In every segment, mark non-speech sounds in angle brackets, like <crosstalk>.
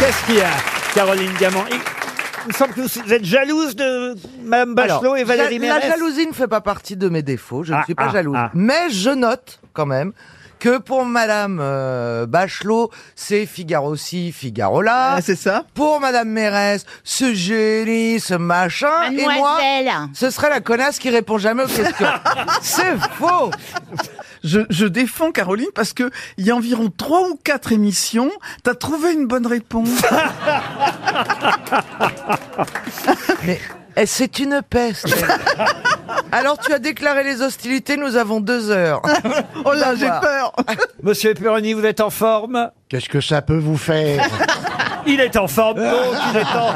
Qu'est-ce qu'il y a, Caroline Diamant Il- Il me semble que vous vous êtes jalouse de Mme Bachelot Alors, et Valérie la, la Mérès. jalousie ne fait pas partie de mes défauts, je Ah, ne suis pas ah, jalouse. ah. Mais je note quand même que pour Madame euh, Bachelot, c'est Figaro ci, Figaro là. Ah, c'est ça pour Madame Mérès, ce génie, ce machin, et moi, Mademoiselle. ce serait la connasse qui répond jamais <laughs> aux questions. c'est faux. je, je défends Caroline parce que il y a environ trois ou quatre émissions, t'as trouvé une bonne réponse. <laughs> Mais eh, c'est une <laughs> peste. Alors tu as déclaré les hostilités, nous avons deux heures. Oh là, j'ai voir. <laughs> peur. Monsieur Perroni, vous êtes en forme Qu'est-ce que ça peut vous <laughs> faire Il est en forme, Ah. donc il est temps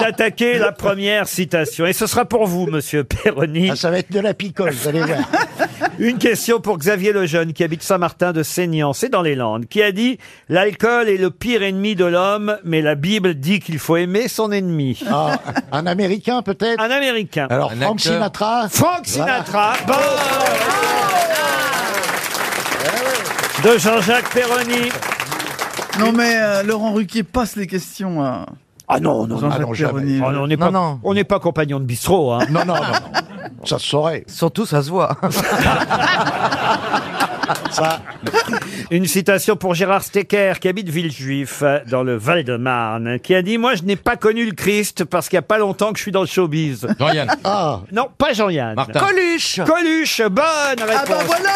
d'attaquer la première citation. Et ce sera pour vous, monsieur Perroni. Ah, Ça va être de la picole, vous allez voir. <laughs> Une question pour Xavier Lejeune, qui habite Saint-Martin de Seignan, c'est dans les Landes, qui a dit « L'alcool est le pire ennemi de l'homme, mais la Bible dit qu'il faut aimer son ennemi. Ah, un Américain peut-être Un Américain. Alors Un Frank acteur. Sinatra Frank Sinatra, bonne réponse de Jean-Jacques Perroni. Non mais euh, Laurent Ruquier passe les questions à Ah non, non, Jean-Jacques Ah non, jamais. Perroni. Oh non, on n'est Non, pas, non. on n'est pas compagnon de bistrot. Hein. Non, non, non, non. Ça se saurait. Surtout ça <laughs> se voit. Ça, Une citation pour Gérard Stecker, qui habite Villejuif, euh, dans le Val-de-Marne, qui a dit « Moi, je n'ai pas connu le Christ parce qu'il n'y a pas longtemps que je suis dans le showbiz. Jean-Yann. » ah, Non, pas Jean-Yann. Martin. Coluche. Coluche, bonne Ah réponse bah voilà,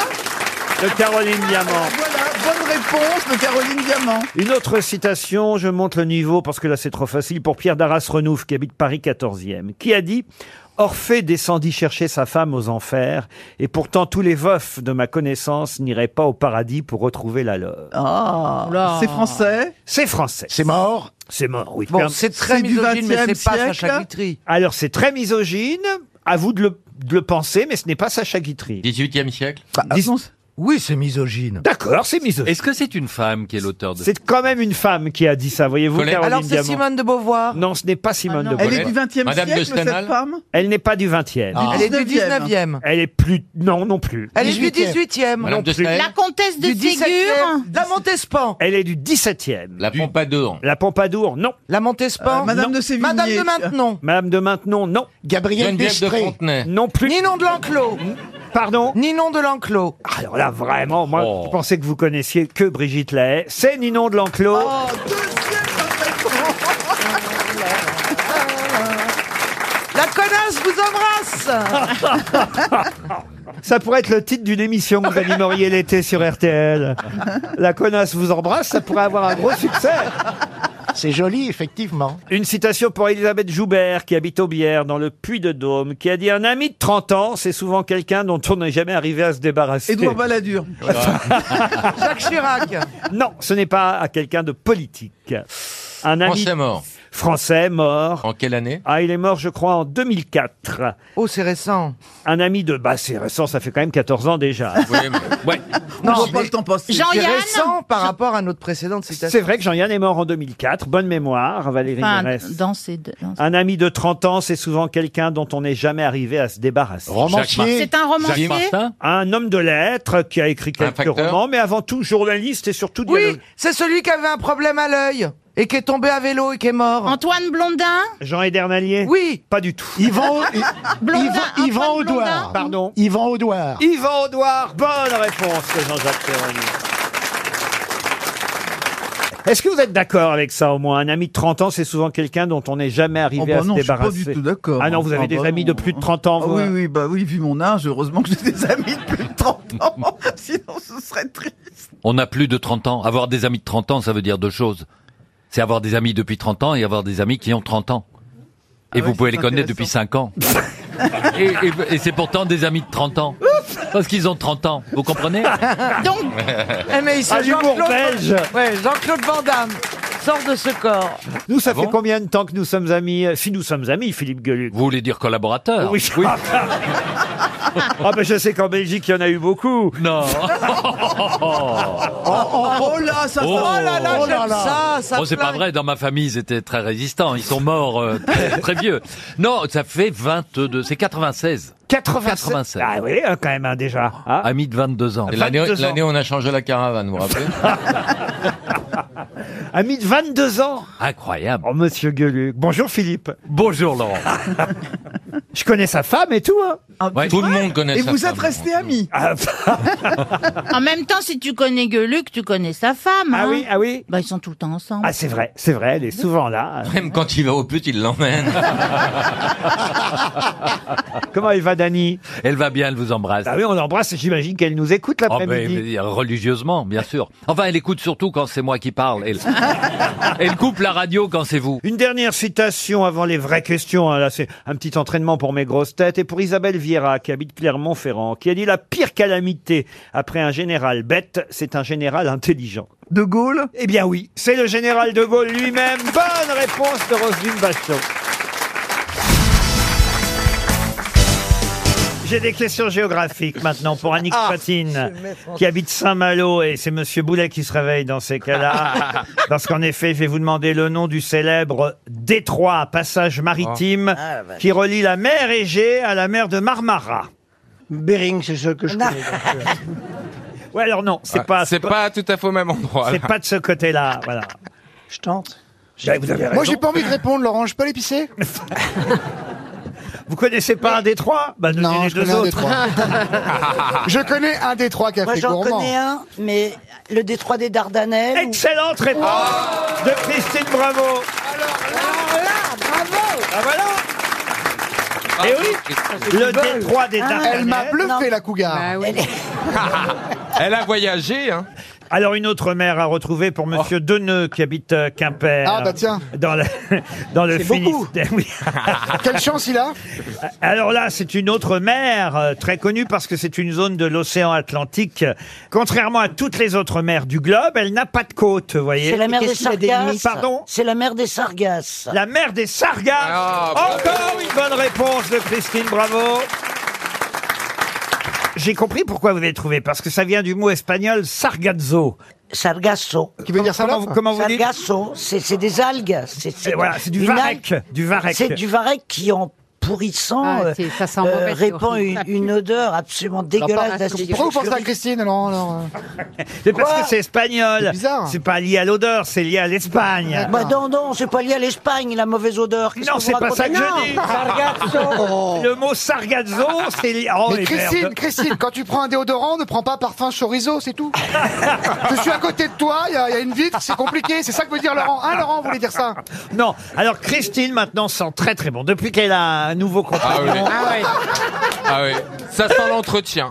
de Caroline Ah bah Diamant. voilà, bonne réponse de Caroline Diamant. Une autre citation, je monte le niveau parce que là c'est trop facile, pour Pierre Darras Renouf qui habite Paris 14e, qui a dit « Orphée descendit chercher sa femme aux enfers et pourtant tous les veufs de ma connaissance n'iraient pas au paradis pour retrouver la leur. Ah, c'est français. » C'est français. c'est mort C'est mort, oui. Bon, c'est très C'est du misogyne, mais 20e c'est pas Sacha siècle. Guitry. Alors c'est très misogyne, à vous de le, de le penser, mais ce n'est pas Sacha Guitry. 18e siècle. Disons- Oui, Bah, ah c'est misogyne. D'accord, c'est misogyne. Est-ce que c'est une femme qui est l'auteur de C'est quand même une femme qui a dit ça, voyez-vous, Colette. Caroline Alors c'est Diamant. Simone de Beauvoir. Non, ce n'est pas Simone Ah non. de Elle Beauvoir. est du 20e Madame de siècle, Stendhal cette femme Elle n'est pas du 20e. Ah. Elle est du 19e. 19e. Elle est plus... Non, non plus. Elle est du 18e. 18e. Madame de plus. Staël La comtesse de Du Ségur. 17e. La Montespan. Elle est du 17e. La Pompadour. La Pompadour, non. La Montespan. Euh, Madame de Sévigné. Madame de Maintenon. Madame de Ah. Maintenon, non. Gabriel Geneviève de Destré. Fontenay. Non plus. Ninon de l'Enclos. Pardon. Ninon de l'Enclos. Alors là, vraiment, moi, Oh. je pensais que vous connaissiez que Brigitte Lahaye. C'est Ninon de l'Enclos. Oh, deuxième réponse. La connasse vous embrasse. <laughs> Ça pourrait être le titre d'une émission que vous animeriez l'été sur RTL. La connasse vous embrasse, ça pourrait avoir un gros succès. C'est joli, effectivement. Une citation pour Elisabeth Joubert, qui habite Aubière, dans le Puy-de-Dôme, qui a dit « Un ami de 30 ans, c'est souvent quelqu'un dont on n'est jamais arrivé à se débarrasser. » Édouard Balladur. Jacques Chirac. Non, ce n'est pas à quelqu'un de politique. Un ami Français mort. français mort. En quelle année Ah, il est mort, je crois, en 2004. Oh, c'est récent. Un ami de... Bah, c'est récent, ça fait quand même 14 ans déjà. Oui, mais- ouais. On voit mais- pas le temps passer. C'est Jean-Yann. récent par rapport à notre précédente citation. C'est vrai que Jean-Yann est mort en 2004. Bonne mémoire, Valérie Enfin, Mérès. dans ces deux- dans- Un ami de 30 ans, c'est souvent quelqu'un dont on n'est jamais arrivé à se débarrasser. Romancier. C'est un Jacques romancier. Martin. Un homme de lettres qui a écrit Un quelques facteur. romans, mais avant tout journaliste et surtout Oui, dialogue. c'est celui qui avait un problème à l'œil et qui est tombé à vélo et qui est mort. Antoine Blondin. Jean Edernalier Oui. Pas du tout. Yvan, I- Blondin, Yvan, Yvan Antoine Audouard. <laughs> Pardon. Yvan Audouard. Yvan Audouard, bonne réponse de Jean-Jacques Perroni. Est-ce que vous êtes d'accord avec ça au moins Un ami de 30 ans, c'est souvent quelqu'un dont on n'est jamais arrivé Oh bah à se non, je suis pas débarrasser. du tout d'accord. Ah non, vous avez Ah des bah amis non. de plus de 30 ans, Ah vous oui, hein oui, bah oui, vu mon âge, heureusement que j'ai des <laughs> amis de plus de 30 ans. Sinon, ce serait triste. On a plus de 30 ans. Avoir des amis de 30 ans, ça veut dire deux choses. C'est avoir des amis depuis 30 ans et avoir des amis qui ont 30 ans. Et Ah vous ouais, pouvez c'est les connaître depuis 5 ans. et et- et c'est pourtant des amis de 30 ans. Parce qu'ils ont 30 ans. Vous comprenez Donc, Eh, mais il Ah, s'est l'humour belge Ouais, Jean-Claude Van Damme. Sort de ce <laughs> corps. Nous, ça Ah bon fait combien de temps que nous sommes amis Euh, Si nous sommes amis, Philippe Gueluc. Vous voulez dire collaborateur Oui. <laughs> Ah ben je sais qu'en Belgique, il y en a eu beaucoup. Non. Oh là, ça, ça. Oh. Oh là là, Oh là là. j'aime ça, ça Oh, c'est pas flingue. vrai, dans ma famille, ils étaient très résistants. Ils sont morts euh, très, très vieux. Non, ça fait 22, c'est 96. 87. 87. Ah oui, hein, quand même, hein, déjà. hein. Ami de 22 ans. L'année, 22 ans. l'année où on a changé la caravane, vous vous rappelez Ami de 22 ans Incroyable. Oh, monsieur Gueuluc. Bonjour, Philippe. Bonjour Laurent. <laughs> Je connais sa femme et tout, hein. Ah, Ouais, tu tout vois le monde connaît Et sa vous femme, êtes restés hein. amis. <laughs> Ah, bah. En même temps, si tu connais Gueuluc, tu connais sa femme. ah hein. oui, ah oui. Bah, ils sont tout le temps ensemble. Ah, c'est vrai, c'est vrai, elle est souvent là. Même quand il va au pute, il l'emmène. <laughs> Comment elle va, Dani Elle va bien, elle vous embrasse. Ah oui, on l'embrasse et j'imagine qu'elle nous écoute Oh, ben, l'après-midi. euh, religieusement, bien sûr. Enfin, elle écoute surtout quand c'est moi qui parle. Elle, <laughs> elle coupe la radio quand c'est vous. Une dernière citation avant les vraies questions. hein. Là, c'est un petit entraînement pour mes grosses têtes et pour Isabelle Viera, qui habite Clermont-Ferrand, qui a dit la pire calamité après un général bête, c'est un général intelligent. De Gaulle Eh bien oui, c'est le général de Gaulle lui-même. Bonne réponse de Roselyne Bachelot. J'ai des questions géographiques maintenant pour Annick Patine, qui habite Saint-Malo, et c'est Monsieur Boulet qui se réveille dans ces cas-là. parce qu'en effet, je vais vous demander le nom du célèbre détroit, passage maritime, qui relie la mer Égée à la mer de Marmara. Bering, c'est ce que je connais. Ouais, alors non, c'est pas, Ah, C'est pas tout à fait au même endroit. <laughs> c'est pas de ce côté-là, voilà. Je tente. Ben, Vous, avez Moi, raison. j'ai pas envie de répondre, Laurent. Je peux aller <laughs> pisser vous connaissez pas un détroit Bah, donnez Non, les je deux connais un autres. des trois. <laughs> <laughs> je connais un des trois Moi, cafés j'en gourmands. connais un, mais le détroit des Dardanelles. Oh Excellente réponse de Christine Bravo. Ah voilà <laughs> Eh Ah, oui Le détroit des Elle m'a Dardanelles. bluffé, Non. la cougar. <laughs> Elle a voyagé, hein. Oh. Alors une autre mère à retrouver pour Monsieur Deneux qui habite euh, Quimper. Ah, bah tiens. Dans le, <laughs> dans le Finistère. <laughs> oui. <laughs> Quelle chance il a Alors là, c'est une autre mer euh, très connue parce que c'est une zone de l'océan Atlantique. Contrairement à toutes les autres mers du globe, elle n'a pas de côte, vous voyez. C'est la mer des qu'est-ce qu'il a Sargasses. démis, ça Pardon C'est la mer des Sargasses. La mer des Sargasses. Ah, bravo. Encore une bonne réponse de Christine Bravo. J'ai compris pourquoi vous avez trouvé, parce que ça vient du mot espagnol sargazo. Sargasso. Qui veut dire ça Comment là vous, comment vous dites Sargasso, c'est c'est des algues. C'est Et c'est voilà, c'est du une varech, algue. du varech. C'est du varech qui, en pourrissant, Ah, euh, c'est- ça sent euh, mauvais, répand c'est une, une odeur absolument dégueulasse pas- d'acier Pourquoi vous pensez à sulfurique. Christine, Laurent alors, euh C'est parce Quoi que c'est espagnol. C'est bizarre. C'est pas lié à l'odeur, c'est lié à l'Espagne. Bah non, non, c'est pas lié à l'Espagne, la mauvaise odeur. Qu'est-ce Non, que c'est vous pas ça que racontez je dis. <laughs> Oh. Le mot sargazo, c'est lié. Oh, Ah, Mais les Christine, <laughs> merdes. Christine, quand tu prends un déodorant, ne prends pas parfum chorizo, c'est <laughs> tout. Je suis à côté de toi, il y, a il y a une vitre, c'est compliqué. C'est ça que veut dire Laurent. Hein, Laurent, vous voulez dire ça Non. Alors Christine maintenant sent très très bon. Depuis qu'elle a un nouveau Ah oui. compagnon. Ah oui. Ça sent l'entretien.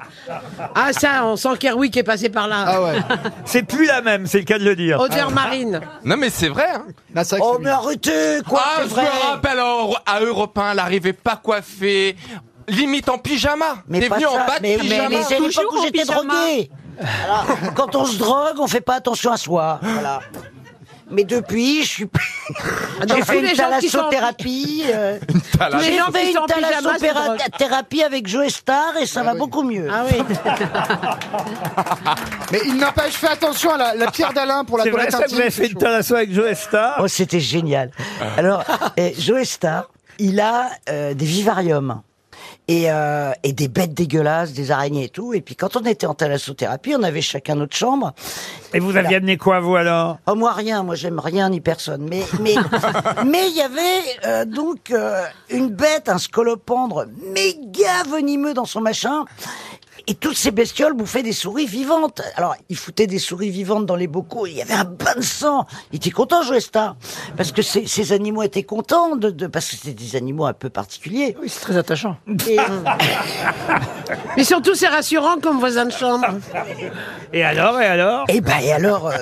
Ah ça, on sent Kerwick est passé par là. Ah ouais. C'est plus la même, c'est le cas de le dire. Odeur marine. Non mais c'est Ah, vrai. Hein. Là, c'est vrai que Oh, c'est mais arrêtez, quoi, Ah, c'est je vrai. me rappelle en- à Europe 1, l'arrivée pas coiffée, limite en pyjama. T'es pas venu en ça. bas de mais, pyjama. mais, mais c'est l'époque Toujours où en j'étais pyjama. drogué. Voilà. Quand on se drogue, on fait pas attention à soi. Voilà. Mais depuis, je suis. J'ai Ah, tous fait les une gens qui sont en- thalassothérapie. euh, Thalas- Mais- J'ai les gens qui fait sont une en pyjama, c'est une drogue. thalassothérapie avec Joe Star et ça va beaucoup mieux. Ah <laughs> oui. <laughs> Mais il n'empêche, fais attention à la, la pierre d'Alain pour la C'est vrai toilette ça que vous avez intime. fait une talasso avec Ah. Joe Star. Oh, c'était génial. Alors, euh, Joe Star, il a euh, des vivariums. Et, euh, et des bêtes dégueulasses, des araignées et tout. Et puis quand on était en thalassothérapie, on avait chacun notre chambre. Et vous aviez amené quoi vous alors Oh, moi rien, moi j'aime rien ni personne. Mais <laughs> mais mais il y avait euh, donc euh, une bête, un scolopendre méga venimeux dans son machin. Et toutes ces bestioles bouffaient des souris vivantes. Alors, il foutait des souris vivantes dans les bocaux. Il y avait un bain de sang. Il était content, Joesta. Parce que ces, ces animaux étaient contents de, de- parce que c'était des animaux un peu particuliers. Oui, c'est très attachant. Et- <laughs> Mais surtout, c'est rassurant comme voisin de chambre. Et alors et alors Eh ben et alors, euh,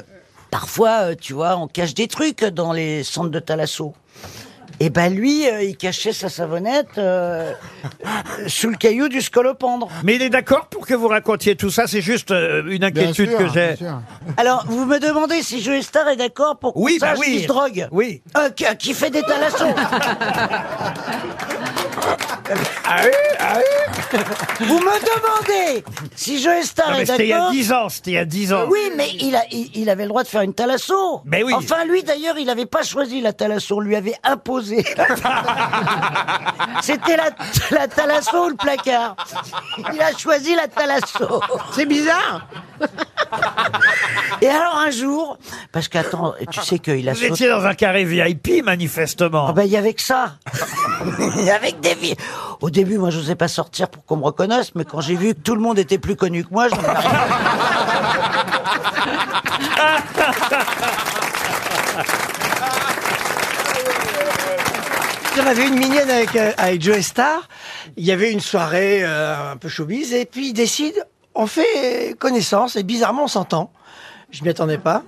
parfois, euh, tu vois, on cache des trucs dans les centres de Thalasso. Et ben lui, euh, il cachait sa savonnette euh, sous le caillou du scolopendre. Mais il est d'accord pour que vous racontiez tout ça, c'est juste euh, une Bien inquiétude sûr, que bien j'ai. sûr. Alors, vous me demandez si Joe Star est d'accord pour qu'on Oui, bah sache oui. qui se drogue Oui. Euh, qui, qui fait des <laughs> Thalassos Ah Vous me demandez si Joe Star Non, mais est c'était il y a d'accord 10 ans, c'était il y a 10 ans. <laughs> Oui, mais <laughs> il, a, il, il avait le droit de faire une thalasso. Mais oui. Enfin, lui, d'ailleurs, il n'avait pas choisi la thalasso, on lui avait <laughs> imposé. C'était la, la thalasso ou le placard. Il a choisi la thalasso. C'est bizarre. Et alors un jour, parce qu'attends, tu sais qu'il a Vous étiez dans un carré VIP, manifestement. Ah ben, il y avait que <laughs> ça. Il y avait que des filles. Au début, moi, je n'osais pas sortir pour qu'on me reconnaisse, mais quand j'ai vu que tout le monde était plus connu que moi, je me suis arrêté. J'en avais une mignonne avec, euh, avec Joe Star. Il y avait une soirée euh, un peu showbiz et puis ils décident, on fait connaissance et bizarrement on s'entend. Je m'y attendais pas.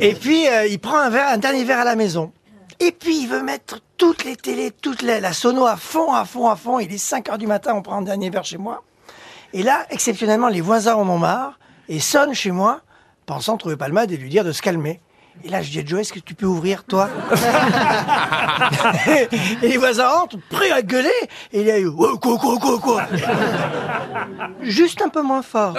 Et puis euh, il prend un verre, un dernier verre à la maison. Et puis il veut mettre toutes les télés, toute la, la sono à fond, à fond, à fond. Il est 5 heures du matin, on prend un dernier verre chez moi. Et là, exceptionnellement, les voisins en ont marre et sonnent chez moi, pensant trouver Palmade et lui dire de se calmer. Et là, je dis à Joe, est-ce que tu peux ouvrir, toi et les voisins rentrent, prêts à gueuler, et il y a eu Oh, quoi, quoi, quoi, quoi Juste un peu moins fort.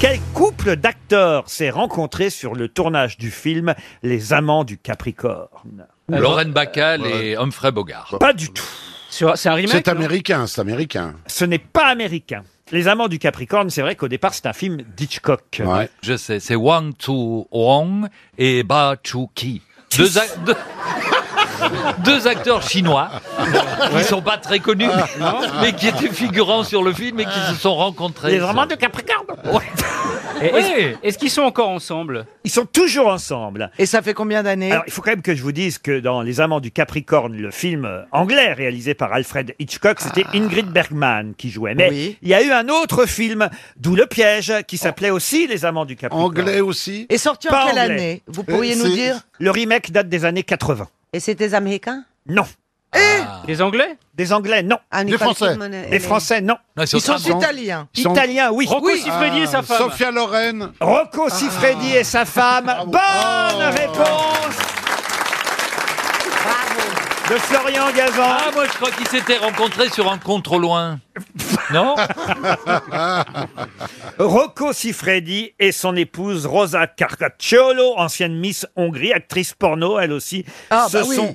Quel couple d'acteurs s'est rencontré sur le tournage du film Les Amants du Capricorne Lauren Euh, Bacall et Humphrey Bogart. Pas du tout. C'est un remake, C'est non américain, c'est américain. Ce n'est pas américain. Les Amants du Capricorne, c'est vrai qu'au départ, c'est un film d'Hitchcock. Je sais, c'est Wang Chu Wong et Ba Chu Ki. Deux, ac- deux- deux acteurs chinois qui sont pas très connus, Ah, non. mais qui étaient figurants sur le film et qui se sont rencontrés. Les Amants du Capricorne Et est-ce- qu'ils sont encore ensemble Ils sont toujours ensemble. Et ça fait combien d'années Alors, il faut quand même que je vous dise que dans Les Amants du Capricorne, le film euh, anglais réalisé par Alfred Hitchcock, c'était Ah. Ingrid Bergman qui jouait. Mais Oui. il y a eu un autre film, d'où le piège, qui s'appelait aussi Les Amants du Capricorne. Anglais aussi Et sorti en Pas quelle anglais. année Vous pourriez Euh, nous c'est- dire Le remake date des années 80. Et c'est des Américains Non. Eh Ah. Des Anglais Des Anglais, non. Ah, mais Des pas Français. tout le monde est- Des Français, non. Non, ils sont Ils sont allemands. italiens. Ils sont- Italiens, oui. Rocco Oui. Siffredi et sa femme. Sophia Ah, Loren. Rocco Siffredi et sa femme. Bonne Oh. réponse de Florian Gazan. Ah, moi je crois qu'ils s'étaient rencontrés sur un compte trop <laughs> loin. Non Rocco Siffredi et son épouse Rosa Carcacciolo, ancienne Miss Hongrie, actrice porno, elle aussi. Ah, se bah oui. <laughs> sont-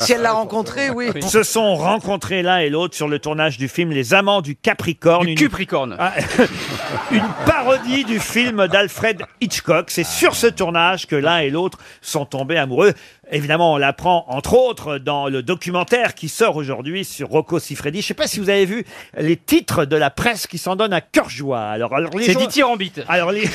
Si elle l'a rencontré, oui. se sont rencontrés l'un et l'autre sur le tournage du film Les Amants du Capricorne. une... Ah, <laughs> une parodie du film d'Alfred Hitchcock. C'est sur ce tournage que l'un et l'autre sont tombés amoureux. Évidemment, on l'apprend entre autres dans le documentaire qui sort aujourd'hui sur Rocco Siffredi. Je ne sais pas si vous avez vu les titres de la presse qui s'en donnent à cœur joie. Alors, alors les C'est jour- dithyrambique. Alors les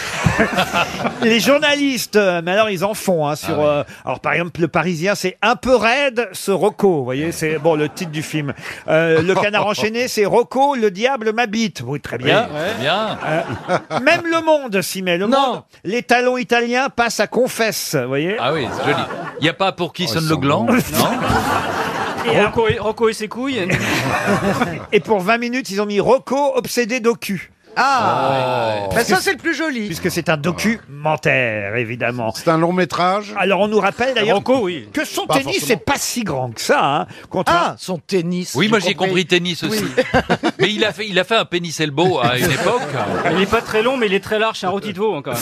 <laughs> les journalistes, euh, mais alors ils en font hein, Ah sur. euh, alors par exemple, le Parisien, c'est un peu raide ce Rocco. Vous voyez, c'est bon le titre du film. Euh, le Canard enchaîné, c'est Rocco, le diable m'habite. Oui, très bien. Oui, très bien. Euh, même le monde s'y met. Le monde, les talons italiens passent à confesse. Vous voyez. Ah oui, c'est joli. Il n'y a pas pour qui Oh, sonne le gland <laughs> Rocco, et, ses couilles. et pour 20 minutes, ils ont mis Rocco obsédé d'ocu. Ah, ouais. Bah, ça, c'est le plus joli. Puisque c'est un documentaire, évidemment. C'est un long métrage. Alors on nous rappelle d'ailleurs que son Pas tennis n'est forcément. pas si grand que ça. hein, Ah, son tennis. Oui, moi j'ai compris tennis aussi. Mais il a fait, il a fait un pénis elbow <laughs> à une époque. Il n'est pas très long, mais il est très large, c'est un rôti de veau hein, encore. Non,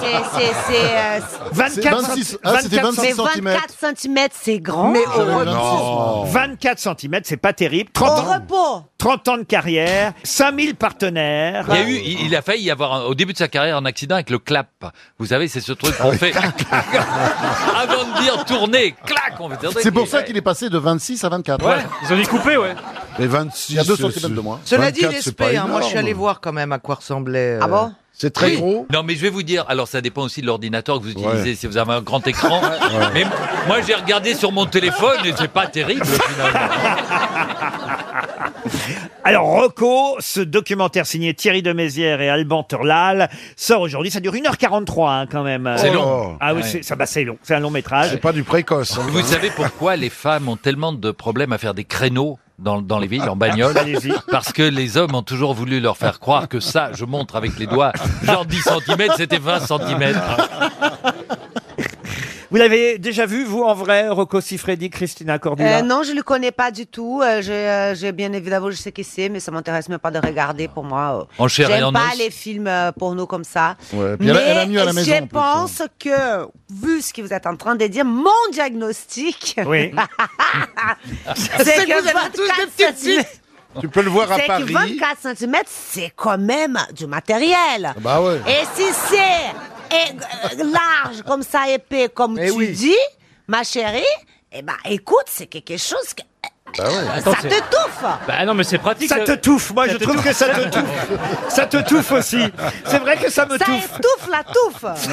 c'est- c'est. c'est, euh, c'est- 24 cent- Ah, c'était 26 Mais centimètres. 24 centimètres, c'est grand. Mais au au repos. 24 cm, c'est pas terrible. 30 ans, repos. 30 ans de carrière, 5000 partenaires. Il, y a eu, il il a failli y avoir un- au début de sa carrière un accident avec le clap. Vous savez, c'est ce truc Ah <laughs> qu'on fait <laughs> avant de dire tourner, clac. On veut dire C'est pour ça qu'il est passé de 26 à 24. Ouais, ils ont dit coupé, ouais. Les 26. Il euh, y a 2 c'est- cm de moins. Cela dit, 24, les c'est spé, pas hein, moi je suis énorme. allé voir quand même à quoi ressemblait. euh, C'est très gros. Non, mais je vais vous dire, alors ça dépend aussi de l'ordinateur que vous utilisez, Ouais. si vous avez un grand écran. Mais m- moi, j'ai regardé sur mon téléphone et c'est pas terrible finalement. Alors Rocco, ce documentaire signé Thierry de Mézières et Alban Turlal sort aujourd'hui. Ça dure 1h43 hein, quand même. C'est long. Ah oui, Ouais. c'est- ça bah, c'est long. C'est un long métrage. C'est pas du précoce. hein. Vous savez pourquoi les femmes ont tellement de problèmes à faire des créneaux dans, dans les villes, en bagnole Allez-y. Parce que les hommes ont toujours voulu leur faire croire que ça, je montre avec les doigts, genre 10 cm, c'était 20 cm. <laughs> Vous l'avez déjà vu, vous, en vrai, Rocco Siffredi, Christina Cordula Euh, non, je le connais pas du tout. Euh, je, euh, j'ai bien évidemment, je sais qui c'est, mais ça m'intéresse même pas de regarder pour moi. euh. En chair et J'aime en pas os. les films euh, porno comme ça. Ouais, puis elle a- Mais elle a mieux à la maison, en Je plus, hein. pense que, vu ce que vous êtes en train de dire, mon diagnostic, <laughs> Oui. c'est que votre centimes- Tu peux le voir à c'est que Paris. 24 cm, c'est quand même du matériel. Bah ouais. Et si c'est é- euh, large, comme ça, épais, comme tu dis, ma chérie, eh ben, écoute, c'est quelque chose que... Bah Attends, ça c'est- te touffe Bah non, mais c'est pratique. Ça te touffe, moi, je trouve que ça te touffe. Ça te touffe aussi. C'est vrai que ça me Ça touffe. étouffe la touffe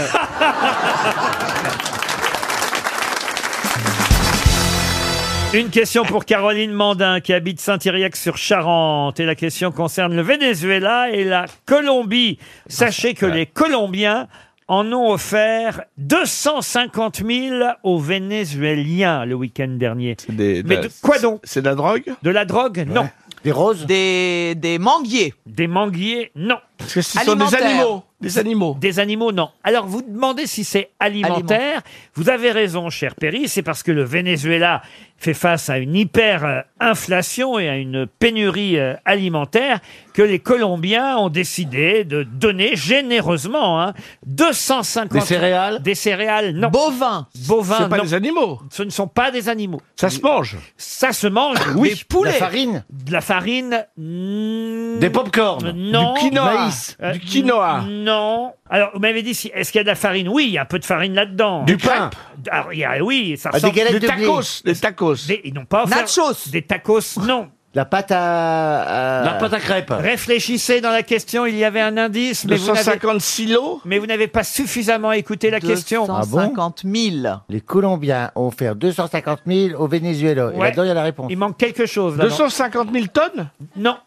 Une question pour Caroline Mandin qui habite Saint-Iriac-sur-Charente. Et la question concerne le Venezuela et la Colombie. Sachez que les Colombiens en ont offert 250 000 aux Vénézuéliens le week-end dernier. Mais de quoi donc C'est de la drogue De la drogue, non. Des roses Des, manguiers Des manguiers, non. Parce que ce sont des Alimentaire. animaux. Des animaux. Des animaux, non. Alors vous demandez si c'est alimentaire. Vous avez raison, cher Perry, c'est parce que le Venezuela fait face à une hyper-inflation et à une pénurie euh, alimentaire que les Colombiens ont décidé de donner généreusement hein, 250 Des céréales Des céréales, non. Bovins. Bovins. C'est pas des animaux. Ce ne sont pas des animaux. Ça se mange. Ça se <coughs> mange, oui. Des poulets. De la farine. De la farine, mm, Des pop-corn. Non. Euh, hmm. Du quinoa. Maïs. Du quinoa. Non. Alors, vous m'avez dit, si, est-ce qu'il y a de la farine Oui, il y a un peu de farine là-dedans. Du pain. Alors, il y a, oui, ça Ah, des ressemble... galettes Des de blé. tacos, Des tacos. ils n'ont pas offert... Nachos. Des tacos, non. La pâte à... La pâte à crêpes. Réfléchissez dans la question, il y avait un indice, mais vous n'avez- 250 silos Mais vous n'avez pas suffisamment écouté la question. 250 000. Ah Les Colombiens ont offert 250 000 au Venezuela. Et Ouais. là-dedans, il y a la réponse. Il manque quelque chose. là, non 250 000 tonnes Non.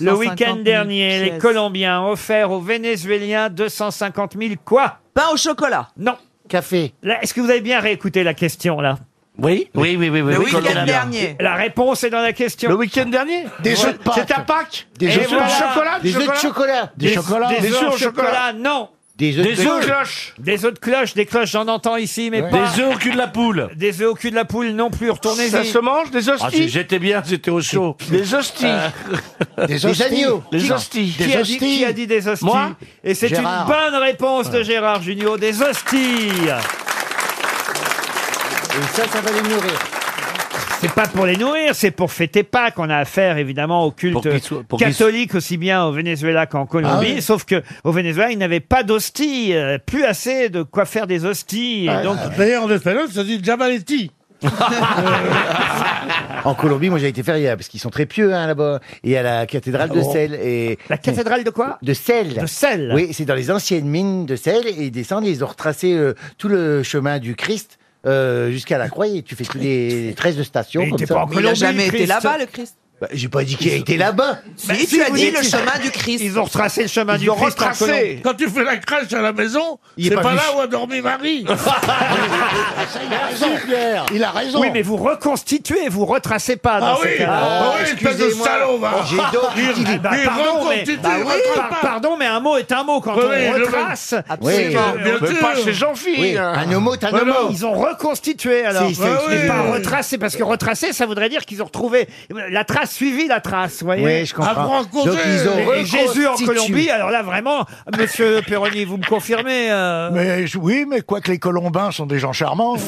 Le 250 week-end 000 dernier, les pièces. Colombiens ont offert aux Vénézuéliens 250 000 quoi Pain au chocolat. Non. Café. Est-ce que vous avez bien réécouté la question là oui, Oui, oui, oui, oui, Le oui, week-end Colombiens. dernier. La réponse est dans la question. Le week-end dernier Des jeux de pâtes. C'était à Pâques Des Et jeux de voilà. pâtes. chocolat Des jeux de chocolat. Des chocolats. Des œufs au chocolat, non Des œufs de cloche. Des œufs de cloche, des cloches, j'en entends ici, <laughs> mais Ouais. pas. Des œufs au cul de la poule. Des œufs au cul de la poule non plus, retournez-y. Ça se mange, des hosties Ah, c'est- J'étais bien, j'étais au chaud. Euh. Des hosties. Des hosties. <laughs> Des Qui- hosties. Qui, a dit, qui a dit des hosties Moi Et c'est une Gérard. bonne réponse de Gérard Junior, des hosties. Et ça, ça va les nourrir. C'est pas pour les nourrir, c'est pour fêter Pâques. On a affaire évidemment au culte qu'ils soient- pour qu'ils catholique aussi bien au Venezuela qu'en Colombie. Ah oui. Sauf que au Venezuela, ils n'avaient pas d'hosties, euh, plus assez de quoi faire des hosties. Et donc, D'ailleurs, en espagnol, ça dit Jabaletti. En Colombie, moi j'ai été faire hier, parce qu'ils sont très pieux hein, là-bas. Et à la cathédrale de Ah bon sel. Et... La cathédrale de quoi De sel. De sel. Oui, c'est dans les anciennes mines de sel. Et ils descendent, ils ont retracé euh, tout le chemin du Christ. euh, jusqu'à la croix et tu fais tous les 13 stations Mais il comme était ça. pas en Mais il a Colombie, jamais le été Christ. là-bas, le Christ bah, j'ai pas dit qu'il a été là-bas Bah, si, vous dites- Ils ont retracé le chemin du Christ. en Colombie. Quand tu fais la crèche à la maison, Il est c'est pas Ah, pas, venu. là où a dormi <laughs> Marie. il a raison, Pierre. Il a raison. Oui, mais vous reconstituez, vous retracez pas. Ah dans oui, ces cas-là. ah oui, espèce de salaud, va. J'ai d'autres Il- utilités. il Bah, pardon, mais, reconstitue, bah il oui, rattrape par- pas. pardon, mais un mot est un mot quand Oui, on oui, le- retrace. Absolument. Oui, bien Mais sûr. pas chez Jean-Phil. Oui, un homo est un Mais homo. non, Ils ont reconstitué alors. Si, ça explique. mais pas Oui, oui. retracé, parce que retracé, ça voudrait dire qu'ils ont retrouvé la trace, suivi la trace, vous voyez. Oui, je comprends. Avant qu'on Donc, dise- ils ont Et Jésus en reconstitué. Colombie, alors là vraiment, Monsieur Perroni, vous me <laughs> confirmez euh, Mais je- oui, mais quoique les Colombins sont des gens <laughs> charmants.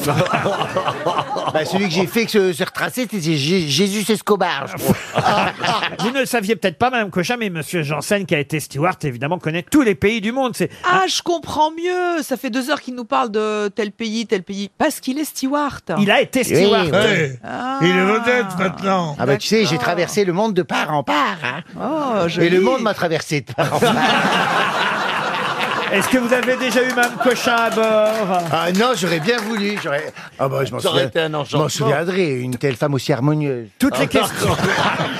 Bah, celui que j'ai fait que ce- c'est retracé c'était Jé- Jésus Escobar je crois. <laughs> Vous ne le saviez peut-être pas, Madame Cochin, mais Monsieur Janssen, qui a été steward, évidemment, connaît tous les pays du monde. C'est Ah, je comprends mieux. Ça fait deux heures qu'il nous parle de tel pays, tel pays. Parce qu'il est steward. Ah. Il a été steward. Oui, oui. Ah. Il est vedette maintenant. Ah bah tu sais, j'ai traversé le monde de part en part. hein. Oh, Et le monde m'a traversé de part en part. <laughs> Est-ce que vous avez déjà eu même Cochin à bord Ah non, j'aurais bien voulu. J'aurais... Ah bah je m'en Ça aurait souviens- été un je enchantement. Ah, m'en souviendrai. Une telle femme aussi harmonieuse. Toutes les questions.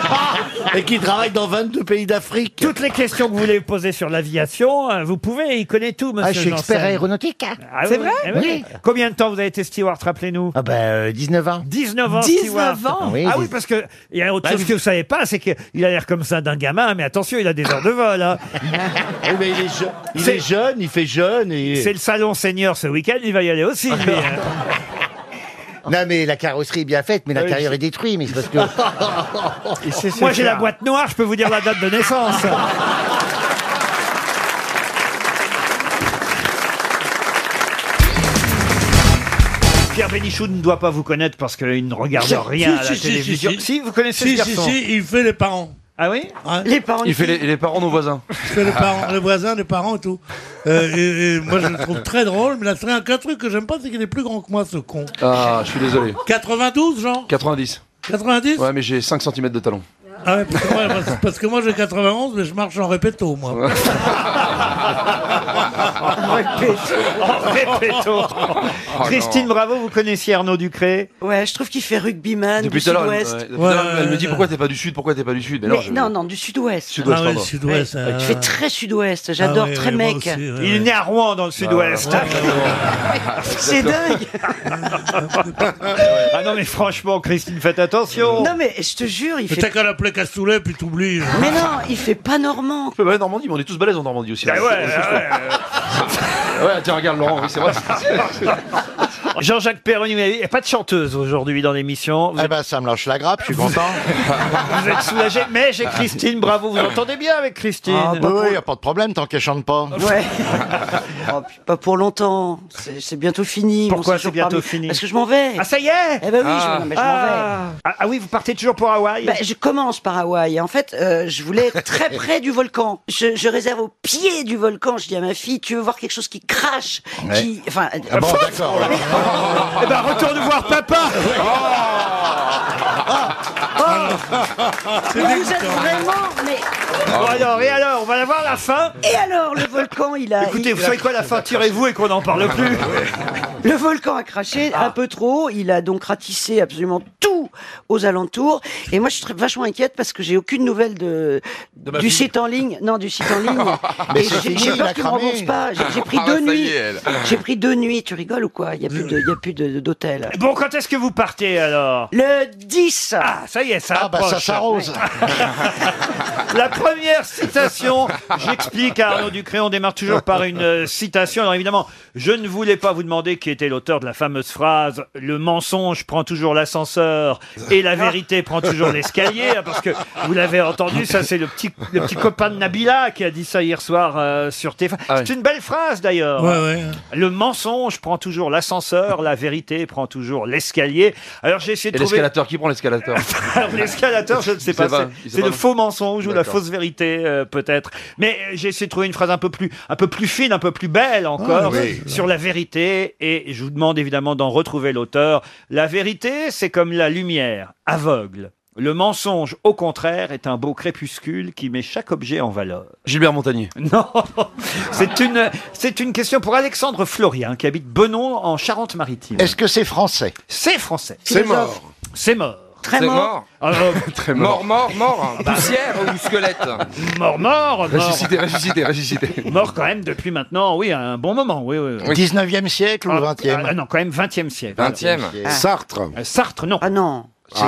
Ah, <laughs> Et qui travaille dans 22 pays d'Afrique. Toutes les questions que vous voulez poser sur l'aviation, euh, vous pouvez, il connaît tout, monsieur Ah, je suis expert Janssen. aéronautique. hein. Ah oui, eh oui. Combien de temps vous avez été steward, rappelez-nous Ah ben, euh, 19 ans. 19 ans, 19 Stewart. ans. Oui, ah oui, dix- parce que il y a autre Bah, chose que vous savez pas, c'est qu'il a l'air comme ça d'un gamin, mais attention, il a des heures de <laughs> vol. hein. Eh ben, il est, jeune, il est jeune, il fait jeune. C'est le salon senior ce week-end, il va y aller <laughs> aussi. lui, hein. Non, mais la carrosserie est bien faite, mais Ah oui, Euh, l'intérieur je- est détruit. Mais c'est <laughs> parce que. Moi, j'ai la boîte noire, je peux vous dire la date de naissance. <laughs> Pierre Bénichou ne doit pas vous connaître parce qu'il ne regarde rien à la télévision. Si, vous connaissez si, ce garçon Si, si, il fait les parents. Ah oui Les parents. Il fait les, les parents de nos voisins. Il fait les parents, les voisins, les parents et tout. Euh, et, et moi, je le trouve très drôle, mais là, c'est un, un truc que j'aime pas, c'est qu'il est plus grand que moi, ce con. Ah, je suis désolé. 92, genre 90. 90 Ouais, mais j'ai 5 cm de talon. Ah ouais, parce que moi, parce- parce que moi j'ai 91, mais je marche en répéto, moi. Répétons. non. Oh, Christine Bravo, vous connaissiez Arnaud Ducré Ouais, je trouve qu'il fait rugbyman Depuis du tout à l'heure, elle, sud-ouest. ouais, depuis tout à l'heure, elle me dit pourquoi t'es pas du sud, pourquoi t'es pas du sud. Mais, Mais non, je- non, non, du sud-ouest. Sud-ouest, Ah ouais, pardon. sud-ouest, Ouais, euh, Tu fais très sud-ouest, j'adore, Ah ouais, très ouais, moi mec. aussi, ouais, Il est né à Rouen, Ah, dans le sud-ouest. <laughs> C'est dingue ah non, mais franchement, Christine, faites attention. Non mais je te jure, il Mais fait... t'as qu'à l'appeler Castoulet, puis t'oublies. Mais non, il fait pas normand. Ouais, Normandie, mais on est tous balèzes en Normandie aussi. Ah ouais, ouais. ouais, tiens, regarde Laurent, oui, <laughs> c'est vrai. <laughs> Jean-Jacques Perroni, mais il n'y a pas de chanteuse aujourd'hui dans l'émission. Eh ben, ça me lâche la grappe, je suis content. <laughs> Ah, Vous êtes soulagé, mais j'ai Christine Bravo, vous entendez bien avec Christine Ah, bah oui, y a pas de problème tant qu'elle chante pas. <laughs> Ouais. Ah, Oh, puis <laughs> pas pour longtemps, c'est c'est bientôt fini. mon Pourquoi séjour c'est bientôt parmi- fini Parce que je m'en vais. Ah, ça y est Eh ben oui, je, non, mais je m'en vais. Ah. Ah, ah oui, vous partez toujours pour Hawaï Bah, je commence par Hawaï. En fait, euh, je voulais être <laughs> très près du volcan. Je, je réserve au pied du volcan. Je dis à ma fille, tu veux voir quelque chose qui crache Ouais. qui... Enfin, euh, <laughs> Ah bon, d'accord. <laughs> Eh ben, retourne voir papa Oh. Oh. Mais vous êtes vraiment... Mais... Bon, alors, et alors, on va la voir la fin Et alors, le volcan, il a... Écoutez, il- vous savez quoi, la fin, tirez-vous et qu'on n'en parle plus Le volcan a craché Ah. un peu trop. Il a donc ratissé absolument tout aux alentours. Et moi, je suis très- vachement inquiète parce que j'ai aucune nouvelle de, ma du fille. site en ligne. Non, du site en <laughs> ligne. Mais Et c'est j'ai fini, j'ai il a peur qu'il me cramé. rembourse pas. J'ai <laughs> j'ai pris Ah, deux bah, ça y nuits. est, elle. J'ai <laughs> pris deux nuits. Tu rigoles ou quoi Il y a plus de- il y a plus de- de- d'hôtel. Euh, Bon, quand est-ce que vous partez euh? alors Le 10 Ah, ça y est, ça Ah, bah, ça approche. s'arrose. La première citation, j'explique à Arnaud Ducré, on démarre toujours par une euh, citation. Alors évidemment, je ne voulais pas vous demander qui était l'auteur de la fameuse phrase « Le mensonge prend toujours l'ascenseur et la vérité prend toujours l'escalier », hein, parce que vous l'avez entendu, ça c'est le petit, le petit copain de Nabila qui a dit ça hier soir euh, sur TF1. Ah C'est une belle phrase d'ailleurs. Ouais, ouais. Le mensonge prend toujours l'ascenseur, la vérité prend toujours l'escalier. Alors j'ai essayé Et de trouver... l'escalateur, qui prend l'escalateur <laughs> Alors, L'escalateur, je ne sais C'est pas. pas- c'est- il sait C'est pas le non. faux mensonge ou la D'accord. fausse vérité, euh, peut-être. Mais euh, j'ai essayé de trouver une phrase un peu plus, un peu plus fine, un peu plus belle encore Ah, oui. sur la vérité. Et je vous demande évidemment d'en retrouver l'auteur. La vérité, c'est comme la lumière, aveugle. Le mensonge, au contraire, est un beau crépuscule qui met chaque objet en valeur. Gilbert Montagnier. <laughs> Non, c'est une, c'est une question pour Alexandre Florian qui habite Benon en Charente-Maritime. Est-ce que c'est français C'est français. C'est mort. C'est mort. Ah, euh, Très C'est mort. mort. <laughs> Alors, très Mort, mort, mort. Poussière ou squelette hein. Mort, mort, mort. Ressuscité, ressuscité, ressuscité. <laughs> Mort quand même depuis maintenant, oui, un bon moment. Oui, oui, oui. 19e siècle ou 20e Ah non, quand même 20e siècle. 20e. Alors, oui. Sartre. Euh, Sartre, non. Ah non. C'est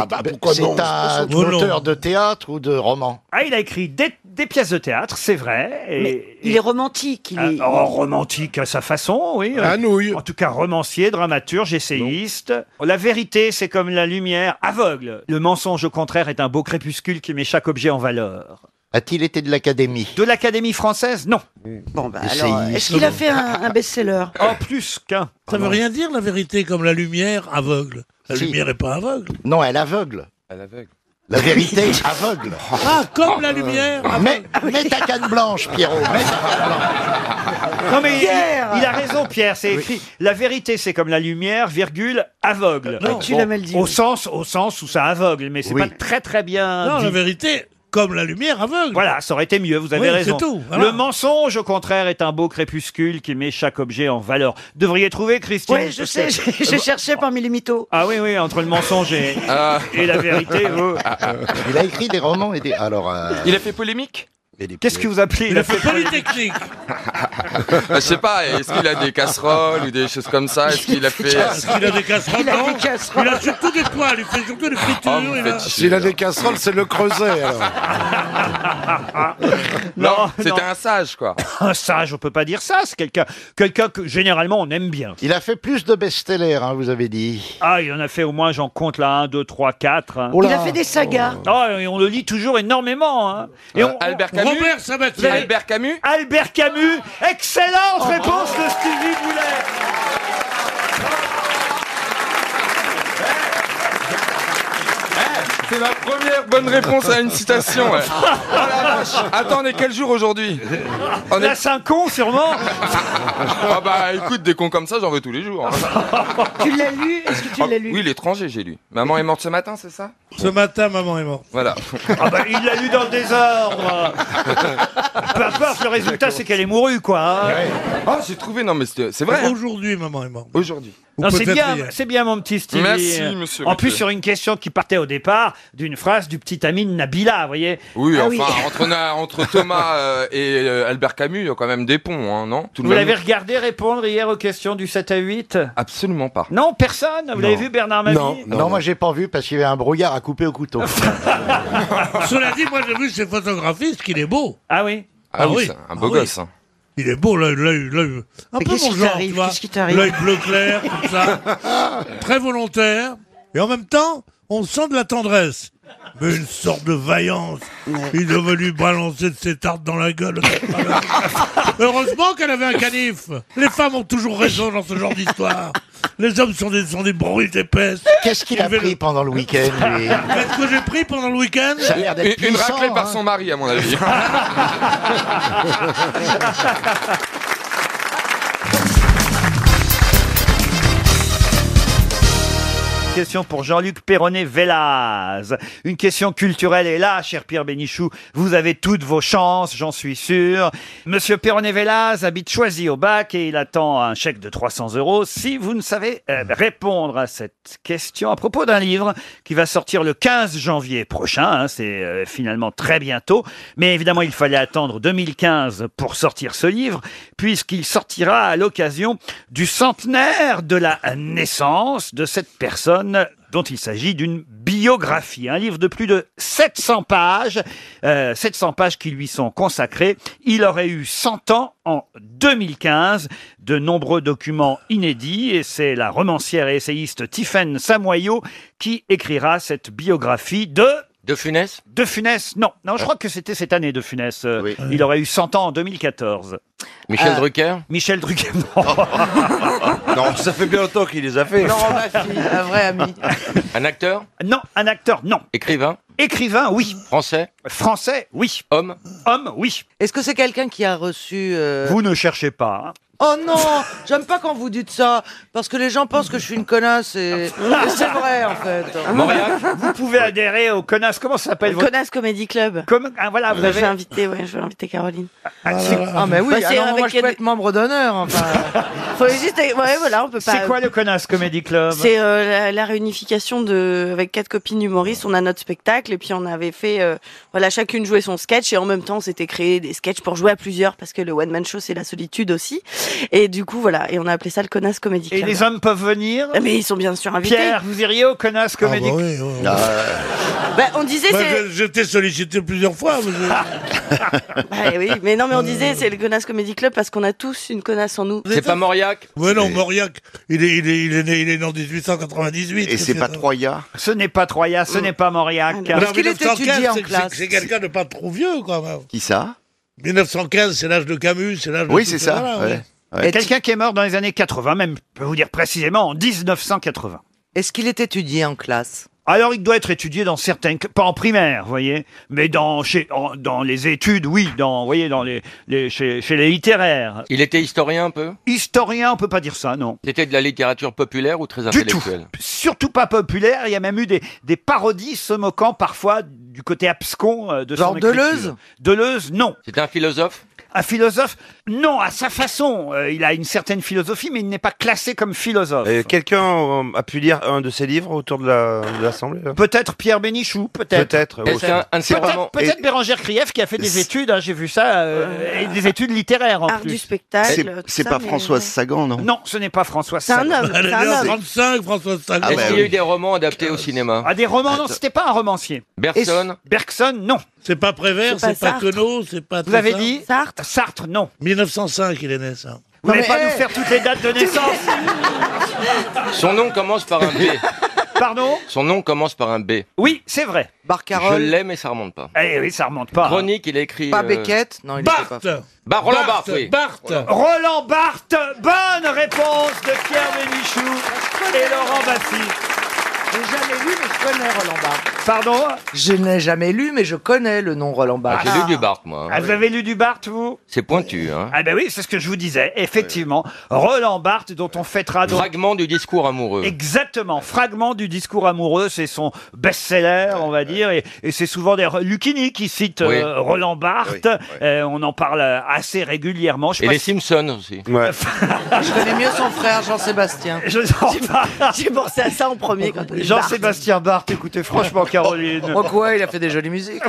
c'est un Oh non. auteur de théâtre ou de roman Ah, il a écrit des, des pièces de théâtre, c'est vrai. et- Mais il est romantique. Il Ah, est... oh, romantique à sa façon, oui. Euh, En tout cas, romancier, dramaturge, essayiste. La vérité, c'est comme la lumière aveugle. Le mensonge, au contraire, est un beau crépuscule qui met chaque objet en valeur. A-t-il été de l'académie De l'Académie française Non. Bon, bah, alors, Essayiste. est-ce qu'il a fait un, un best-seller En plus qu'un. Ça veut rien dire, la vérité, comme la lumière aveugle. La Si. lumière n'est pas aveugle. Non, elle aveugle. Elle aveugle. La vérité aveugle. Ah, comme la lumière Ah, Mets, Ah mets ta canne blanche, Pierrot. mets ta- Non mais il, Pierre il a raison Pierre, c'est écrit la vérité c'est comme la lumière virgule aveugle. Ah, tu l'as mal dit, Au oui. sens au sens où ça aveugle mais c'est Oui. pas très très bien Non, dit. la vérité, Comme la lumière aveugle. Voilà, ça aurait été mieux, vous avez Oui, raison. c'est tout, voilà. Le mensonge, au contraire, est un beau crépuscule qui met chaque objet en valeur. Devriez trouver, Oh, Christine Oui, je parce sais, que- j'ai j'ai cherché parmi les mythos. Ah oui, oui, entre le mensonge <laughs> et, Ah. et la vérité. vous- Il a écrit des romans et des. Alors. euh, Il a fait polémique Qu'est-ce que vous appelez Il a fait <laughs> Polytechnique Euh, Je sais pas, est-ce qu'il a des casseroles ou des choses comme ça Est-ce qu'il a fait. Parce qu'il a des casseroles. Il a non des casseroles. Il a surtout des poils, il fait surtout des fritures. Oh, vous il faites a- chier, là. casseroles, c'est le creuset. Non, c'était Ah, non. un sage, quoi. <laughs> Un sage, on peut pas dire ça. C'est quelqu'un, quelqu'un que généralement on aime bien. Il a fait plus de best-sellers, hein, vous avez dit. Ah, il en a fait au moins, j'en compte là, 1, 2, 3, Hein 4. Oh là. Il a fait des sagas. Ah, et on le lit toujours énormément. hein. Et on- Euh, Albert Camus Robert Sabatier. Vous avez- Albert Camus Albert Camus. Excellente Oh. réponse de Stevie Boulet. C'est la première bonne réponse à une citation. ouais. Oh la vache. Attends, on est quel jour aujourd'hui On La Saint-Con, sûrement <laughs> Ah bah écoute, des cons comme ça, j'en veux tous les jours. hein. Oh, Tu l'as lu Est-ce que tu l'as lu Oui, l'étranger, j'ai lu. Maman est morte ce matin, c'est ça Ce matin, maman est morte. Voilà. Ah bah, il l'a lu dans le désordre. <laughs> Peu importe, le résultat, c'est qu'elle est mourue, quoi. hein. Ah, j'ai trouvé, non mais c'était- c'est vrai. hein. Aujourd'hui, maman est morte. Aujourd'hui. Non, c'est peut-être bien, hier. c'est bien, mon petit Stevie. Merci, monsieur En plus, Ruquier. sur une question qui partait au départ d'une phrase du petit ami de Nabila, vous voyez. Oui, Ah enfin, Entre, na- entre Thomas euh, et euh, Albert Camus, il y a quand même des ponts, hein, non Tout le Vous l'avez même- regardé répondre hier aux questions du 7 à 8 Absolument pas. Non, personne Vous l'avez vu, Bernard Mabie non, non, moi j'ai pas vu parce qu'il y avait un brouillard à couper au couteau. Ah <laughs> Cela dit, moi j'ai vu ces photographistes qu'il est beau. Ah oui Ah, oui, c'est un beau Ah oui. gosse. hein. Il est beau, l'œil, l'œil, l'œil. Un Mais peu qu'est-ce mon qui genre, t'arrive tu vois. Qu'est-ce qui t'arrive L'œil bleu clair, comme ça. <laughs> Très volontaire. Et en même temps, on sent de la tendresse. Mais une sorte de vaillance. Il devait lui balancer de ses tartes dans <laughs> la gueule. Heureusement qu'elle avait un canif. Les femmes ont toujours raison dans ce genre d'histoire. Les hommes sont des, sont des brutes épaisses. Qu'est-ce qu'il a Ils veulent- pris pendant le week-end lui Qu'est-ce que j'ai pris pendant le week-end Ça a l'air d'être Une, une puissant, raclée par hein. son mari, à <laughs> mon avis. <laughs> Question pour Jean-Luc Perronnet Vélaz. Une question culturelle et là, cher Pierre Bénichou, vous avez toutes vos chances, j'en suis sûr. Monsieur Perronnet Vélaz habite Choisy au bac et il attend un chèque de 300 euros. Si vous ne savez euh, répondre à cette question à propos d'un livre qui va sortir le 15 janvier prochain, hein, c'est euh, finalement très bientôt, mais évidemment il fallait attendre 2015 pour sortir ce livre puisqu'il sortira à l'occasion du centenaire de la naissance de cette personne dont il s'agit d'une biographie, un livre de plus de 700 pages, euh, 700 pages qui lui sont consacrées. Il aurait eu 100 ans en 2015, de nombreux documents inédits, et c'est la romancière et essayiste Tiffaine Samoyau qui écrira cette biographie de... De Funès Ah. De Funès, non. Non, je crois que c'était cette année de Funès. Euh, Il aurait eu 100 ans en 2014. Michel Euh, Drucker Michel Drucker, non. Non, ça fait bien longtemps qu'il les a fait. Laurent Baffy, un vrai ami. Un acteur bah, Non, un acteur, non. Écrivain Écrivain, oui. Français Français, oui. Homme Homme, oui. Est-ce que c'est quelqu'un qui a reçu... euh, Vous ne cherchez pas. hein. Oh non, j'aime pas quand vous dites ça, parce que les gens pensent que je suis une <laughs> connasse et, et c'est vrai en fait. Vous pouvez adhérer au connasse. Comment ça s'appelle votre... Connasse Comedy Club. Comme... Ah, voilà, vous Je vais avez... inviter, ouais, je vais inviter Caroline. Ah, c'est- Ah mais oui, Bah, c'est alors moi avec- je peux être membre d'honneur. Enfin. <laughs> Faut juste, ouais, voilà, on peut pas. C'est quoi le connasse Comedy Club C'est euh, la, la réunification de avec quatre copines humoristes. On a notre spectacle et puis on avait fait, euh, voilà, chacune jouait son sketch et en même temps, on s'était créé des sketchs pour jouer à plusieurs parce que le one man show c'est la solitude aussi. Et du coup, voilà, et on a appelé ça le connasse comedy Et club. les hommes peuvent venir Ah, Mais ils sont bien sûr invités. Pierre, vous iriez au Ah, connasse Comedy Club Bah, on disait Moi, c'est- je, je t'ai sollicité plusieurs fois. mais <laughs> je- Bah oui, mais <laughs> non, mais on disait c'est le connasse comedy club parce qu'on a tous une connasse en nous. C'est pas Mauriac Ouais, non, Mauriac, il est, il, est, il, est né, il est né en 1898. Et c'est pas Troya Ce n'est pas Troya, Euh. ce n'est pas Ah, Mauriac. qu'il était étudié en classe C'est quelqu'un de pas trop vieux, quand même. Qui ça 1915, c'est l'âge de Camus, c'est l'âge de. Oui, tout c'est ce- ça. voilà, ouais. ouais. Ouais. Quelqu'un qui est mort dans les années 80, même, je peux vous dire précisément, en 1980. Est-ce qu'il est étudié en classe Alors, il doit être étudié dans certains, cl- pas en primaire, vous voyez, mais dans, chez, en- dans les études, oui, dans, vous voyez, dans les, les- chez, chez les littéraires. Il était historien un peu Historien, on peut pas dire ça, non. C'était de la littérature populaire ou très intellectuelle Surtout pas populaire, il y a même eu des, des parodies se moquant parfois du côté abscon euh, de Genre son écriture. Deleuze Deleuze, non. C'était un philosophe Un philosophe, non, à sa façon. Euh, il a une certaine philosophie, mais il n'est pas classé comme philosophe. Euh, Quelqu'un euh, a pu lire un de ses livres autour de la- de l'Assemblée là Peut-être Pierre Bénichou, peut-être. Peut-être, oui. Peut-être Un- un- c'est peut-être vraiment- peut-être et- Bérangère Krief qui a fait des études, hein, j'ai vu ça, euh, et des études littéraires en plus. du spectacle, C'est- tout c'est ça, pas mais- Françoise Sagan, non Non, ce n'est pas Françoise C'est un Sagan. homme, Elle c'est un est en homme. 35, Françoise Sagan. Est-ce qu'il y a eu des romans adaptés au cinéma Ah, des romans, non, c'était pas un romancier. Bergson Et- Bergson, non. C'est pas Prévert, C'est pas c'est pas, Sartre. Queneau, c'est pas. Vous tout avez ça. dit Sartre Sartre, non. 1905, il est né, ça. Vous n'allez pas eh. nous faire toutes <laughs> les dates de naissance Son nom commence par un B. <laughs> Pardon Son nom commence par un B. Oui, c'est vrai. Barcarolle. Je l'ai, mais ça remonte pas. Eh oui, ça remonte pas. Chronique, il a écrit. euh, Non, il Barthes Bah, Roland Barthes, oui. Barthes Roland Barthes, bonne réponse de Pierre Bénichou et Laurent Bassi. J'ai jamais lu, mais je connais Roland Barthes. Pardon Je n'ai jamais lu, mais je connais le nom Roland Barthes. J'ai lu du Barthes, moi. hein. Ah, vous avez lu du Barthes, vous C'est pointu, hein. Ah ben oui, c'est ce que je vous disais, effectivement. Roland Barthes, dont on fêtera... Ah, donc- Fragment du discours amoureux. Exactement, fragment du discours amoureux, c'est son best-seller, on va dire, et, et c'est souvent des Lucini qui cite euh, Oui. Roland Barthes. Euh, on en parle euh, assez régulièrement. Je sais Et pas les si- Simpsons aussi. Je connais mieux son frère Jean-Sébastien. Je J'ai pensé à ça en premier quand on dit Jean-Sébastien Barthes, écoutez, franchement, Caroline. Barthes. Oh quoi, il a fait des jolies musiques.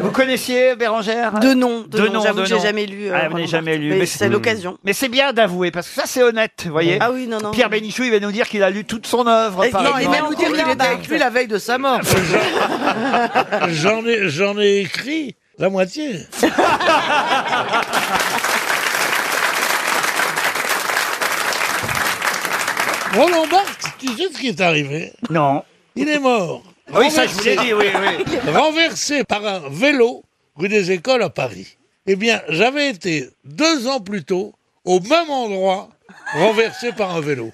Vous connaissiez Bérangère De nom, de Ah, De nom, nom, j'avoue de que j'ai nom. jamais lu. euh, Ah, vous Roland n'avez jamais Barthes, lu. mais mais c'est l'occasion. Mais c'est bien d'avouer, parce que ça, c'est honnête, vous voyez. Ah oui, non, non. Pierre Bénichou, il va nous dire qu'il a lu toute son œuvre. Et- par non, il exemple. va nous dire qu'il était avec lui la veille de sa mort. Euh, <laughs> J'en ai, j'en ai écrit la moitié. Roland Barthes, tu sais ce qui est arrivé Non. Il est mort. Oui, ça, je vous l'ai dit, oui, oui. Renversé par un vélo rue des Écoles à Paris. Eh bien, j'avais été deux ans plus tôt au même endroit renversé par un vélo.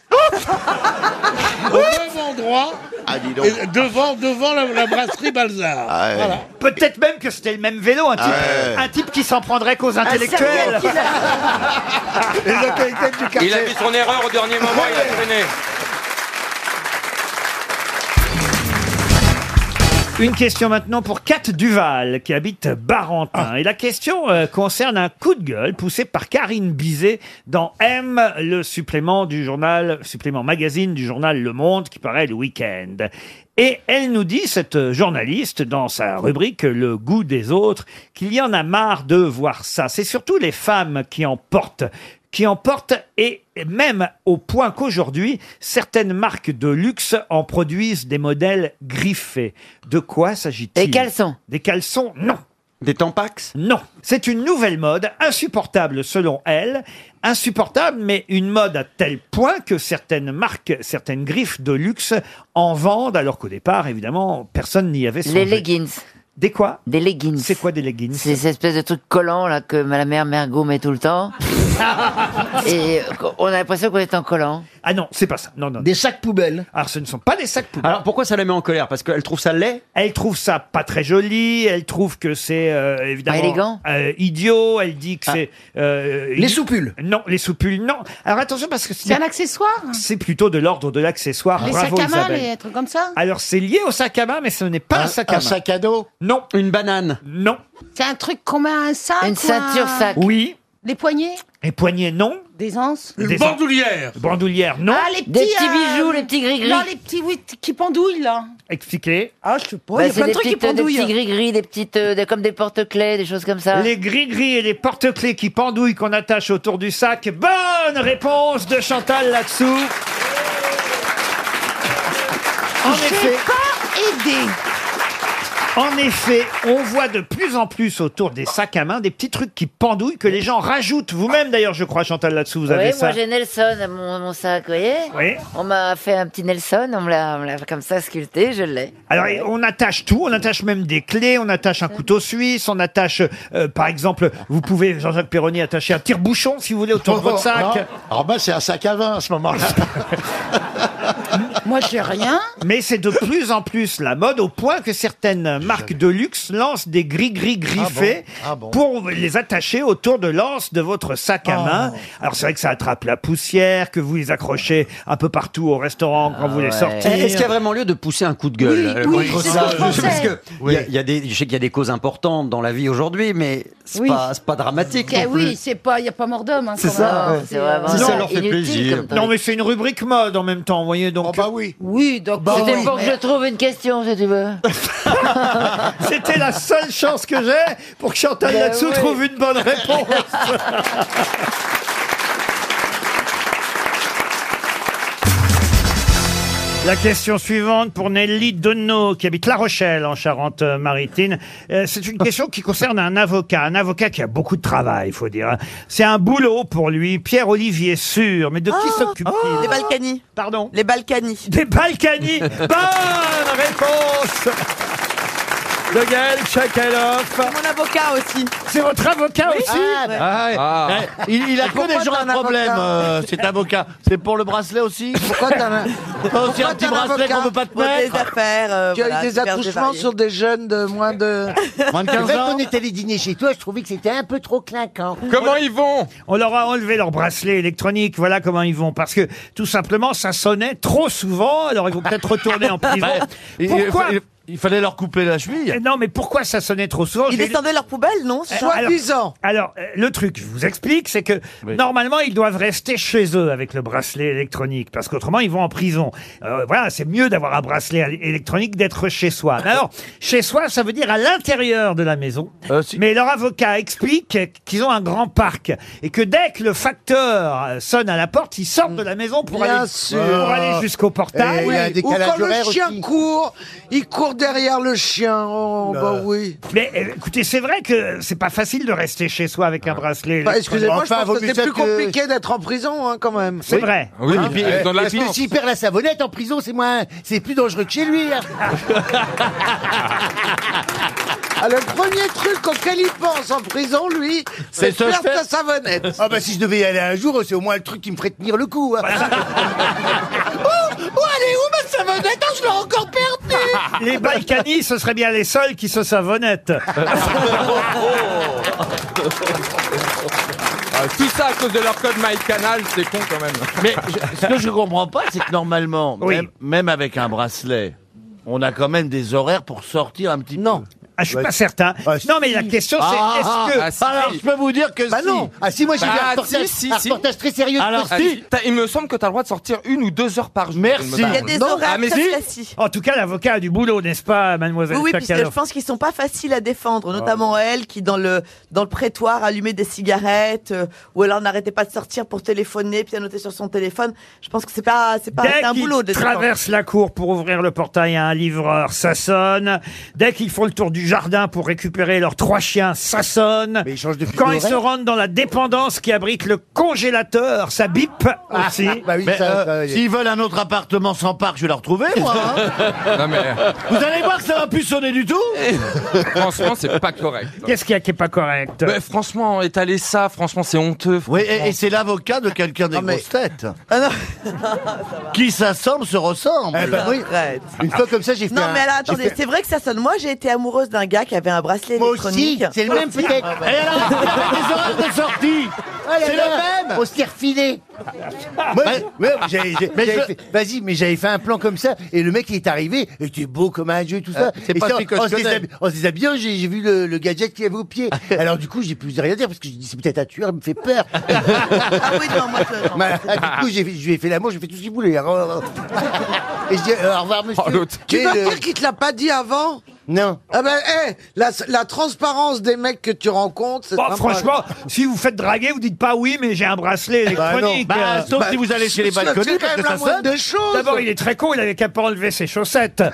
au même endroit, Ah, et <laughs> devant, devant la, la brasserie Balzar. Voilà. Peut-être même que c'était le même vélo, un type, Ah ouais. un type qui s'en prendrait qu'aux intellectuels. <laughs> Il a vu son erreur au dernier moment, il a traîné. Une question maintenant pour Kat Duval, qui habite Barentin. Et la question euh, concerne un coup de gueule poussé par Karine Bizet dans M, le supplément du journal, supplément magazine du journal Le Monde, qui paraît le week-end. Et elle nous dit, cette journaliste, dans sa rubrique Le goût des autres, qu'il y en a marre de voir ça. C'est surtout les femmes qui en portent qui emporte et même au point qu'aujourd'hui, certaines marques de luxe en produisent des modèles griffés. De quoi s'agit-il Des caleçons. Des caleçons, non. Des tampax Non. C'est une nouvelle mode, insupportable selon elle, insupportable, mais une mode à tel point que certaines marques, certaines griffes de luxe en vendent, alors qu'au départ, évidemment, personne n'y avait songé. Les leggings. Des quoi Des leggings. C'est quoi des leggings C'est ces espèces de trucs collants là que la mère Mergo met tout le temps. Et on a l'impression qu'on est en collant. Ah non, c'est pas ça. Non, non. Des sacs poubelles. Alors ce ne sont pas des sacs poubelles. Alors pourquoi ça la met en colère Parce qu'elle trouve ça laid Elle trouve ça pas très joli, elle trouve que c'est euh, évidemment Pas élégant euh, idiot, elle dit Ah. que c'est... les soupules Non, les soupules, non. Alors attention parce <laughs> que C'est un accessoire hein. C'est plutôt de l'ordre de l'accessoire. Les Ah, Bravo sacs à main, Isabelle. les trucs comme ça Alors c'est lié au sac à main, mais ce n'est pas un, sac à main. un sac à dos Non. Une banane Non. C'est un truc qu'on met à un sac Une ou ceinture un- sac. Oui. Des poignées Et poignets, non. Des anses Une Des- bandoulière Bandoulière, non. Ah, les petits, euh, Non, les petits oui, t- qui pendouillent, là. Expliquez. Ah, je sais pas, Bah, il y a c'est plein des, de trucs qui petites- des pendouillent. petits hein. gris-gris, des petites, euh, des- comme des porte-clés, des choses comme ça. Les gris-gris et les porte-clés qui pendouillent qu'on attache autour du sac. Bonne réponse de Chantal là-dessous. En effet. pas aidé. En effet, on voit de plus en plus autour des sacs à main des petits trucs qui pendouillent que les gens rajoutent. Vous-même d'ailleurs, je crois, Chantal, là-dessous, vous avez oui, ça. moi j'ai Nelson à mon, mon sac, vous voyez Oui. On m'a fait un petit Nelson, on me l'a on me l'a comme ça sculpté, je l'ai. Alors, on attache tout, on attache même des clés, on attache un couteau suisse, on attache, euh, par exemple, vous pouvez, Jean-Jacques Perroni, attacher un Oh, tire-bouchon, si vous voulez, autour de votre sac. Alors bah c'est un sac à vin à ce moment-là. <laughs> Moi, j'ai rien. Mais c'est de plus en plus la mode, au point que certaines marques de luxe lancent des gris-gris griffés Ah bon Oh. Ah bon pour les attacher autour de l'anse de votre sac à main. Alors, c'est vrai que ça attrape la poussière, que vous les accrochez un peu partout au restaurant quand vous les sortez. Est-ce qu'il y a vraiment lieu de pousser un coup de gueule euh, Oui, oui, contre c'est ça ce que je pensais. Parce que il y a- il y a des, je sais qu'il y a des causes importantes dans la <laughs> vie aujourd'hui, mais c'est Oui. pas, c'est pas dramatique. Eh non plus. oui, c'est pas, il n'y a pas mort d'homme. hein, C'est quand ça, même. ouais. C'est vraiment- Si ça Non, leur fait inutile plaisir. Oh, comme truc. Non, mais c'est une rubrique mode en même temps, vous voyez donc. bah oui. Oui, donc C'était pour que je trouve une question, si tu veux. Ah, C'était la seule chance que j'ai pour que Chantal Ben là-dessous oui. trouve une bonne réponse. <laughs> La question suivante pour Nelly Donneau, qui habite La Rochelle, en Charente-Maritime. Euh, c'est une question qui concerne un avocat, un avocat qui a beaucoup de travail, il faut dire. hein. C'est un boulot pour lui, Pierre-Olivier Sûr. Mais de qui s'occupe-t-il Les Balkany. Pardon Les Balkany. <laughs> Des Balkany Bonne réponse de Gaël Tchakaloff. Mon avocat aussi. C'est votre avocat Oui. aussi bah. Ah, ouais. Ah ouais. Eh, Ah. Ouais. Il, il a Et que pourquoi des gens t'as à un problème, avocat <laughs> euh, cet avocat. C'est pour le bracelet <laughs> aussi Pourquoi t'as un- T'as aussi un petit bracelet qu'on peut pas te mettre euh, Tu as eu des attouchements sur des jeunes de moins de. <laughs> Moins de 15 C'est vrai ans. qu'on est allé dîner chez toi, je trouvais que c'était un peu trop clinquant. ils vont On leur a enlevé leur bracelet électronique, voilà comment ils vont. Parce que tout simplement, ça sonnait trop souvent, alors ils vont peut-être retourner <laughs> en prison. Bah, il- Pourquoi il- Il fallait leur couper la cheville. Eh Non, mais pourquoi ça sonnait trop souvent Ils J'ai- descendaient leur poubelle, non Euh, alors- Alors, euh, le truc, je vous explique, c'est que normalement, ils doivent rester chez eux avec le bracelet électronique, parce qu'autrement, ils vont en prison. Euh, voilà, c'est mieux d'avoir un bracelet al- électronique d'être chez soi. Mais alors, chez soi, ça veut dire à l'intérieur de la maison. Mais leur avocat explique qu'ils ont un grand parc et que dès que le facteur euh, sonne à la porte, ils sortent de la maison pour Bien aller, sûr. pour aller jusqu'au portail. Oui, Ou quand le chien court, il court derrière le chien. Oh, Là. bah oui. Mais euh, écoutez, c'est vrai que c'est pas facile de rester chez soi avec un bracelet. Bah, excusez-moi, je Enfin, vaut pense que mieux c'est ça plus que- compliqué d'être en prison, hein, quand même. C'est vrai. Hein et puis s'il perd la savonnette en prison, c'est moins, c'est plus dangereux que chez lui. hein. <laughs> Ah, le premier truc auquel il pense en prison, lui, c'est de faire sa savonnette. Ah bah si je devais y aller un jour, c'est au moins le truc qui me ferait tenir le coup. hein. <laughs> Oh, elle est où ma savonnette Ah, Je l'ai encore <laughs> perdue <laughs> Les Balkany, ce serait bien les seuls qui se savonnettent. <laughs> Ah, tout ça à cause de leur code MyCanal, c'est con quand même. Mais je- ce que je comprends pas, c'est que normalement, Oui. même, même avec un bracelet, on a quand même des horaires pour sortir un petit non. peu. Ah, Ah, je suis pas certain. non, mais la question, c'est est-ce que- Alors, je peux vous dire que Bah si. non. Ah si, moi j'ai Ah, Bah, vu un si, reportage, si, un si. reportage très sérieux. de Alors, Post- si, t'as- il me semble que t'as le droit de sortir une ou deux heures par jour. Merci. me Il y a des semble. horaires Ah, mais très si. précis. En tout cas, l'avocat a du boulot, n'est-ce pas, mademoiselle Oui, oui, puisque je Sakharov pense qu'ils sont pas faciles à défendre, notamment elle qui dans le dans le prétoire allumait des cigarettes euh, ou alors n'arrêtait pas de sortir pour téléphoner, pianoter sur son téléphone. Je pense que c'est pas c'est pas c'est Dès un boulot de qu'ils défendre. traversent la cour pour ouvrir le portail à un livreur, ça sonne. Dès qu'ils font le tour du jardin pour récupérer leurs trois chiens, ça sonne. Quand ils se d'horaire. rendent dans la dépendance qui abrite le congélateur, ça bip Ah, aussi. bah Mais, euh, S'ils veulent un autre appartement sans parc, je vais la retrouver, moi. <laughs> hein. Non, mais- euh, Vous allez voir que ça va plus sonner du tout. Franchement, c'est pas correct. Qu'est-ce qu'il y a qui est pas correct Ouais, franchement, étaler ça, franchement, c'est honteux. Oui, et, et c'est l'avocat de quelqu'un des grosses têtes. Ah Qui s'assemble se ressemble. Eh ben oui. Arrête. Une fois comme ça, j'ai fait. Non un- mais alors j'ai attendez, fait- c'est vrai que ça sonne. Moi j'ai été amoureuse d'un gars qui avait un bracelet Moi aussi, électronique. Ah, c'est le même peut-être. Et alors, <laughs> il y a <laughs> des horaires de sortie. Ah là C'est là, le même. On se l'est refilé. Moi, ouais, j'avais- j'ai- Mais j'avais je- fait- Vas-y, mais j'avais fait un plan comme ça, et le mec il est arrivé, et tu es beau comme un dieu, tout ça. Euh, c'est Et pas ça, celui que je en se connais. déshabi- En se déshabillant, j'ai j'ai vu le, le gadget qu'il y avait au pied. Alors du coup, j'ai plus rien dire, parce que je dis, c'est peut-être un tueur, il me fait peur. <laughs> Mais, ah, du coup, j'ai- je lui ai fait l'amour, j'ai fait tout ce qu'il voulait. Alors, euh, Et je dis, euh, au revoir monsieur. Tu Et veux le- dire qu'il te l'a pas dit avant Non. Ah ben, hé, la, la transparence des mecs que tu rencontres, c'est Bon, sympa. franchement, si vous faites draguer, vous dites pas oui, mais j'ai un bracelet électronique. Bah non. Bah, Euh, sauf si vous allez chez les ça, balconiers, c'est quand parce même que la ça moindre sonne. des choses. D'abord, il est très con, il avait qu'à pas enlever ses chaussettes.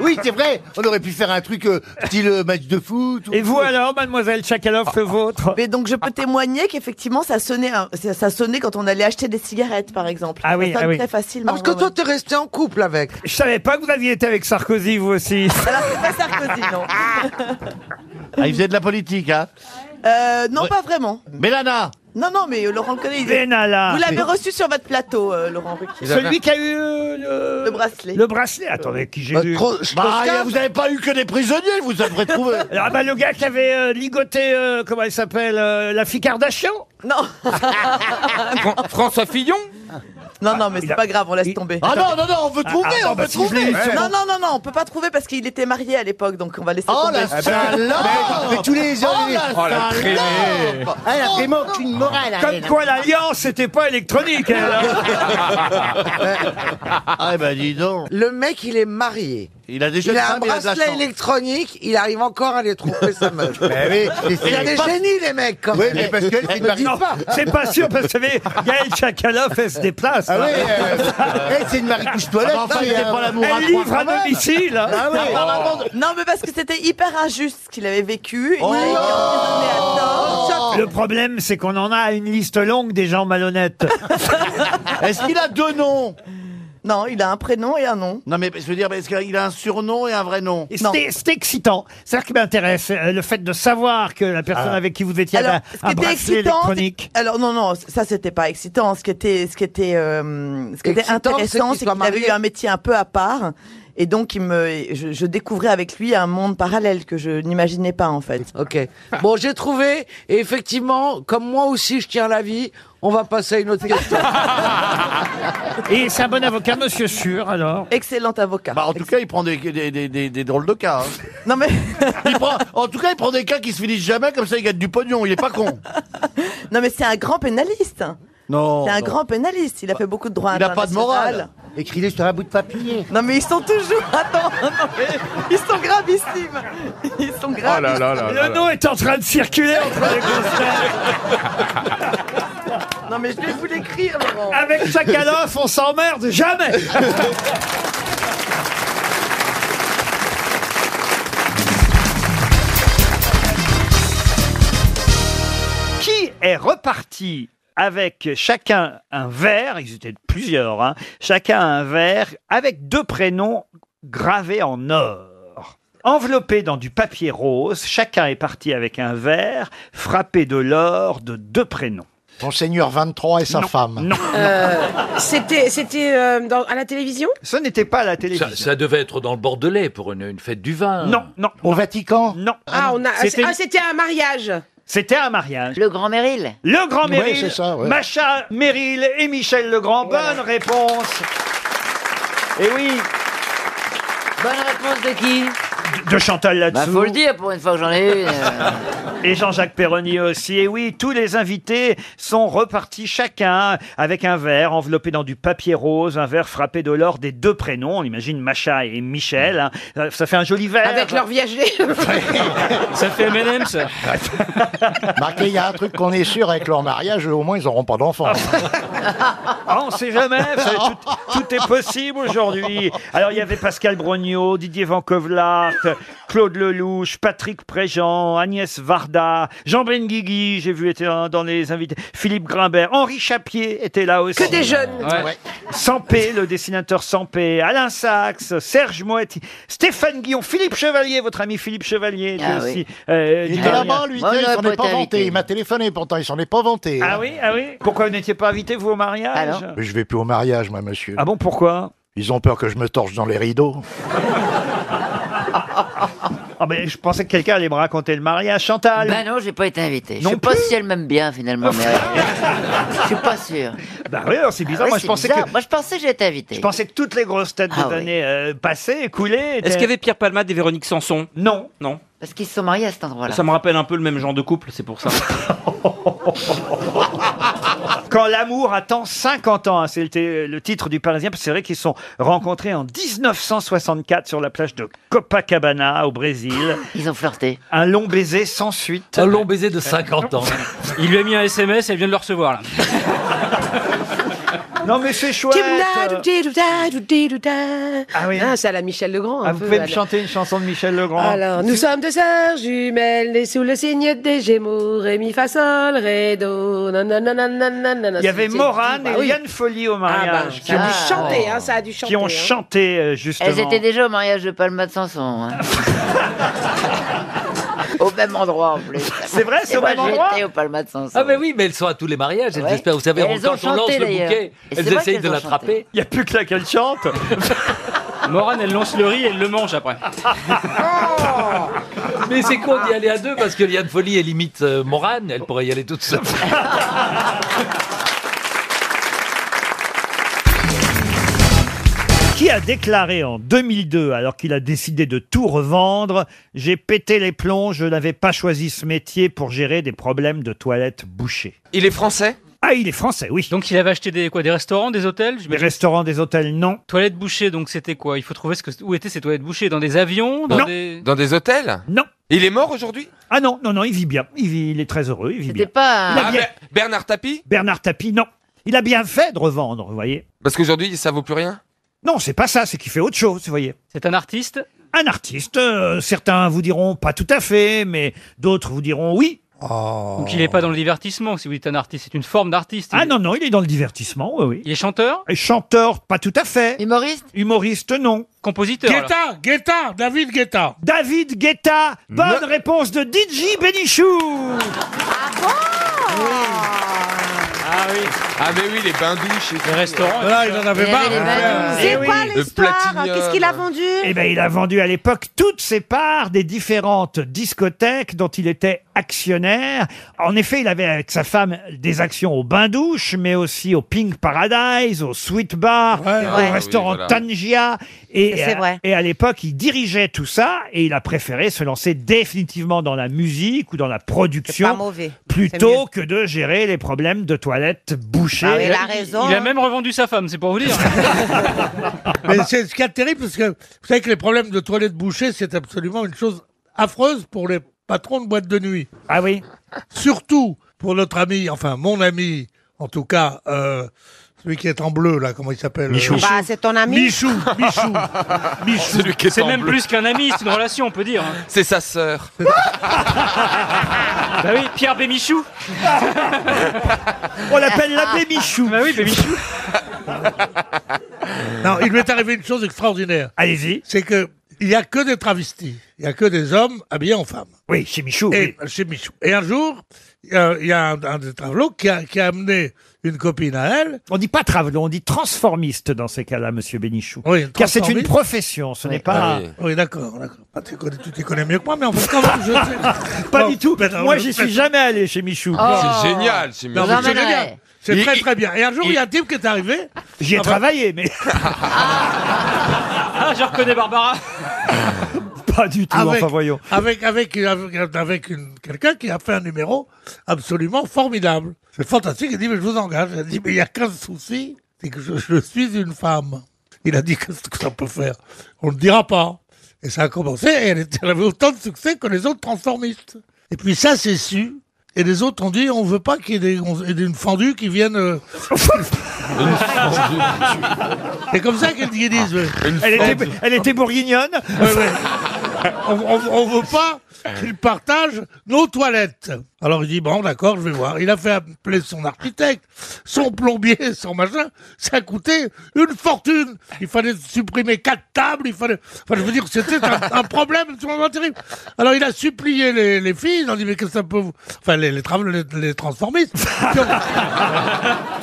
Oui, c'est vrai, on aurait pu faire un truc euh, style euh, match de foot. Et vous alors, mademoiselle Tchakaloff, le vôtre Mais donc je peux ah. témoigner qu'effectivement ça sonnait un- ça ça sonnait quand on allait acheter des cigarettes par exemple. Ah oui, ça sonne ah oui. très facilement. Parce que ouais, toi, ouais. t'es resté en couple avec. Je savais pas que vous aviez été avec Sarkozy, vous aussi. Alors c'est pas Sarkozy non. Ah, il faisait de la politique, hein. Euh, non, pas vraiment. Mélana Non, non, mais euh, Laurent le connaît. il est- Benalla. Vous l'avez Mais- reçu sur votre plateau, euh, Laurent Ruquier. Celui qui a eu euh, le... bracelet. le bracelet. Attendez, qui j'ai eu Bah, vous n'avez pas eu que des prisonniers, vous avez trouvé. <laughs> Ah bah le gars qui avait euh, ligoté, euh, comment elle s'appelle, euh, la fille Kardashian Non François Fillon Non, Ah, non, mais c'est pas grave, on laisse tomber. ah, Ah non, non, non, on veut trouver, ah, on bah, veut trouver. Ouais. Non, non, non, non, on peut pas trouver parce qu'il était marié à l'époque, donc on va laisser Oh tomber. la <laughs> salope Mais tous les hommes... Oh, la les- salope Ah, Elle a Oh, vraiment Oh. aucune morale. <laughs> Comme elle, hein. quoi l'alliance n'était pas électronique. elle, hein. <laughs> ah ben dis donc. Le mec, il est marié. Il a déjà il une a un femme, il a de la bracelet chance. électronique, il arrive encore à aller tromper sa meuf. Mais Eh oui, il y a mais des pas- génies, les mecs, quand Oui, même. mais parce qu'elle, c'est Ne marié. dis pas. <laughs> C'est pas sûr, parce que vous savez, Gaël Chakalov, elle se déplace. Ah <laughs> hein. oui, <laughs> euh, eh, elle, c'est une marie couche toilette. Ah bah enfin, c'est, il était euh, pas l'amour à Elle trois livre à quand même. domicile, hein. Ah oui. Non, mais parce que c'était hyper injuste ce qu'il avait vécu. Il a été Oh. Le problème, c'est qu'on en a une liste longue des gens malhonnêtes. <laughs> Est-ce qu'il a deux noms Non, il a un prénom et un nom. Non, mais je veux dire, mais est-ce qu'il a un surnom et un vrai nom Et C'était c'était excitant. C'est ça qui m'intéresse, euh, le fait de savoir que la personne Ah. avec qui vous étiez avait Alors, un, ce qui un était bracelet excitant, électronique. c'est- alors non, non, ça c'était pas excitant. Ce qui était, ce qui était, euh, ce qui était Excitant, c'est qu'il intéressant, c'est soit qu'il avait marié. eu un métier un peu à part, et donc il me, je, je découvrais avec lui un monde parallèle que je n'imaginais pas en fait. Ok. Bon, j'ai trouvé, et effectivement, comme moi aussi je tiens la vie, on va passer à une autre <laughs> question. Et c'est un bon avocat, monsieur Sûr, alors Excellent avocat. Bah, en tout cas, il prend des, des, des, des- des drôles de cas. hein. <laughs> Non, mais. <laughs> il prend, en tout cas, il prend des cas qui se finissent jamais, comme ça, il gagne du pognon. Il est pas con. <laughs> Non, mais c'est un grand pénaliste. Non. C'est un Oh, non. grand pénaliste. Il a fait beaucoup de droits Il a pas de morale. Écris-le sur un bout de papier. Non, mais ils sont toujours. <laughs> Attends, non, mais ils sont gravissimes. Ils sont gravissimes. Oh là là là là Le nom est en train de circuler entre les grosses Non, mais je vais vous l'écrire, Laurent. Avec Euh, Chakalov, on s'emmerde jamais Qui est reparti avec chacun un verre, ils étaient plusieurs, hein, chacun un verre avec deux prénoms gravés en or. Enveloppé dans du papier rose, chacun est parti avec un verre frappé de l'or de deux prénoms. Monseigneur 23 et sa femme. Non. C'était, c'était euh, dans- à la télévision Ce n'était pas à la Ça, télévision. ça devait être dans le Bordelais pour une, une fête du vin. Non, non. Au Vatican Non. Ah, on a, ah, C'était- c'est- ah, c'était un mariage. C'était un mariage. Le grand Méril. Le Grand Ouais, Méril, c'est ça, ouais. Macha Méril et Michel Legrand. Bonne réponse. Et oui. Bonne réponse de qui De Chantal là-dessous. Bah faut le dire pour une fois que j'en ai une. euh. <laughs> Et Jean-Jacques Perroni aussi. Et oui, tous les invités sont repartis chacun avec un verre enveloppé dans du papier rose, un verre frappé de l'or des deux prénoms. On imagine Macha et Michel. hein. Ça- Ça fait un joli verre. Avec leur viager. <laughs> Ça fait M&M, <laughs> ça. Marqué, il y a un truc qu'on est sûr avec leur mariage, au moins ils n'auront pas <laughs> d'enfants. Ah, on sait jamais, vous savez, tout, tout est possible aujourd'hui. Alors, il y avait Pascal Brognaud, Didier Van Cauwelaert, Claude Lelouch, Patrick Préjean, Agnès Varda, Jean Benguigui, j'ai vu, était un dans les invités, Philippe Grimbert, Henri Chapier était là aussi. Que des jeunes. Ouais. Ouais. Sampé, le dessinateur Sampé, Alain Sachs, Serge Moetti, Stéphane Guillon, Philippe Chevalier, votre ami Philippe Chevalier était Ah oui. aussi. euh, Il du était là-bas, mariage. lui, tiens, il s'en est pas vanté. Il m'a téléphoné pourtant, il s'en est pas vanté. hein. Ah oui, ah oui. Pourquoi vous n'étiez pas invité, vous, au mariage Mais je vais plus au mariage, moi, monsieur. Ah bon, pourquoi Ils ont peur que je me torche dans les rideaux. Ah ben, je pensais que quelqu'un allait me raconter le mariage. Chantal Bah non, j'ai pas été invité. Je Non sais pas si elle m'aime bien finalement, mais euh, <laughs> je suis pas Ah sûr. Bah oui, alors, c'est Ah, bizarre. Moi, je pensais que- Moi, je pensais que j'étais invité. Je pensais que toutes les grosses têtes des Ah oui. années euh, passées, écoulées... étaient- Est-ce qu'il y avait Pierre Palmade et Véronique Sanson Non. Non. Parce qu'ils se sont mariés à cet endroit-là. Ça me rappelle un peu le même genre de couple, c'est pour ça. Quand l'amour attend 50 ans, hein, c'était le titre du Parisien, parce que c'est vrai qu'ils se sont rencontrés en 1964 sur la plage de Copacabana au Brésil. <laughs> Ils ont flirté. Un long baiser sans suite. Un long baiser de 50 <laughs> ans. Il lui a mis un SMS, elle vient de le recevoir là. Non mais c'est chouette Ah Ah oui. C'est à la Michel Legrand. un Ah, vous peu, pouvez me à la- chanter une chanson de Michel Legrand Alors, nous sommes deux sœurs jumelles, nées sous le signe des Gémeaux, Ré, Mi, Fa, Sol, Ré, Do, nanana, nanana, nanana. Il y avait C'est- Morane bah et oui. bah, Liane Folly au mariage. Oh. ça a dû Ah, chanter, hein, ça a dû chanter, Qui ont hein. chanté, euh, justement. hein. <laughs> Elles étaient déjà au mariage de Palma de Samson. Au même endroit, en plus. C'est vrai, c'est Et au moi, même endroit J'étais au Palma de Saint-Saëns. Ah mais oui, mais elles sont à tous les mariages, elles Ouais. espèrent, vous savez, Et on- elles quand ont on lance chanté, le d'ailleurs. bouquet, Et c'est elles vrai essayent qu'elles de ont l'attraper. Il n'y a plus que là qu'elle chante. <laughs> Morane, elle lance le riz et elle le mange après. <laughs> Mais c'est con d'y aller à deux, parce que Liane Folie est limite euh, Morane, elle pourrait y aller toute seule. Qui a déclaré en 2002, alors qu'il a décidé de tout revendre, j'ai pété les plombs, je n'avais pas choisi ce métier pour gérer des problèmes de toilettes bouchées. Il est français Ah, il est français, oui. Donc il avait acheté des, quoi, des restaurants, des hôtels Les restaurants, des hôtels, non. Toilettes bouchées, donc c'était quoi Il faut trouver ce que, où étaient ces toilettes bouchées Dans des avions dans Non. Des... Dans des hôtels Non. Il est mort aujourd'hui Ah non, non, non, il vit bien. Il, vit- il est très heureux, il vit bien. pas un- Il a Ah, bien- Bernard Tapie Bernard Tapie, non. Il a bien fait de revendre, vous voyez. Parce qu'aujourd'hui, ça vaut plus rien Non, c'est pas ça, c'est qu'il fait autre chose, vous voyez. C'est un artiste Un artiste, euh, certains vous diront pas tout à fait, mais d'autres vous diront oui. Donc il n'est pas dans le divertissement, si vous dites un artiste, c'est une forme d'artiste. Ah non, non, il est dans le divertissement, oui, oui. Il est chanteur Et chanteur, pas tout à fait. Humoriste Humoriste, non. Compositeur alors. Guetta, Guetta, David Guetta. David Guetta, bonne réponse de DJ Benichou Ah oui. Ah mais oui, les bains douches. Les restaurants. Voilà, il en avait Il y marre. avait les bains douches. Eh C'est quoi oui. Le l'histoire Platinum. Qu'est-ce qu'il a vendu Eh ben, il a vendu à l'époque toutes ses parts des différentes discothèques dont il était actionnaire. En effet, il avait avec sa femme des actions au bain-douche, mais aussi au Pink Paradise, au Sweet Bar, au Ouais. restaurant Oui, voilà. Tangia. Et, C'est euh, vrai. et à l'époque, il dirigeait tout ça et il a préféré se lancer définitivement dans la musique ou dans la production. C'est pas mauvais. C'est Plutôt mieux. que de gérer les problèmes de toilettes bouchées. Ah oui, il a raison, Il a même revendu sa femme, c'est pour <laughs> vous dire. Mais c'est ce qui est terrible, parce que vous savez que les problèmes de toilettes bouchées, c'est absolument une chose affreuse pour les patrons de boîtes de nuit. Ah oui Surtout pour notre ami, enfin mon ami, en tout cas, euh, celui qui est en bleu, là, comment il s'appelle euh, Bah, c'est ton ami. Michou, <laughs> <laughs> Michou, Michou. Ah, C'est même plus qu'un ami, c'est une relation, on peut dire. <laughs> C'est sa sœur. Ah. bah oui, Pierre Bémichou. On l'appelle l'abbé Michou. Bah oui, Bémichou. <laughs> Non, il m'est arrivé une chose extraordinaire. Allez-y. C'est que il n'y a que des travestis, il n'y a que des hommes habillés en femmes. Oui, chez Michou. Et, Chez Michou. Et un jour, euh, il y a un, un des travelots qui a, qui a amené une copine à elle. On dit pas travelot, on dit transformiste dans ces cas-là, monsieur Bénichou. Car c'est une transformiste. profession, ce n'est pas. Ah, oui, d'accord, d'accord. Ah, tu, connais, tu t'y connais mieux que moi, mais en fait, quand même, je sais. Pas Bon, du tout. mais non, Moi, je- j'y suis jamais allé chez Michou. <laughs> Oh. C'est génial, c'est Non, mais c'est génial. C'est Il- très, il- très bien. Et un jour, il y a un type qui est arrivé. J'y ai Ah bah- travaillé, mais Ah, je reconnais Barbara. <laughs> pas du tout. Avec, Enfin, voyons. avec, avec, avec, avec une- quelqu'un qui a fait un numéro absolument formidable. C'est fantastique. Il dit, mais je vous engage. Il dit, mais il y a qu'un souci, c'est que je, je suis une femme. Il a dit, qu'est-ce que ça peut faire On ne le dira pas. Et ça a commencé, et elle, était- elle avait autant de succès que les autres transformistes. Et puis ça, c'est su. Et les autres ont dit, on veut pas qu'il y ait des- on- et d'une fendue qui vienne... euh, c'est comme ça qu'elles disent. euh, Elle était, elle était bourguignonne. <laughs> Ouais, ouais. On, on- on veut pas qu'il partage nos toilettes. Alors il dit bon d'accord, je vais voir. Il a fait appeler son architecte, son plombier, son machin. Ça a coûté une fortune. Il fallait supprimer quatre tables. Il fallait. Enfin je veux dire c'était un, un problème absolument terrible. Alors il a supplié les, les filles. Il a dit mais qu'est-ce que ça peut vous. Enfin les les, tra- les- les transformistes. qui ont-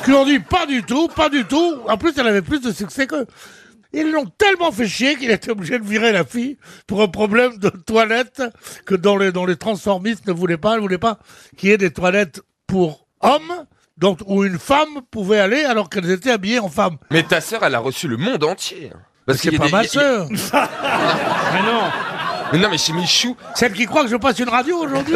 qui ont dit pas du tout, pas du tout. En plus elle avait plus de succès que. Ils l'ont tellement fait chier qu'il était obligé de virer la fille pour un problème de toilette que dans les, dans les transformistes ne voulaient pas, ne voulaient pas qu'il y ait des toilettes pour hommes donc, où une femme pouvait aller alors qu'elles étaient habillées <laughs> en femme. Mais ta sœur, elle a reçu le monde entier. Parce C'est qu'il y pas a des- ma il y a- sœur. <laughs> Mais non. Mais non, mais chez Michou, Celle qui croit que je passe une radio <laughs> aujourd'hui.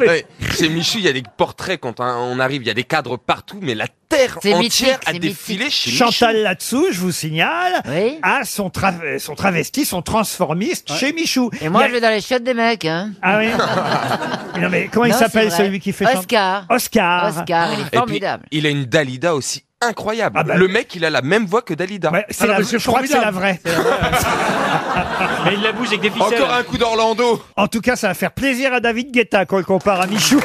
ouais, chez Michou, il y a des portraits quand hein, on arrive, il y a des cadres partout, mais la terre C'est entière mythique, a c'est défilé chez Chantal là-dessous, je vous signale, a son, tra- son travesti, son transformiste chez Michou. Et moi, Il y a- je vais dans les chiottes des mecs. Hein. Ah oui <laughs> Mais Non mais comment il Non, c'est s'appelle vrai. Ah, celui qui fait Oscar. Chan- Oscar. Ah, Oscar, il est Et puis, formidable. il a une Dalida aussi incroyable. Ah bah- le mec, il a la même voix que Dalida. Ah, Ah, C'est la- je crois que c'est la vraie. Mais il la bouge avec des ficelles. Encore un coup d'Orlando. <laughs> En tout cas, ça va faire plaisir à David Guetta quand on le compare à Michou.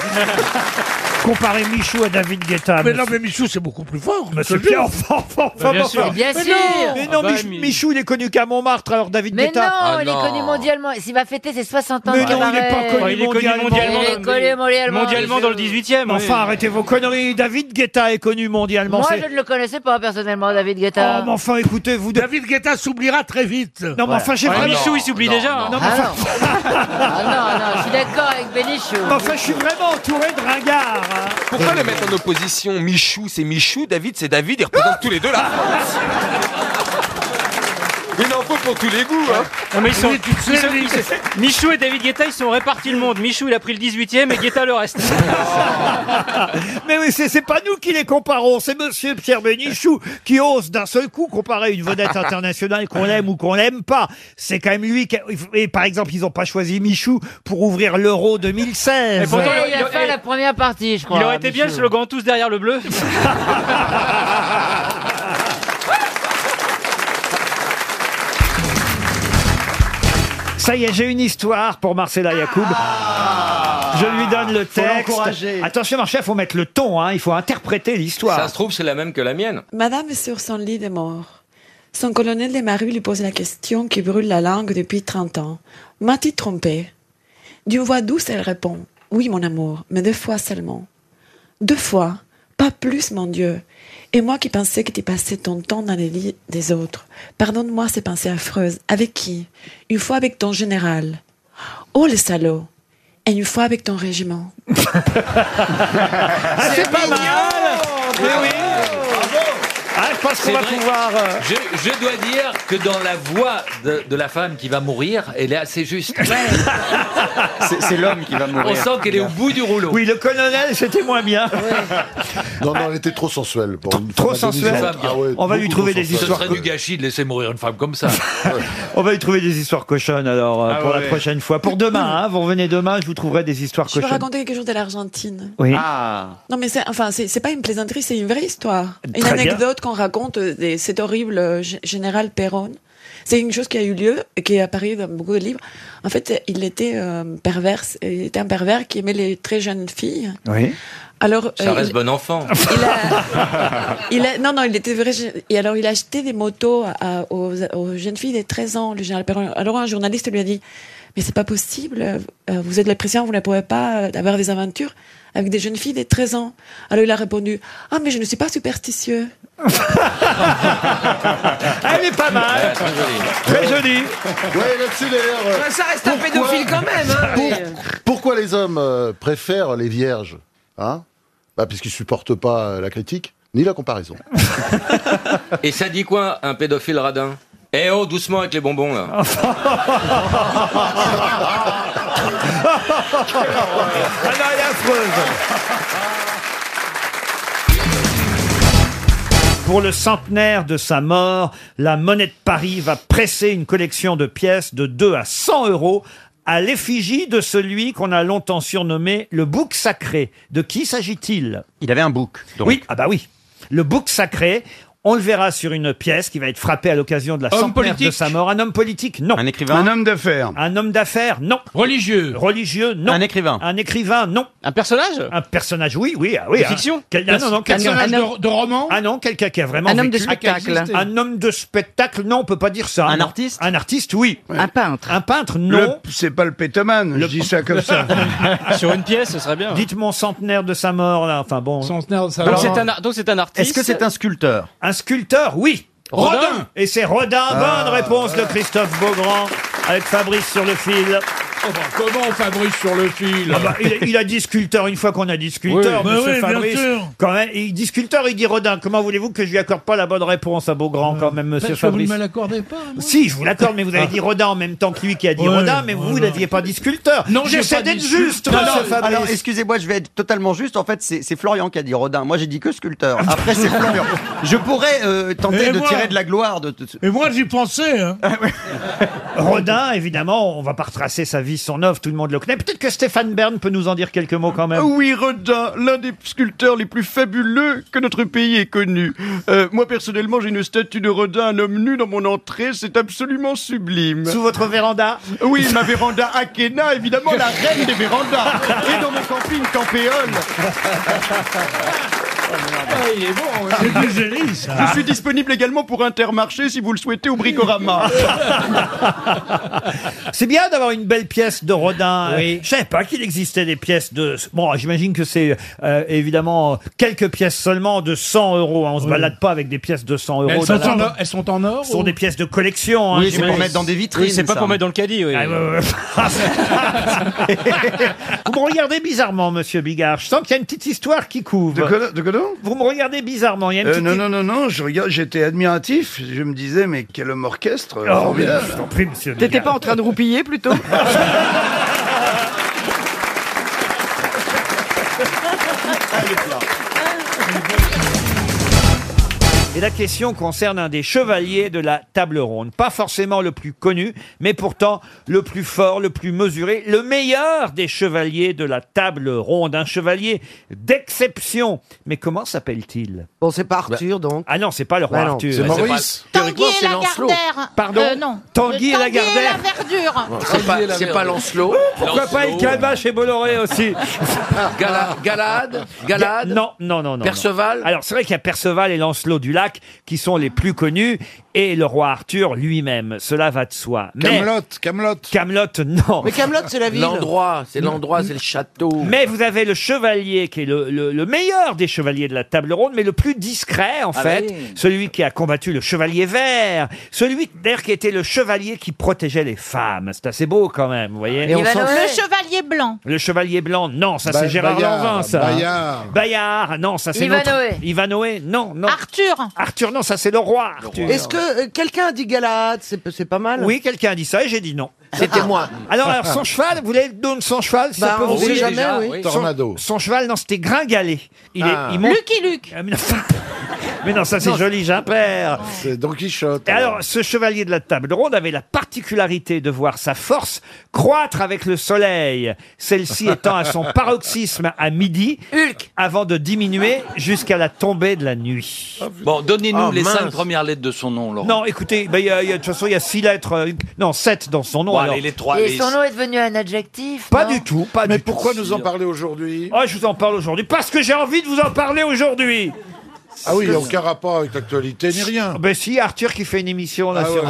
Comparer Michou à David Guetta. Mais monsieur- non, mais Michou, c'est beaucoup plus fort. Monsieur Pierre, enfin, enfin, enfin, Bien enfin. sûr. Bien mais sûr. Non, mais non, Ah bah, Mich- mais- Michou, il est connu qu'à Montmartre, alors David Mais Guetta. non, Ah, il est connu mondialement. S'il va fêter ses 60 ans Mais de non, il n'est pas cabaret. connu mondialement. Il est connu mondialement. dans le 18e. Enfin, oui. arrêtez vos conneries. David Guetta est connu mondialement. Moi, c'est- je ne le connaissais pas personnellement, David Oh, Ah. Guetta. mais enfin, écoutez, vous deux. David Guetta s'oubliera très vite. Non, mais enfin, j'ai Ouais, vraiment. Michou, il s'oublie déjà. hein. Non, mais <laughs> enfin, Ah non, non, je suis d'accord avec Benichou. mais enfin, je suis vraiment entouré de ringards. hein. Pourquoi le mettre en opposition Michou, c'est Michou, David, c'est David, ils représentent tous les deux la France. Il en faut pour tous les goûts. Hein. Non, mais ils sont, ils sont- ils sont- Michou et David Guetta, ils sont répartis le monde. Michou, il a pris le 18e et Guetta le <laughs> reste. Mais oui, c'est c'est pas nous qui les comparons, c'est Monsieur Pierre Bénichou qui ose d'un seul coup comparer une vedette internationale qu'on aime ou qu'on n'aime pas. C'est quand même lui qui. a- Et par exemple, ils n'ont pas choisi Michou pour ouvrir l'Euro 2016. Et pourtant, Et il a fait la première partie, je crois. il aurait hein, été bien le Michou. slogan tous derrière le <laughs> bleu. Ça y est, j'ai une histoire pour Marcella Yacoub. Je lui donne le Ah Faut texte. l'encourager. Attention, Marchais, il faut mettre le ton, hein, il faut interpréter l'histoire. Ça se trouve, c'est la même que la mienne. Madame est sur son lit de mort. Son colonel de Marie lui pose la question qui brûle la langue depuis 30 ans. M'a-t-il trompé D'une voix douce, elle répond Oui, mon amour, mais deux fois seulement. Deux fois Pas plus, mon Dieu. Et moi qui pensais que tu passais ton temps dans les lits des autres. Pardonne-moi ces pensées affreuses. Avec qui Une fois avec ton général. Oh, le salaud Et une fois avec ton régiment. <laughs> Ah, c'est pas mal Mais <laughs> oui Ah, je pense qu'on C'est va vrai. pouvoir. euh, Je, je dois dire que dans la voix de, de la femme qui va mourir, elle est assez juste. <laughs> c'est l'homme qui va mourir. On sent qu'elle est au bout du rouleau. Oui, le colonel, c'était moins bien. Non, non, elle était trop sensuelle. pour une Trop femme sensuelle. agonisante. Ah ouais, On va lui beaucoup trouver trop des sensuelle. histoires Ce serait du gâchis de laisser mourir une femme comme <laughs> ça. On va y trouver des histoires cochonnes alors euh, Ah pour ouais. la prochaine fois. Pour demain, hein, vous revenez demain, je vous trouverai des histoires Je vais cochonnes. raconter quelque chose de l'Argentine. Oui. Ah. Non, mais c'est, enfin, c'est, c'est pas une plaisanterie, c'est une vraie histoire. Une Très anecdote qu'on raconte euh, de cet horrible euh, gé- général Perón. C'est une chose qui a eu lieu, et qui est apparue dans beaucoup de livres. En fait, euh, il était euh, pervers. Il était un pervers qui aimait les très jeunes filles. Oui. Alors, Ça euh, reste il- bon enfant. il a- non, non, il était vrai. Et alors, il a acheté des motos à- aux, aux jeunes filles de 13 ans, le général Perron. Alors, un journaliste lui a dit Mais c'est pas possible, euh, vous êtes le président, vous ne pouvez pas euh, avoir des aventures avec des jeunes filles de 13 ans. Alors, il a répondu Ah, mais je ne suis pas superstitieux. Elle est pas mal. Très jolie. Ouais, là-dessus, d'ailleurs. euh, Ça reste un pourquoi- pédophile quand même. hein, Pour- mais- Pourquoi les hommes euh, préfèrent les vierges hein bah, Puisqu'ils supportent pas euh, la critique, ni la comparaison. Et ça dit quoi, un pédophile radin Eh oh, doucement avec les bonbons là. Ah non, elle est affreuse. Pour le centenaire de sa mort, la Monnaie de Paris va presser une collection de pièces de 2 à 100 euros à l'effigie de celui qu'on a longtemps surnommé le bouc sacré. De qui s'agit-il Il avait un bouc. Oui, ah bah oui. Le bouc sacré, on le verra sur une pièce qui va être frappée à l'occasion de la Homme centenaire de politique. sa mort. Un homme politique, non. Un écrivain Un homme d'affaires. Un homme d'affaires, non. Religieux. Religieux, non. Un écrivain. Un écrivain, non. Un personnage Un personnage, oui, oui. ah oui De ah. fiction Quel- ah non, non, Un quelqu'un- personnage de- de roman Ah non, quelqu'un qui a vraiment Un homme de vécu. spectacle. Ah, qui a existé. Un homme de spectacle, non, on peut pas dire ça. Un artiste Un artiste, oui. Un peintre Un peintre, non. C'est pas le pétoman, je dis ça comme ça. <laughs> Sur une pièce, ce serait bien. Dites mon centenaire de <laughs> sa mort, là, enfin bon. Centenaire de sa Donc c'est un, ar- donc c'est un artiste. sculpteur Un sculpteur, oui. Rodin Et c'est Rodin, Ah, bonne réponse de Christophe Beaugrand, avec Fabrice sur le fil. Oh, comment on fabrique sur le fil Ah bah, il, il a dit sculpteur une fois qu'on a dit sculpteur, Oui. monsieur Bah oui, bien Fabrice. sûr. Quand même, il dit sculpteur, il dit Rodin. Comment voulez-vous que je lui accorde pas la bonne réponse à Beaugrand quand même, monsieur Parce que Fabrice Vous ne me l'accordez pas. moi. Ah. Si, je vous l'accorde, mais vous avez dit Rodin en même temps que lui qui a dit Ouais, Rodin, mais vous, vous n'aviez pas dit sculpteur. j'essaie d'être juste, Non, monsieur non, Ah, Fabrice. Alors, excusez-moi, je vais être totalement juste. En fait, c'est c'est Florian qui a dit Rodin. Moi, j'ai dit que sculpteur. Ah, Après, c'est Florian. Je pourrais euh, tenter Et de moi tirer de la gloire de. Et moi, j'y pensais. hein. Ah <laughs> Rodin, évidemment, on va pas retracer sa vie, son œuvre, tout le monde le connaît. Peut-être que Stéphane Bern peut nous en dire quelques mots quand même. Oui, Rodin, l'un des sculpteurs les plus fabuleux que notre pays ait connu. Euh, moi, personnellement, j'ai une statue de Rodin, un homme nu dans mon entrée. C'est absolument sublime. Sous votre véranda Oui, ma véranda Akena, évidemment, la reine des vérandas. Et dans mon camping Campéole. Ah, il est bon, hein. C'est du génie, ça. Je suis disponible également pour Intermarché, si vous le souhaitez, au Bricorama. C'est bien d'avoir une belle pièce de Rodin. Oui. Je savais pas qu'il existait des pièces de. Bon, j'imagine que c'est euh, évidemment quelques pièces seulement de 100 euros. hein. On se balade pas avec des pièces de 100 euros. Elles sont, dans en, la- or- elles sont en or Ce sont ou- des pièces de collection. hein, Oui, c'est pour j'imagine. mettre dans des vitrines, Oui, c'est pas ça. pour mettre dans le caddie, oui. Ah, ouais, ouais, <laughs> ouais. Vous me regardez bizarrement, monsieur Bigard. Je sens qu'il y a une petite histoire qui couvre. De quoi- de quoi donc Vous me regardez bizarrement. Il y a une Euh, petite non, non, non, non, je regarde, j'étais admiratif. Je me disais, mais quel homme orchestre euh, Oh, formidable. mais je t'en prie, monsieur T'étais pas en train de roupiller plutôt Et la question concerne un des chevaliers de la table ronde. Pas forcément le plus connu, mais pourtant le plus fort, le plus mesuré, le meilleur des chevaliers de la table ronde. Un chevalier d'exception. Mais comment s'appelle-t-il Bon, c'est pas Arthur, donc. Ah non, c'est pas le roi Bah non. Arthur. C'est Maurice. C'est pas- Tanguy et Lagardère. Pardon Euh, non. Tanguy et Le et la Lagardère. verdure. C'est pas- c'est pas Lancelot. Pourquoi pas El Kaba chez Bolloré aussi Galade Galade Ah. Non, non, non, non. Perceval non. Alors c'est vrai qu'il y a Perceval et Lancelot du Lac qui sont les plus connus et le roi Arthur lui-même. Cela va de soi. Camelot, Camelot. Camelot, non. Mais Kaamelott, c'est la ville. L'endroit, c'est l'endroit, c'est le château. Mais vous avez le chevalier qui est le, le- le meilleur des chevaliers de la table ronde, mais le plus discret en Ah fait. oui. Celui qui a combattu le chevalier vert. Celui d'ailleurs qui était le chevalier qui protégeait les femmes. C'est assez beau quand même, vous voyez. Le chevalier blanc. Le Chevalier Blanc, non, ça Ba- c'est Gérard Bayard, Lanvin, ça. Bayard. Bayard, non, ça c'est Ivanhoé. notre- Ivanhoé, non, non. Arthur. Arthur, non, ça c'est le roi. Arthur. Est-ce que euh, quelqu'un a dit Galahad C'est c'est pas mal Oui, quelqu'un a dit ça et j'ai dit non. <laughs> C'était moi. Alors, alors, son cheval, vous voulez donner son cheval si Bah, ça peut on vous sait aider jamais, Déjà, oui. oui. Son- Tornado. Son, cheval, non, c'était Gringalet. Il Ah. est, il monte- Lucky Luke. Ah, mais, non, <laughs> mais non, ça c'est Non, joli, j'impère. C'est Don Quichotte. Et alors, ce chevalier de la table ronde avait la particularité de voir sa force croître avec le soleil, <laughs> celle-ci étant à son paroxysme à midi, avant de diminuer jusqu'à la tombée de la nuit. Bon, donnez-nous Ah, les mince. cinq premières lettres de son nom, Laurent. Non, écoutez, bah, il y a- il y a- de toute façon, il y a six lettres, euh, non, sept dans son nom. Bon, alors. allez, les trois, Et son nom est devenu un adjectif Pas non du tout, pas Mais pourquoi nous en parler aujourd'hui Oh, je vous en parle aujourd'hui parce que j'ai envie de vous en parler aujourd'hui. Ah oui, il n'y a aucun rapport avec l'actualité ni rien. Ben si, Arthur qui fait une émission là sur.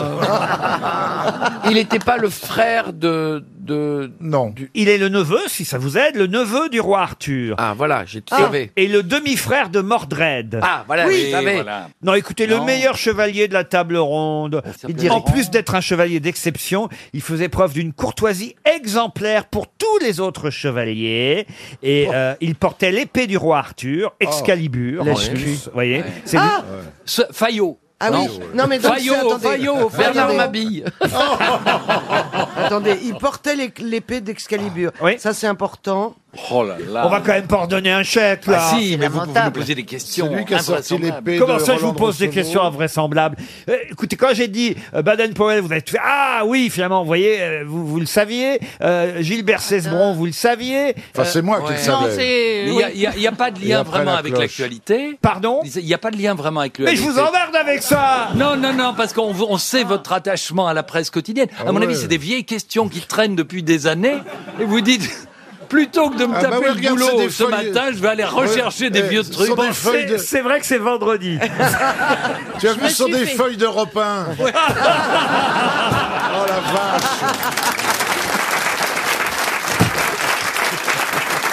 Il n'était pas le frère de. de non. Il est le neveu, si ça vous aide, le neveu du roi Arthur. Ah voilà, j'ai tout Et- sauvé. Et le demi-frère de Mordred. Ah, voilà, Oui. je savais. voilà. Non, écoutez, Non. Ah, le meilleur chevalier de la table ronde. En plus d'être un chevalier d'exception, il faisait preuve d'une courtoisie exemplaire pour tous les autres chevaliers. Et euh, il portait l'épée du roi Arthur, Excalibur. Oh. en Lèche-cul. plus, Vous voyez c'est Ah lui- Fayot. Ah oui. Non, mais donc, c'est- Fayot, attendez. Fayot, Bernard Attendez. Mabille. <laughs> Attendez, il portait l'é- l'épée d'Excalibur. Ça, c'est important. Oh là là. On va quand même pas redonner Ah, un chèque, là. Ah si, mais vous, vous nous posez des questions. invraisemblables. Comment ça, je vous pose des questions invraisemblables Euh, Écoutez, quand j'ai dit euh, Baden-Powell, vous avez fait Ah oui, finalement, vous voyez, euh, vous, vous le saviez. Euh, Ah, Gilbert Cesbron, vous le saviez. Euh, Enfin, c'est moi qui le savais. Non, Mais Il n'y a, il y a- il y a pas de Et lien après vraiment la avec cloche. l'actualité. Pardon Il n'y a pas de lien vraiment avec Mais je l'actualité. vous emmerde avec ça Non, non, non, parce qu'on vous- on sait votre attachement à la presse quotidienne. Ah à mon ouais. avis, c'est des vieilles questions qui traînent depuis des années. Et vous dites, <laughs> plutôt que de me Ah bah taper oui, le regarde, c'est boulot des ce feuilles- matin, je vais aller rechercher Ouais, des eh, vieux ce trucs. sont des feuilles de- C'est vrai que c'est vendredi. <laughs> <laughs> Tu as Je vu, me ce sont suis des fait- feuilles de repin. oh la vache.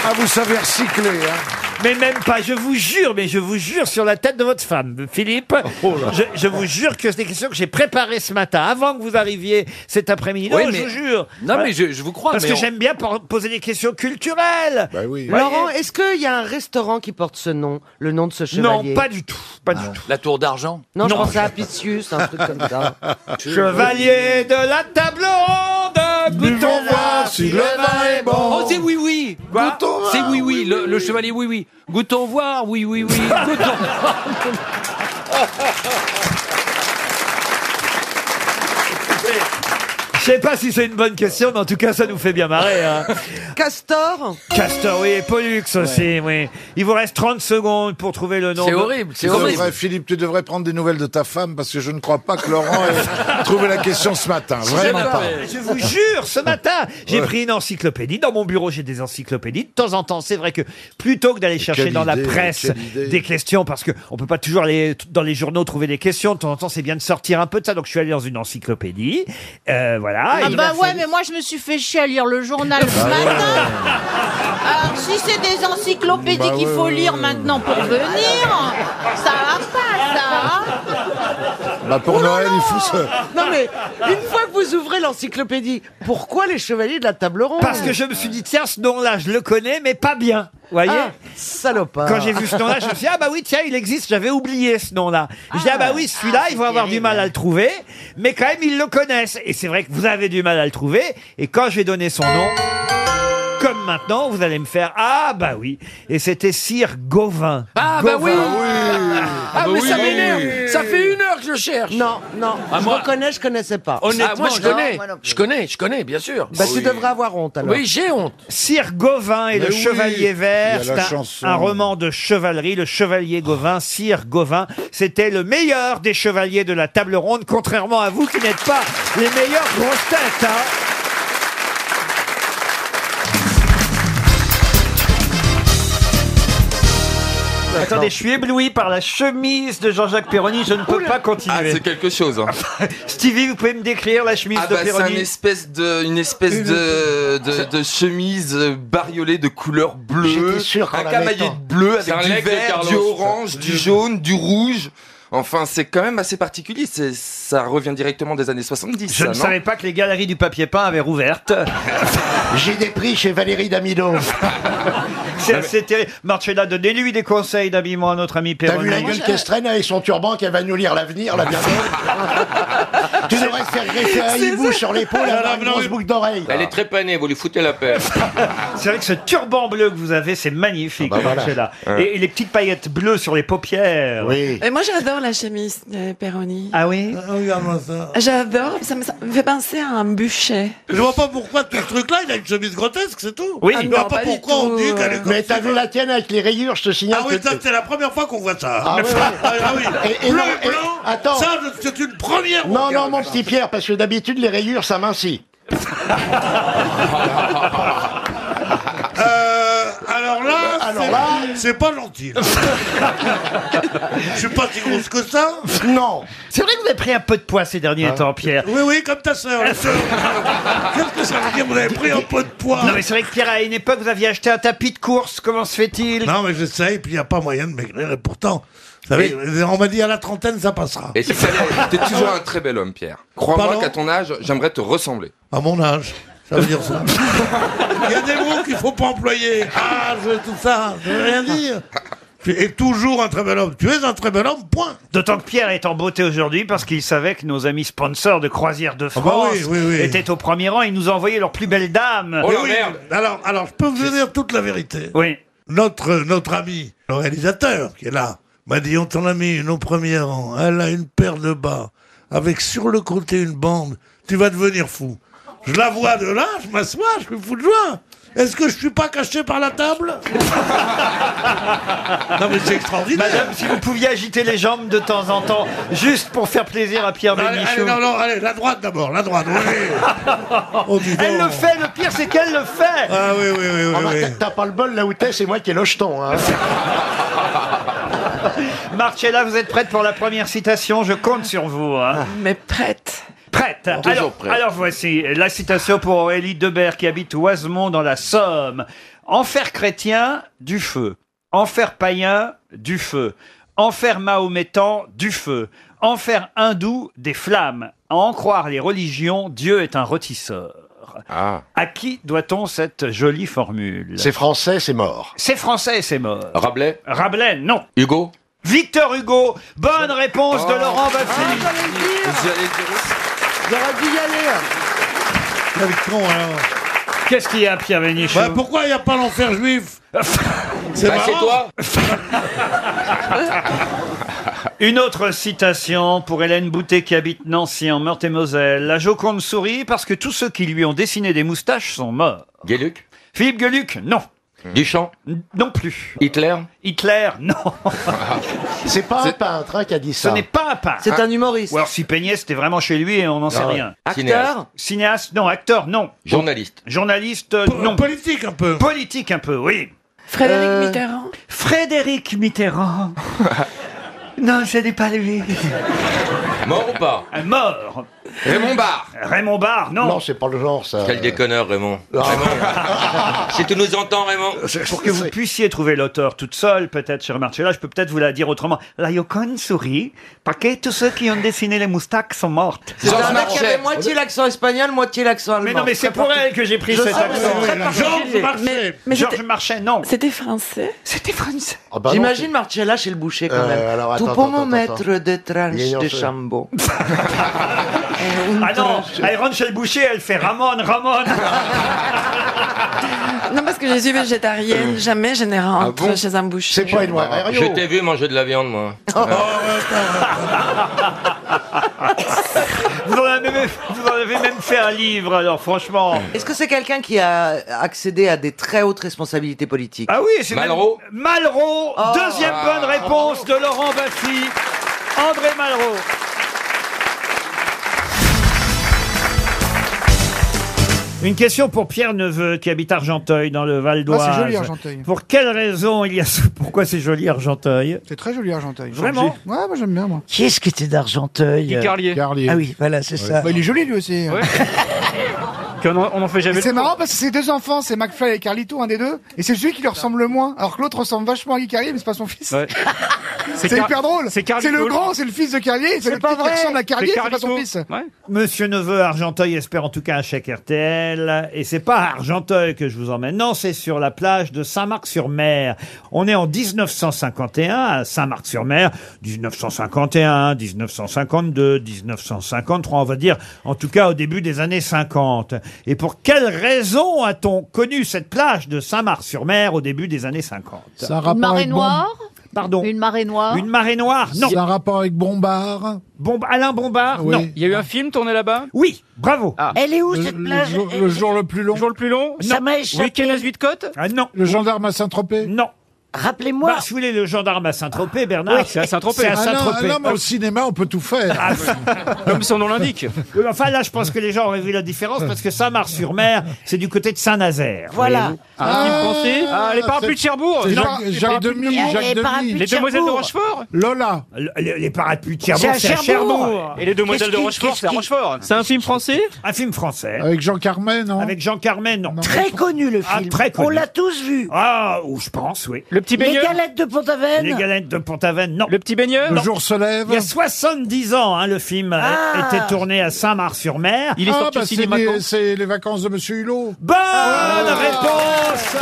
Ah, vous savez recycler, hein. Mais même pas, je vous jure, mais je vous jure sur la tête de votre femme, Philippe. Oh je, je vous jure que c'est des questions que j'ai préparées ce matin, avant que vous arriviez cet après-midi. Non, Oui, je mais- vous jure. Non, mais je- je vous crois, Parce mais que on- j'aime bien por- poser des questions culturelles. Bah Laurent, est-ce qu'il y a un restaurant qui porte ce nom, le nom de ce chevalier pas du <laughs> tout, pas du tout. Ah. La tour d'argent Non, je pensais à Pitius, un truc comme ça. <laughs> Chevalier de la table ronde, goûtons voir si le vin est bon. Oh, c'est oui, oui. Goûtons C'est oui, oui. Le, le chevalier, oui, oui. Goûtons voir, oui, oui, <laughs> oui. Goûtons voir. sais pas si c'est une bonne question, mais en tout cas, ça nous fait bien <laughs> marrer. hein. Castor Castor, oui, et Pollux aussi, oui. Il vous reste 30 secondes pour trouver le nom. de- c'est Tu horrible. devrais, Philippe, tu devrais prendre des nouvelles de ta femme parce que je ne crois pas que Laurent <laughs> ait trouvé la question ce matin. Ah, Vraiment pas. Je vous jure, ce matin, j'ai Ouais. pris une encyclopédie. Dans mon bureau, j'ai des encyclopédies. De temps en temps, c'est vrai que plutôt que d'aller chercher quelle dans la idée, presse quelle idée. des questions, parce que on peut pas toujours aller t- dans les journaux trouver des questions, de temps en temps, c'est bien de sortir un peu de ça. Donc, je suis allé dans une encyclopédie. Euh, voilà. Ah Et- bah ouais, mais moi je me suis fait chier à lire le journal ce matin. Alors si c'est des encyclopédies Bah qu'il ouais, faut ouais, lire ouais. maintenant pour venir, ça va pas ça. hein Bah, Oh pour Noël, il faut se... Non mais, une fois que vous ouvrez l'encyclopédie, pourquoi les chevaliers de la table ronde Parce que je me suis dit, tiens, ce nom-là, je le connais, mais pas bien. Vous voyez Ah, salopard. Quand j'ai vu ce nom-là, je me suis dit, ah bah oui, tiens, il existe, j'avais oublié ce nom-là. Je dis, ah bah oui, celui-là, ils vont avoir du mal à le trouver, mais quand même, ils le connaissent. Et c'est vrai que vous avez du mal à le trouver, et quand je vais donner son nom, comme maintenant, vous allez me faire, ah bah oui. Et c'était Sire Gauvin. Ah bah oui Bah Ah mais ça m'énerve Ça fait une heure que je cherche Non, non, Ah, je moi- reconnais, je connaissais pas. Ah, moi je connais, je connais, je connais, bien sûr. Bah, tu devrais avoir honte alors. Oui, j'ai honte. Sire Gauvin et Mais le oui, Chevalier Vert, il y a la c'est un, chanson. un roman de chevalerie, le Chevalier Gauvin, Sire Gauvin, c'était le meilleur des chevaliers de la table ronde, contrairement à vous qui n'êtes pas les meilleures grosses têtes. hein. Attendez, je suis ébloui par la chemise de Jean-Jacques Perroni, je ne peux pas continuer. Ah, c'est quelque chose. hein. <laughs> Stevie, vous pouvez me décrire la chemise Ah de bah c'est un Perroni espèce de, une espèce de, de, de chemise euh, bariolée de couleur bleue, J'étais sûr qu'en un la camaillé mettant. de bleu C'est un avec du leg de vert, du Carlos. orange, du jaune, du rouge. Enfin, c'est quand même assez particulier. C'est- Ça revient directement des années 70. Je ne savais pas que les galeries du papier peint avaient rouverte. <laughs> J'ai des prix chez Valérie Damido. <laughs> C'est assez terrible. Marcella, donnez-lui des conseils d'habillement à notre ami T'as Perroni. vu la gueule qu'elle se traîne avec son turban qu'elle va nous lire l'avenir, la bien Tu Ah devrais Ah. te faire greffer un hibou sur l'épaule, avoir une grosse boucle d'oreille. Elle est très panée, vous lui foutez la paix. C'est vrai que ce turban bleu que vous avez, c'est magnifique, Ah bah voilà. Marcella. Ouais. Et, et les petites paillettes bleues sur les paupières. Oui. Et moi, j'adore la chemise de Perroni. Ah oui Regarde-moi ça. J'adore, ça me, ça me fait penser à un bûcher. Je vois pas pourquoi tout ce truc-là, il a une chemise grotesque, c'est tout. Oui. Ah je non, vois pas pas du pourquoi on tout, dit qu'elle euh. est comme Mais t'as vu la tienne avec les rayures, je te signale. Ah oui, que- ça, c'est la première fois qu'on voit ça. Ah ouais, ouais. Ah oui. Et- et Bleu non, et et- blanc, attends. ça, c'est une première. Non, non, regarde. mon petit Pierre, parce que d'habitude, les rayures, ça mincit. Ah Euh, alors là, Alors c'est- là- c'est pas gentil. Je suis pas si grosse que ça. <laughs> Non. Hein C'est vrai que vous avez pris un peu de poids ces derniers temps, Pierre. Oui, oui, comme <laughs> ta sœur. la sœur. Qu'est-ce que ça veut dire Vous avez pris un peu de poids. Non, mais c'est vrai que Pierre, à une époque, vous aviez acheté un tapis de course. Comment se fait-il Non, mais j'essaye, puis il n'y a pas moyen de maigrir. Et pourtant, vous savez, euh, on m'a dit à la trentaine, ça passera. <laughs> Et si ça allait- t'es toujours un très bel homme, Pierre. Crois-moi Pardon qu'à ton âge, j'aimerais te ressembler. À mon âge, ça veut dire ça. Il y a des mots qu'il faut pas employer. Ah, je- tout ça, ça veut rien dire. Tu es toujours un très bel homme. Tu es un très bel homme, point. D'autant que Pierre est en beauté aujourd'hui parce qu'il savait que nos amis sponsors de Croisière de bah France oui, oui, oui. étaient au premier rang. Ils nous envoyaient leurs plus belles dames. Oh Mais oui, Alors, alors, je peux vous dire toute la vérité. Oui. Notre, notre ami, le réalisateur, qui est là, m'a dit, on t'en a mis une au premier rang. Elle a une paire de bas, avec sur le côté une bande. Tu vas devenir fou. Je la vois de là, je m'assois, je suis fou de joie. Est-ce que je suis pas caché par la table Non mais c'est extraordinaire. Madame, si <laughs> vous pouviez agiter les jambes de temps en temps, juste pour faire plaisir à Pierre allez, allez, Bénichou. non, non, allez, la droite <laughs> d'abord, la droite. oui. Oh, dis Elle donc. le fait, le pire c'est qu'elle le fait Ah oui, oui, oui, oui, Ah, bah, oui. t'as- T'as pas le bol là où t'es, c'est moi qui ai le jeton. hein. Marcella, vous êtes prête pour la première citation Je compte sur vous. hein. Mais prête. Prête. Toujours alors, prête. alors voici la citation pour Aurélie Debert qui habite Oisemont dans la Somme. Enfer chrétien, du feu. Enfer païen, du feu. Enfer mahométan, du feu. Enfer hindou, des flammes. À en croire les religions, Dieu est un rôtisseur. Ah. À qui doit-on cette jolie formule C'est français, c'est mort. C'est français, c'est mort. Rabelais Rabelais, non. Hugo Oh. Victor Hugo, bonne réponse de Laurent Baffy. J'aurais dû y aller. hein. Quel con, alors. Qu'est-ce qu'il y a, Pierre Bénichou Bah, pourquoi il n'y a pas <laughs> l'enfer juif C'est Bah, c'est marrant. toi Une autre citation pour Hélène Boutet qui habite Nancy en Meurthe-et-Moselle. La Joconde sourit parce que tous ceux qui lui ont dessiné des moustaches sont morts. Gueluc Philippe Gueluc, non. Duchamp Non plus. Hitler Hitler, <laughs> non. C'est pas un peintre hein, qui a dit ça. Ce n'est pas un peintre. Ah. C'est un humoriste. Ou alors s'il peignait, c'était vraiment chez lui et on n'en sait Ah ouais. rien. Acteur Cinéaste, non. Acteur, non. Journaliste. Journaliste, euh, non. Politique un peu. Politique un peu, <laughs> oui. Frédéric Euh, Mitterrand Frédéric Mitterrand. non, ce n'est pas lui. Mort ou pas Un mort. Raymond Barre. Raymond Barre, non. Non, c'est pas le genre, ça. Euh, Quel déconneur, Raymond. Raymond. <laughs> si tu nous entends, Raymond. Ah, Pour que vous puissiez trouver l'auteur toute seule, peut-être, cher Marcella, je peux peut-être vous la dire autrement. La Yoconde sourit, parce que tous ceux qui ont dessiné les moustaches sont mortes. C'est un mec qui avait moitié l'accent espagnol, moitié l'accent allemand. Mais non, mais c'est pour elle que j'ai pris Je cet sais, mais c'est accent. très particulier. Georges Marchais, Ah, non. C'était français C'était français. Ah, bah non, J'imagine Marcella chez le boucher quand Euh, même. alors, attends, Tout pour attends, mon attends, maître attends. de tranche Lyon, de c'est- chambon. Ah non, elle rentre chez le boucher, elle fait Ramon, Ramon. Non, parce que je suis végétarienne, jamais je ne rentre chez un boucher. C'est pas une loi Je t'ai vu manger de la <laughs> viande, moi. vous, en avez, même- vous en avez même fait un livre, alors franchement. Est-ce que c'est quelqu'un qui a accédé à des très hautes responsabilités politiques Ah oui, c'est même- Malraux. Ah. Malraux, Oh. Oh. deuxième Ah. bonne réponse de Laurent Baffy. André Malraux. Une question pour Pierre Neveu qui habite Argenteuil dans le Val d'Oise. Ah, c'est joli, Argenteuil. Pour quelle raison il y a ce... Pourquoi c'est joli Argenteuil C'est très joli Argenteuil. Vraiment Ouais, moi j'aime bien moi. Qui est-ce qui était d'Argenteuil Guy Carlier. Carlier. Ah oui, voilà, c'est ça. Bah, il est joli lui aussi. Qu'on en- on en fait jamais C'est le tour. marrant parce que c'est deux enfants, c'est McFly et Carlito, un des deux, et c'est celui qui leur ressemble le moins, alors que l'autre ressemble vachement à Guy Carlier, mais c'est pas son fils. C'est Car- hyper drôle. c'est C'est Carlito. le grand, c'est le fils de Carlier, c'est le petit qui ressemble à Carlier, c'est pas son fils. Monsieur Neveu Argenteuil espère en tout cas un chèque RTL. Et c'est pas à Argenteuil que je vous emmène. Non, c'est sur la plage de Saint-Marc-sur-Mer. On est en 1951 à Saint-Marc-sur-Mer. 1951, 1952, 1953, on va dire, en tout cas au début des années 50. Et pour quelle raison a-t-on connu cette plage de Saint-Marc-sur-Mer au début des années 50 rapport Une marée avec Bond. noire Pardon Une marée noire Une marée noire Non. C'est un rapport avec Bombard. Bomb Alain Bombard Oui. Non. Il y a eu un film tourné là-bas Oui, bravo. Elle est où Le- cette le plage jour- le jour le plus long. Ah. Le jour le plus long Ça m'a échappé. Week-end à Zuidcote Ah non. Le gendarme à Saint-Tropez Non. Rappelez-moi. Bah, si vous voulez, le gendarme à Saint-Tropez, Bernard. Oui, c'est à Saint-Tropez. C'est à Ah non, Saint-Tropez. Ah, non, mais au cinéma, on peut tout faire. Comme son nom l'indique. enfin, là, je pense que les gens auraient vu la différence parce que Saint-Marc-sur-Mer, c'est du côté de Saint-Nazaire. Voilà. Voyez-vous. Ah, les parapluis de Cherbourg Non, Les parapluis de Cherbourg. Les demoiselles de Rochefort Lola. Les, les parapluies de Cherbourg, C'est à c'est à Cherbourg. Cherbourg. Et les demoiselles de Rochefort, c'est à Rochefort. C'est un film français Un film français. Avec Jean Carmet, non Avec Jean Carmet, non. Très connu le Ah, film. très On connu. l'a tous vu. Ah, ou je pense, oui. Le Les galettes de Pont-Aven. Les galettes de Pont-Aven, non. Le petit baigneur Le jour se lève. Il y a 70 ans, hein, le film a- Ah. était tourné à Saint-Marc-sur-Mer. Ah, bah, c'est les- C'est les vacances de Monsieur Hulot. Ah. Bonne réponse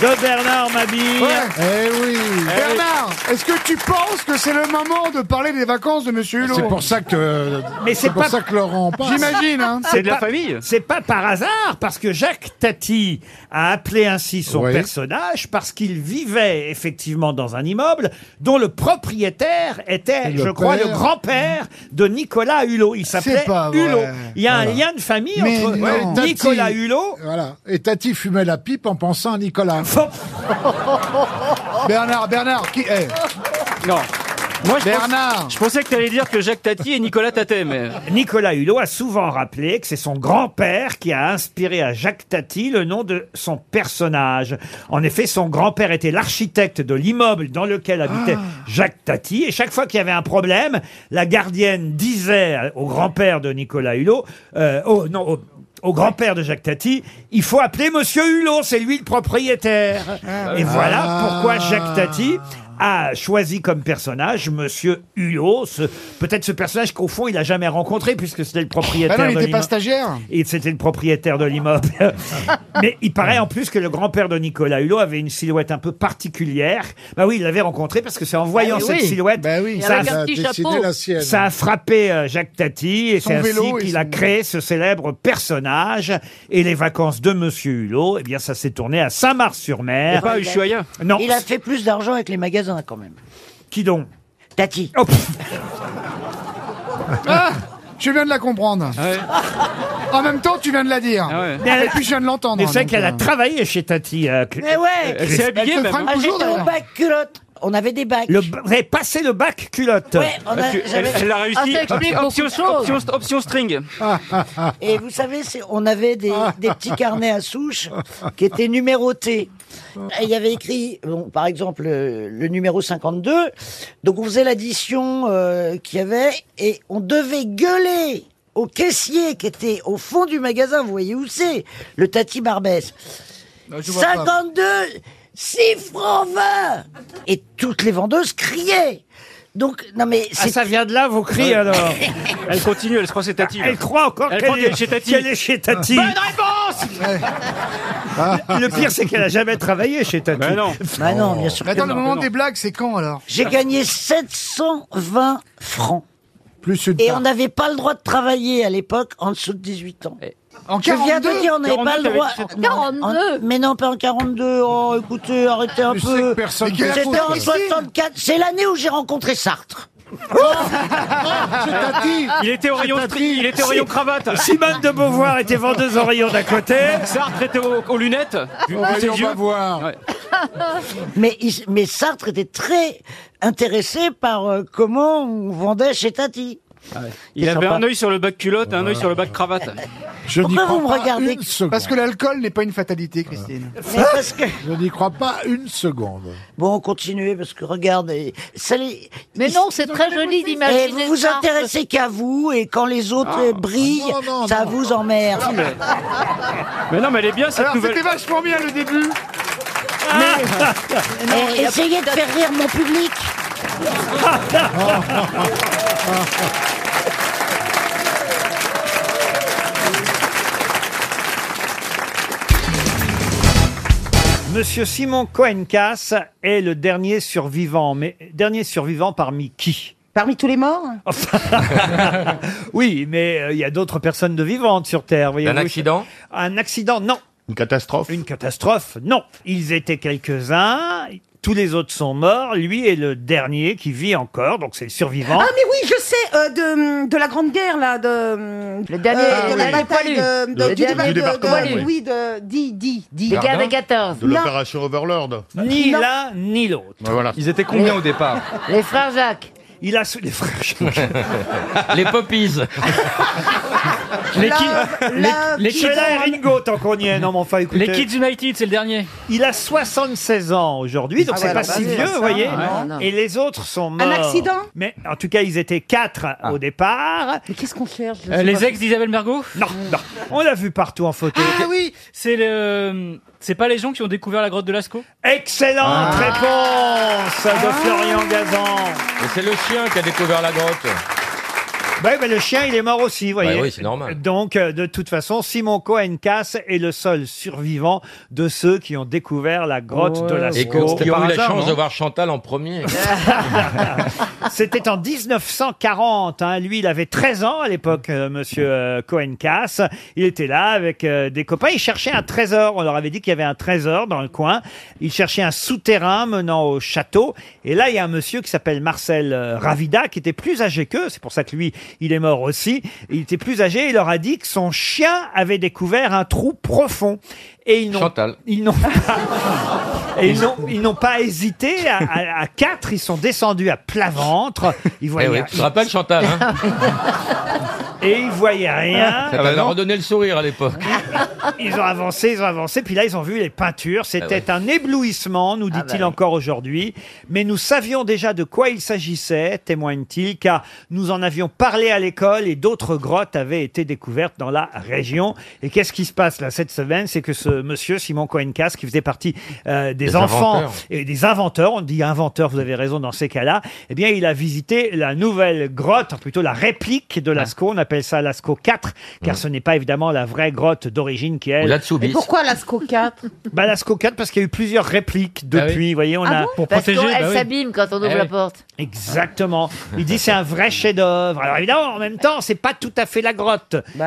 de Bernard Mabille. Eh oui. Bernard, est-ce que tu penses que c'est le moment de parler des vacances de Monsieur Hulot C'est pour ça que. Mais c'est pour pas- ça que Laurent passe. J'imagine. Hein. pas- C'est pas par hasard, parce que Jacques Tati a appelé ainsi son Oui. personnage parce qu'il vivait effectivement dans un immeuble dont le propriétaire Et était, le je crois, père. le grand-père de Nicolas Hulot. Il s'appelait C'est pas vrai. Hulot. Il y a un Voilà. lien de famille Mais entre non. Tati- Nicolas Hulot. Voilà. Et Tati fumait la pipe en pensant à Nicolas. <laughs> Bernard, Bernard, qui eh. est Non. Moi, je Bernard. pense- je pensais que t'allais dire que Jacques Tati et Nicolas Tatet, mais... Nicolas Hulot a souvent rappelé que c'est son grand-père qui a inspiré à Jacques Tati le nom de son personnage. En effet, son grand-père était l'architecte de l'immeuble dans lequel habitait Ah. Jacques Tati. Et chaque fois qu'il y avait un problème, la gardienne disait au grand-père de Nicolas Hulot, euh, au- non, au, au grand-père de Jacques Tati, il faut appeler Monsieur Hulot, c'est lui le propriétaire. Ah. Et voilà pourquoi Jacques Tati a choisi comme personnage Monsieur Hulot, ce- peut-être ce personnage qu'au fond il a jamais rencontré puisque c'était le propriétaire. Bah non, il de n'était pas l'immeuble. stagiaire. Et c'était le propriétaire <laughs> de l'immeuble. Mais il paraît en plus que le grand-père de Nicolas Hulot avait une silhouette un peu particulière. Bah oui, il l'avait rencontré parce que c'est en voyant Bah oui. Bah cette silhouette, oui. ça, Avec un a, petit chapeau. la sienne. ça a frappé euh, Jacques Tati et Son c'est ainsi vélo et qu'il a son- créé ce célèbre personnage. Et les vacances de Monsieur Hulot, eh bien ça s'est tourné à Saint-Mars-sur-Mer. Il a- Non. Il a fait plus d'argent avec les magasins quand même. Qui donc Oh, Tati. Ah, je viens de la comprendre. Ah En même temps, tu viens de la dire. Et puis je viens de l'entendre. Mais c'est vrai donc, qu'elle a euh, travaillé chez Tati. euh, Clé- Mais ouais Elle se fringue hein. Ah, toujours, j'étais au d'ailleurs. bac culotte. On avait des bacs. Le, b- vous avez passé le bac culotte. Ouais, on a- Elle- j'avais- elle a réussi. Ah, ça explique beaucoup de choses. string. <laughs> Et vous savez, c'est- on avait des, des petits carnets à souche qui étaient numérotés. Et il y avait écrit, bon, par exemple, euh, le numéro 52. Donc on faisait l'addition euh, qu'il y avait et on devait gueuler au caissier qui était au fond du magasin. Vous voyez où c'est Le Tati Barbès. Ah, je vois pas. 52, 6 francs 20 Et toutes les vendeuses criaient. Donc, non mais... Ah, ça vient de là, vos cris, <laughs> alors Elle continue, elle se croit c'est Tati. là. Elle croit encore Elle qu'elle croit est- qu'elle est chez Tati. qu'elle est chez Tati. Bonne réponse Ah. Le pire, c'est qu'elle a jamais travaillé chez Tati. Mais <laughs> non. Bah non, bien sûr Mais que attends, le non. moment des blagues, c'est quand alors J'ai gagné 720 francs. Plus Et on n'avait pas le droit de travailler à l'époque en dessous de 18 ans. Eh. En Je viens de 42? dire, on n'avait pas 42, le droit. t'avais dit- Non, en- mais non, pas en 42. Oh, écoutez, arrêtez un Tu sais peu. que personne Mais quelle C'était en faute, 64. C'est l'année où j'ai rencontré <laughs> Sartre. Oh Ah. Il était au rayon string, il était au rayon cravate. Simone de Beauvoir était vendeuse au rayon d'à côté. Sartre était aux, aux lunettes. Vu- vu ses yeux. <laughs> Ouais. <laughs> Mais, il- mais Sartre était très intéressé par euh, comment on vendait chez Tati. Il avait un œil sur le bac culotte, un œil sur le bac cravate. Pourquoi vous me regardez Parce que l'alcool n'est pas une fatalité, Christine. Mais parce que- Je n'y crois pas une seconde. Bon, continuez, parce que regarde, et- ça les- Mais non, c'est très joli d'imaginer Et Eh, vous vous ça. intéressez qu'à vous, et quand les autres Ah, euh, brillent, ça vous emmerde. Mais non, mais elle est bien cette Alors nouvelle. c'était vachement bien le début. Et Eh, essayez de faire rire mon <laughs> public. Monsieur Simon Cohen-Cass est le dernier survivant, mais dernier survivant parmi qui Parmi tous les morts <laughs> Oui, mais euh, il y a d'autres personnes de vivantes sur Terre. voyez-vous. accident Un accident, non. Une catastrophe Une catastrophe, non. Ils étaient quelques-uns, tous les autres sont morts, lui est le dernier qui vit encore, donc c'est le survivant. Ah mais oui, je sais, euh, de, de la Grande Guerre, là, de... Le dernier- Ah, de oui. la Les bataille poilus. de... Le dernier du débarquement, oui. oui, de... Dis, dis, dis. Verdun De Non. l'opération Overlord. Ni Non. l'un, ni l'autre. Ils étaient combien au départ Les frères Jacques. Il a sous les frères Jacques. <laughs> Les poppies. Les Love, kids, les, love, les kids. Sheila et Ringo, tant qu'on y est, non, mais enfin, écoutez. Les Kids United, c'est le dernier. Il a 76 ans aujourd'hui, donc Ah c'est ouais, pas bah si oui, vieux, ça, vous voyez. non, non. Et les autres sont morts. accident Mais en tout cas, ils étaient quatre au départ. Mais qu'est-ce qu'on cherche Ah. Euh, les ex d'Isabelle Mergo Non, non. On l'a vu partout en photo. Ah oui, c'est le. C'est pas les gens qui ont découvert la grotte de Lascaux Ah. Excellente Ah. réponse de Florian Gazan. Mais c'est le chien qui a découvert la grotte. Ouais, bah, le chien, il est mort aussi, Bah vous voyez. oui, c'est normal. Donc, euh, de toute façon, Simon Cohen-Cass est le seul survivant de ceux qui ont découvert la grotte de Et que- Lascaux. qui ont eu la chance de voir Chantal en premier. C'était en 1940. hein. Lui, il avait 13 ans à l'époque, euh, monsieur euh, Cohen-Cass. Il était là avec euh, des copains. Il cherchait un trésor. On leur avait dit qu'il y avait un trésor dans le coin. Il cherchait un souterrain menant au château. Et là, il y a un monsieur qui s'appelle Marcel euh, Ravida, qui était plus âgé qu'eux. C'est pour ça que lui, il est mort aussi. Il était plus âgé. Il leur a dit que son chien avait découvert un trou profond. Et ils n'ont Chantal. ils n'ont <laughs> et ils n'ont- ils n'ont pas hésité. À, à- à quatre, ils sont descendus à plat ventre. Ils Eh voyaient, oui, tu te rappelles <laughs> Chantal hein et ils voyaient rien. <laughs> Ça t'avait redonné le sourire à l'époque. Ils ont avancé, ils ont avancé. Puis là, ils ont vu les peintures. C'était Eh un éblouissement, nous Ah, dit-il ben encore aujourd'hui. Mais nous savions déjà de quoi il s'agissait, témoigne-t-il, car nous en avions parlé à l'école et d'autres grottes avaient été découvertes dans la région. Et qu'est-ce qui se passe là cette semaine C'est que ce monsieur, Simon Cohen-Casse, qui faisait partie euh, des, Des enfants inventeurs. et des inventeurs, on dit inventeur, vous avez raison dans ces cas-là, eh bien, il a visité la nouvelle grotte, plutôt la réplique de Lascaux. On appelle appelle ça Lascaux 4, car ce n'est pas évidemment la vraie grotte d'origine qui est... Et pourquoi Lasco 4 bah, Lascaux 4, parce qu'il y a eu plusieurs répliques depuis, vous voyez, on a... Ah Parce qu'elle s'abîme quand on ouvre Eh la oui. porte. <laughs> Exactement. Il dit c'est un vrai chef-d'œuvre. Alors évidemment, en même temps, c'est pas tout à fait la grotte. Euh,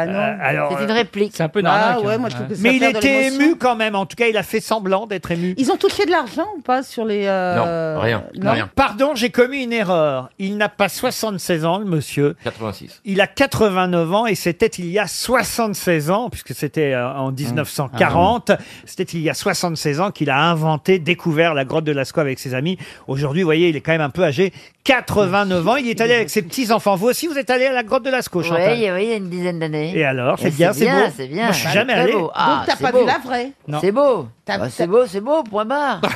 alors, Bah C'est une euh, réplique. Ah C'est un peu une arnaque, hein. que ça Mais il perd de était l'émotion. ému quand même. En tout cas, il a fait semblant d'être ému. Ils ont touché de l'argent ou pas sur les. euh, non Pardon, j'ai commis une erreur. Il n'a pas 76 ans, le monsieur. 86. Il a 89 ans et c'était il y a 76 ans, puisque c'était euh, en 1940. Ah C'était il y a 76 ans qu'il a inventé, découvert la grotte de Lascaux avec ses amis. Aujourd'hui, vous voyez, il est quand même un peu âgé. 89 ans, il y est allé avec ses petits-enfants. Vous aussi, vous êtes allé à la grotte de Lascaux, Oui, Chantal il y a oui, il y a une dizaine d'années. Et alors, c'est Et bien, c'est beau C'est bien, Moi, je suis jamais Très allé. beau. Ah, Donc, t'as c'est pas beau. vu la vraie Non. C'est beau. T'as- Ah, C'est beau, c'est beau, point barre. Bah,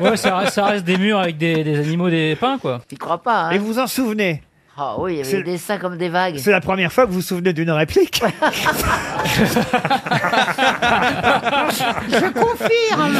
Ouais, ça reste, ça reste des murs avec des, des animaux, des pins, quoi. Tu crois pas, hein Et vous vous en souvenez Ah oui, il y avait C'est- des dessins comme des vagues. C'est la première fois que vous vous souvenez d'une réplique. <laughs> Je confirme <laughs>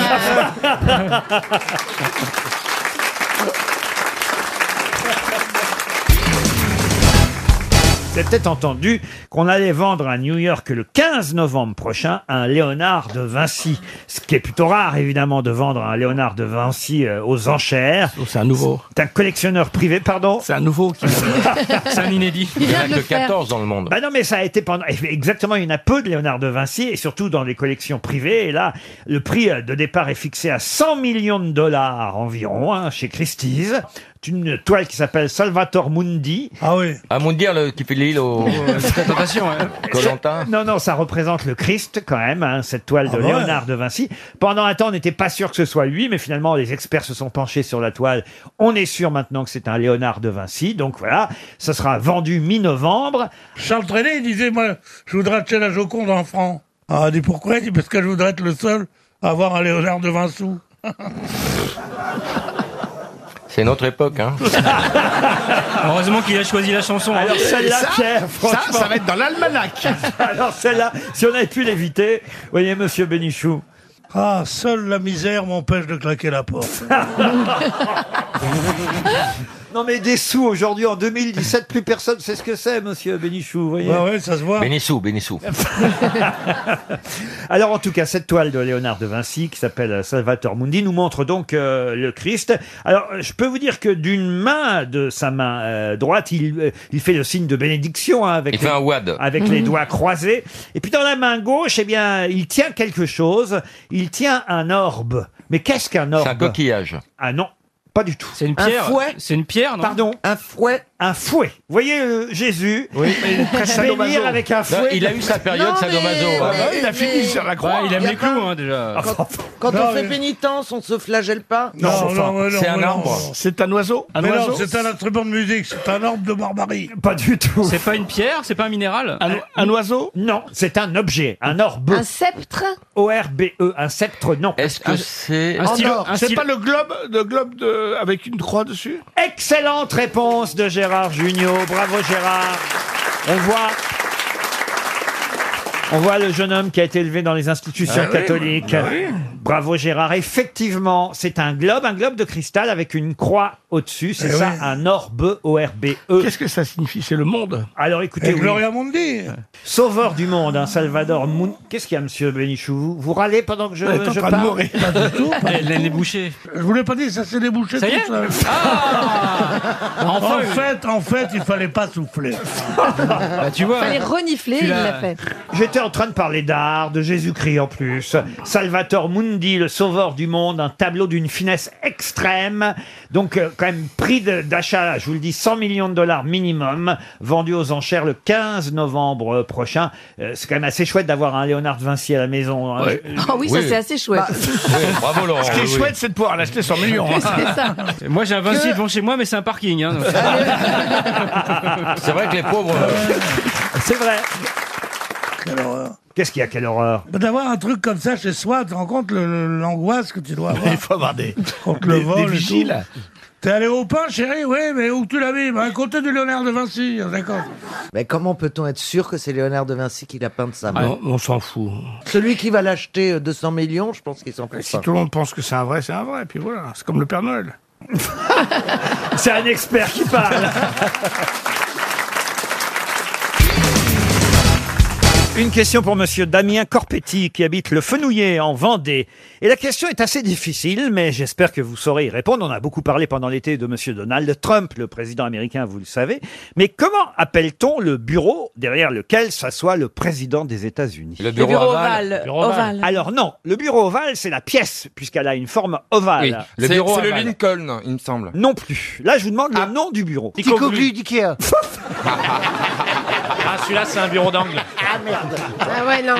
Vous avez peut-être entendu qu'on allait vendre à New York le 15 novembre prochain un Léonard de Vinci. Ce qui est plutôt rare, évidemment, de vendre un Léonard de Vinci euh, aux enchères. C'est un nouveau. C'est un collectionneur privé, pardon. C'est un nouveau. <laughs> C'est un inédit. Il n'y en a que 14 dans le monde. Bah non, mais ça a été pendant. Exactement, il y en a peu de Léonard de Vinci, et surtout dans les collections privées. Et là, le prix euh, de départ est fixé à 100 millions de dollars environ, hein, chez Christie's. C'est une toile qui s'appelle Salvator Mundi. Ah oui. À mon dire, le qui fait l'île au. Attention, hein. Colantin. Non, non, ça représente le Christ quand même, hein, cette toile de Ah ouais. Léonard de Vinci. Pendant un temps, on n'était pas sûr que ce soit lui, mais finalement, les experts se sont penchés sur la toile. On est sûr maintenant que c'est un Léonard de Vinci. Donc voilà, ça sera vendu mi-novembre. Charles Trenet, il disait, moi, je voudrais acheter la Joconde en francs. Ah, il dit pourquoi Il dit parce que je voudrais être le seul à avoir un Léonard de 20 sous. C'est notre époque, <laughs> hein. Heureusement qu'il a choisi la chanson. Alors celle-là, Pierre, franchement. dans l'almanach. <laughs> Alors celle-là, si on avait pu l'éviter, voyez, monsieur Bénichou. Ah, seule la misère m'empêche de claquer la porte. Non mais des sous aujourd'hui en 2017, plus personne sait ce que c'est, monsieur Bénichou, vous voyez. Bah Ouais, ouais, ça se voit. Bénissou, Bénissou. <laughs> Alors en tout cas, cette toile de Léonard de Vinci qui s'appelle Salvator Mundi nous montre donc euh, le Christ. Alors euh, je peux vous dire que d'une main de sa main euh, droite, il, euh, il fait le signe de bénédiction hein, avec, Il fait un wad. avec les doigts croisés. Et puis dans la main gauche, eh bien, il tient quelque chose. Il tient un orbe. Mais qu'est-ce qu'un orbe C'est un coquillage. Ah non, pas du tout. C'est une Un pierre. fouet C'est une pierre, non Pardon. Un fouet. Un fouet. Vous voyez euh, Jésus <laughs> bénir avec un fouet. Non, il a eu sa période Non, mais- sadomaso. Ah bah, il a fini mais- sur la croix. il aime Y a les pas- clous, hein, Ah, déjà. Quand Non, on fait mais- pénitence, on se flagelle pas Non, Non, enfin, non, mais non, c'est un mais non. arbre. C'est un oiseau Mais non, c'est un instrument de musique, c'est un orbe de barbarie. Pas du tout. C'est pas une pierre, c'est pas un minéral. oiseau Non, c'est un objet, un orbe. Un sceptre O-R-B-E, E, un sceptre, non. Est-ce que c'est. Ah, C'est pas le globe, le globe de, avec une croix dessus Excellente réponse de Gérard Junior. Bravo Gérard. On voit. On voit le jeune homme qui a été élevé dans les institutions Ah oui, catholiques. bah oui. Bravo Gérard. Effectivement, c'est un globe, un globe de cristal avec une croix au-dessus. C'est Eh ça, oui. un orbe, O-R-B-E. Qu'est-ce que ça signifie C'est le monde E. Alors écoutez, Et Eh, Gloria Mundi. Sauveur du monde, hein, Salvador Mundi. Qu'est-ce qu'il y a, monsieur Benichou Vous, vous râlez pendant que je, Elle est en je train de parle mourir. Pas du tout. Les, les bouchées. Je voulais pas dire ça s'est débouché Ça y tout est Ah seul. Enfin, <laughs> en oui. fait, en fait, il fallait pas souffler. Bah, tu vois. Fallait renifler, Tu il l'as- l'a fait. J'étais en train de parler d'art, de Jésus-Christ en plus. Salvator Mundi, le sauveur du monde, un tableau d'une finesse extrême. Donc, euh, quand même, prix de- d'achat, je vous le dis, 100 millions de dollars minimum, vendu aux enchères le 15 novembre euh, prochain. Euh, c'est quand même assez chouette d'avoir un Léonard de Vinci à la maison. hein. Je- Ah oui, ça, Oui. c'est assez chouette. Bah, <laughs> Oh, bravo Laurent. Ce qui est oui, oui. chouette, c'est de pouvoir l'acheter 100 millions. hein. Moi, j'ai un Vinci devant chez moi, mais c'est un parking. hein, donc. <laughs> C'est vrai que les pauvres. euh, C'est vrai. Quelle horreur. Qu'est-ce qu'il y a, quelle horreur Mais D'avoir un truc comme ça chez soi, tu te rends compte le- le- l'angoisse que tu dois avoir. Il faut avoir des, Contre des, le des vol et tout. vigiles. T'es allé au pain, chérie Oui, mais où tu l'as mis Bah, À côté du Léonard de Vinci, Ah, d'accord. Mais comment peut-on être sûr que c'est Léonard de Vinci qui l'a peint de sa main on s'en fout. Celui qui va l'acheter euh, 200 millions, je pense qu'il s'en fout Si pas. tout le monde pense que c'est un vrai, c'est Ah un vrai. Puis voilà, c'est comme le Père <laughs> Noël. <laughs> C'est un expert qui parle. Une question pour monsieur Damien Corpetti qui habite le Fenouillet en Vendée. Et la question est assez difficile, mais j'espère que vous saurez y répondre. On a beaucoup parlé pendant l'été de monsieur Donald Trump, le président américain, vous le savez. Mais comment appelle-t-on le bureau derrière lequel s'assoit le président des États-Unis Le bureau bureau ovale. ovale. Bureau ovale. Alors non, le bureau ovale, c'est la pièce, puisqu'elle a une forme ovale. Oui, le C'est- bureau c'est le ovale. Lincoln, il me semble. Ah. Non plus. Là, je vous demande le nom du bureau. Tico Tico Glu. Glu euh <laughs> d'Ikea. Ah, celui-là, c'est un bureau d'angle. Ah merde. Ah ouais, non.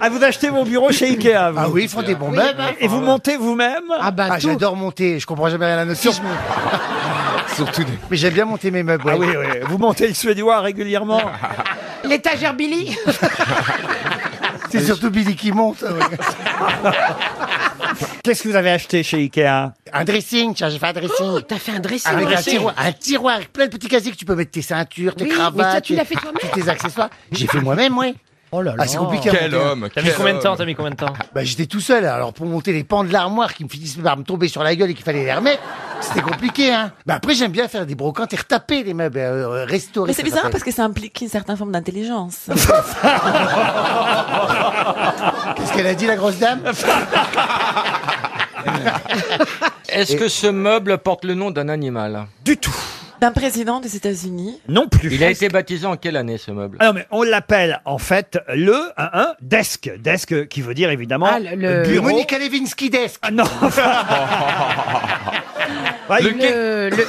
Ah, vous achetez vos bureaux chez Ikea, Ah oui, ils font des bons Oui, meubles. bah, Et vous montez vous-même Ah bah tout. j'adore monter, je comprends jamais rien à notre mais... Surtout des... mais j'aime bien monter mes meubles. Ah oui, oui, vous montez le suédois <laughs> régulièrement. <laughs> L'étagère Billy C'est surtout Billy qui monte. Qu'est-ce que vous avez acheté chez Ikea Un dressing, tiens, j'ai fait un dressing. t'as fait un dressing. Avec Un un, dressing. tiroir, un tiroir avec plein de petits casiers que tu peux mettre tes ceintures, tes Oui, mais ça, cravates. tu l'as tes- fait toi-même Tous tes accessoires. J'ai fait moi-même, oui. Oh là Ah, c'est compliqué. à Quel monter, hein. homme T'as mis combien de temps T'as mis combien de temps Bah, j'étais tout seul, alors pour monter les pans de l'armoire qui me finissaient par me tomber sur la gueule et qu'il fallait les remettre, c'était compliqué, hein. Bah, après, j'aime bien faire des brocantes et retaper les meubles, euh, euh, restaurer. Mais c'est ça bizarre s'appelle. parce que ça implique une certaine forme d'intelligence. <laughs> Qu'est-ce qu'elle a dit, la grosse dame <laughs> <laughs> Est-ce que ce meuble porte le nom d'un animal Du tout. D'un président des États-Unis. Non plus. Il a été baptisé en quelle année ce meuble Alors, Ah mais on l'appelle en fait le un, un, desk. Desk euh, qui veut dire évidemment euh, Le bureau. Monica Lewinsky Desk. Ah non Ouais, Le il-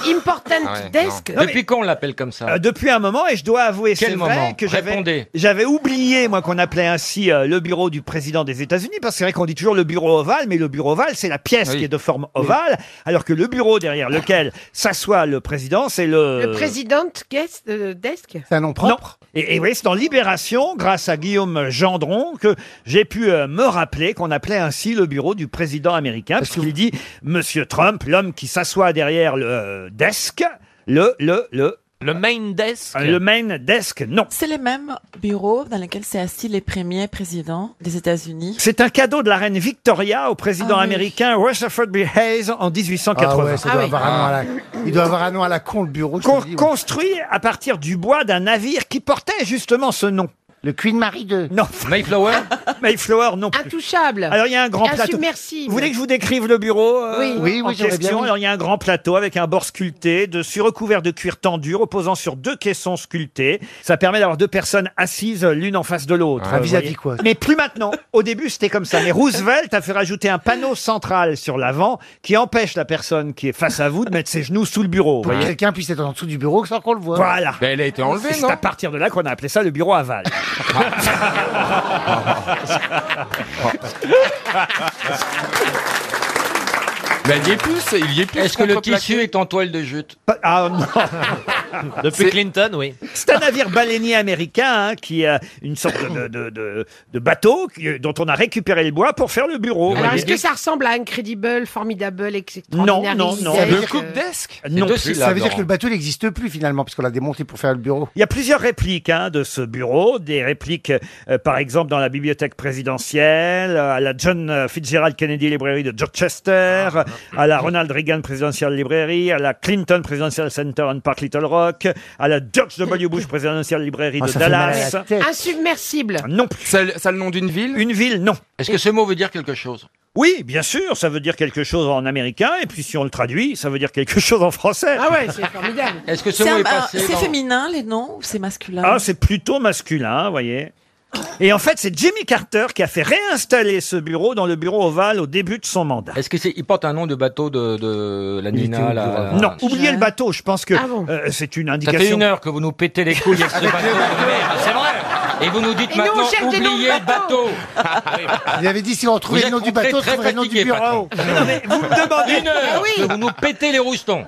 quai- important Ah ouais, desk. Non, non. mais- Depuis quand on l'appelle comme ça Euh, depuis un moment, et je dois avouer, Quel c'est moment vrai que j'avais, Répondez. j'avais oublié, moi, qu'on appelait ainsi euh, le bureau du président des États-Unis, parce que c'est vrai qu'on dit toujours le bureau ovale, mais le bureau ovale, c'est la pièce qui est de forme ovale, alors que le bureau derrière lequel s'assoit le président, c'est le... Le président guest, euh, desk C'est un nom propre Et, et oui, c'est dans Libération, grâce à Guillaume Gendron, que j'ai pu euh, me rappeler qu'on appelait ainsi le bureau du président américain, parce qu'il dit, Monsieur Trump, l'homme qui s'assoit derrière le euh, desk, le, le, le... Le main desk Le main desk, non. C'est les mêmes bureaux dans lesquels s'est assis les premiers présidents des États-Unis. C'est un cadeau de la reine Victoria au président Ah oui. américain Rutherford B. Hayes en 1880. Ah ouais, ça doit avoir un nom à la... Il doit avoir un nom à la con, le bureau. je te Con- le dis, ouais. construit à partir du bois d'un navire qui portait justement ce nom. Le Queen Mary II. Non. Mayflower Mayflower, non. plus. Intouchable. Alors il y a un grand plateau. Insubmersible. Vous voulez que je vous décrive le bureau euh, Oui. Oui, en oui, j'aurais bien question voulu. Alors il y a un grand plateau avec un bord sculpté, dessus recouvert de cuir tendu, reposant sur deux caissons sculptés. Ça permet d'avoir deux personnes assises euh, l'une en face de l'autre. Ah, euh, vis-à-vis voyez. quoi Mais plus maintenant. Au début c'était comme ça. Mais Roosevelt a fait rajouter un panneau central sur l'avant qui empêche la personne qui est face à vous de mettre ses genoux sous le bureau. Pour que voyez. quelqu'un puisse être en dessous du bureau sans qu'on le voit. Voilà. Ben, elle a été enlevée, C'est non à partir de là qu'on a appelé ça le <laughs> bureau aval. Mais il y est plus, il y est plus. Est-ce que le contreplaqué. tissu est en toile de jute Ah non <laughs> Depuis Clinton, oui. C'est un navire baleinier américain hein, qui a une sorte de, de- de- de bateau qui- dont on a récupéré le bois pour faire le bureau. Alors, est-ce voyez. que ça ressemble à Incredible, Formidable, etc. Non, non, non. Le coupe desk Non deux plus. syllabes, Ça veut dire Laurent. que le bateau n'existe plus finalement, parce qu'on l'a démonté pour faire le bureau. Il y a plusieurs répliques hein, de ce bureau, des répliques euh, par exemple dans la bibliothèque présidentielle, euh, à la John Fitzgerald Kennedy Library de Dorchester, Ah, à la Ronald Reagan Presidential Library, à la Clinton Presidential Center and Park Little Rock, à la George W. Bush Presidential Library Ah, de ça fait mal à la Dallas. tête. Insubmersible. Non plus. Ça a le nom d'une ville Une ville, non. Est-ce que ce mot veut dire quelque chose Oui, bien sûr, ça veut dire quelque chose en américain, et puis si on le traduit, ça veut dire quelque chose en français. Ah ouais, c'est formidable. Est-ce que ce C'est mot un- est euh, passé c'est dans- féminin les noms ou c'est Bah masculin Ah, c'est plutôt masculin, vous voyez. Et en fait, c'est Jimmy Carter qui a fait réinstaller ce bureau dans le bureau ovale au début de son mandat. Est-ce que c'est il porte un nom de bateau de, de la Nina la- la- Non, oubliez le bateau, je pense que Ah bon euh, c'est une Ça fait indication. une heure que vous nous pétez les couilles avec ce bateau. de merde, C'est vrai. Et vous nous dites Et nous, on maintenant cherche des noms de oubliez le bateau. <laughs> Il avait dit si on trouvait Vous le nom êtes du bateau, on très, très trouverait le nom du fatigué, bureau. patron. Non, mais vous me demandez. Une Ah heure oui. que vous nous pétez <laughs> les roustons.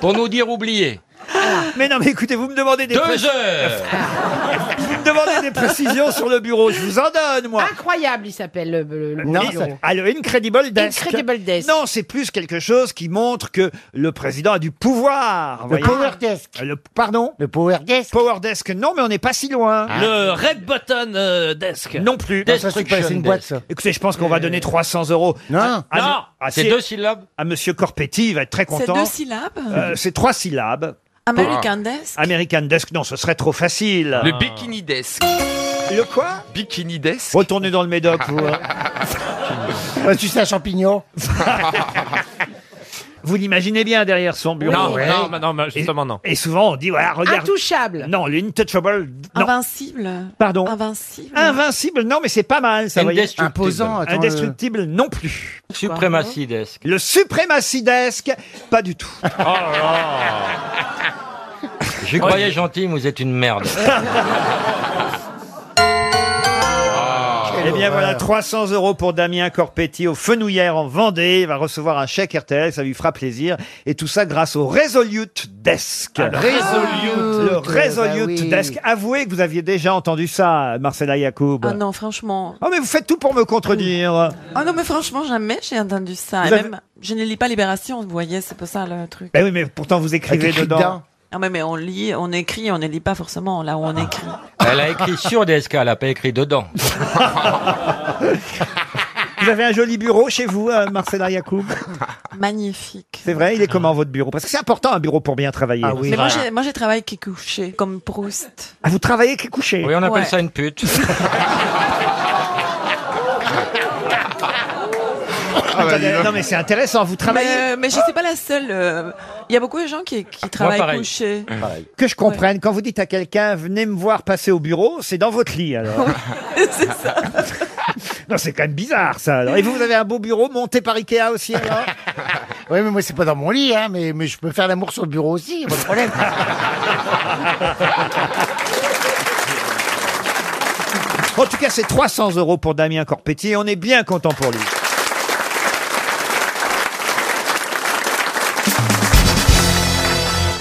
Pour nous dire oubliez. <laughs> Mais non, mais écoutez, vous me demandez des, Deux précisions- heures <laughs> vous me demandez des précisions sur le bureau. Je vous en donne, moi. Incroyable, il s'appelle le, le, le Non, bureau. c'est- ah, le Incredible Desk. Incredible Desk. Non, c'est plus quelque chose qui montre que le président a du pouvoir. vous Le voyez. Euh, Power Desk. Le- pardon Le Power Desk. Ah. Power Desk, non, mais on n'est pas si loin. Ah. Le red button euh, desk. Non plus. Desk. Ça, c'est pas- c'est une Destruction boîte, ça. Euh. Écoutez, je pense qu'on va donner 300 euros. Non. à, Non. à- C'est si- deux syllabes à Monsieur Corpetti, il va être très C'est content. deux syllabes Euh, C'est trois syllabes. American Desk American Desk, non, ce serait trop facile. Le Bikini Desk. Le quoi Bikini Desk. Retournez dans le médoc, vous. <laughs> hein. tu sais, un champignon. Vous l'imaginez bien derrière son bureau. Non, non, mais non, mais justement, non. Et souvent, on dit, voilà, regarde. Intouchable. Non, le Intouchable. Non. Invincible. Pardon. Invincible. Invincible, non, mais c'est pas mal, ça. voyez. Ah, Indestructible. Imposant, attends, euh, Indestructible, non plus. Suprématie desk. Le suprémacidesque, pas du Oh tout. Ah. <laughs> Je croyais gentil, mais vous êtes une <laughs> merde. Ah. Eh bien voilà, 300 euros pour Damien Corpetti au Fenouillère en Vendée. Il va recevoir un chèque RTL, ça lui fera plaisir. Et tout ça grâce au Resolute Desk. Ah, le Ah, Resolute. Le Resolute Bah oui. Desk. Avouez que vous aviez déjà entendu ça, Marcella Yacoub. Ah non, franchement. Oh mais vous faites tout pour me contredire. Ah non, mais franchement, jamais j'ai entendu ça. Et Vous avez- même, je ne lis pas Libération, vous voyez, c'est pas ça le truc. Ben oui, mais pourtant vous écrivez dedans. Ah mais, mais on lit, on écrit, on ne lit pas forcément là où on écrit. Elle a écrit sur DSK, elle a pas écrit dedans. Vous avez un joli bureau chez vous, euh, Marcella Yacoub. <laughs> Magnifique. C'est vrai, il est comment votre bureau Parce que c'est important un bureau pour bien travailler. Ah mais moi, j'ai- moi, j'ai travaillé qui couché, comme Proust. vous travaillez qui est couché Oui, on appelle Ouais. ça une <laughs> pute. Attendez, non mais c'est intéressant, vous travaillez. Mais, euh, mais je ne suis pas la seule. euh, Il y a beaucoup de gens qui, qui travaillent pareil. couchés. Que je comprenne, quand vous dites à quelqu'un venez me voir passer au bureau, c'est dans votre lit alors. <laughs> non, c'est quand même bizarre ça. Alors. Et vous, vous avez un beau bureau monté par Ikea aussi alors <laughs> Oui, mais moi, c'est pas dans mon lit, hein, mais, mais je peux faire l'amour sur le bureau aussi, pas de <laughs> problème. En tout cas, c'est 300 euros pour Damien Corpetti et on est bien content pour lui.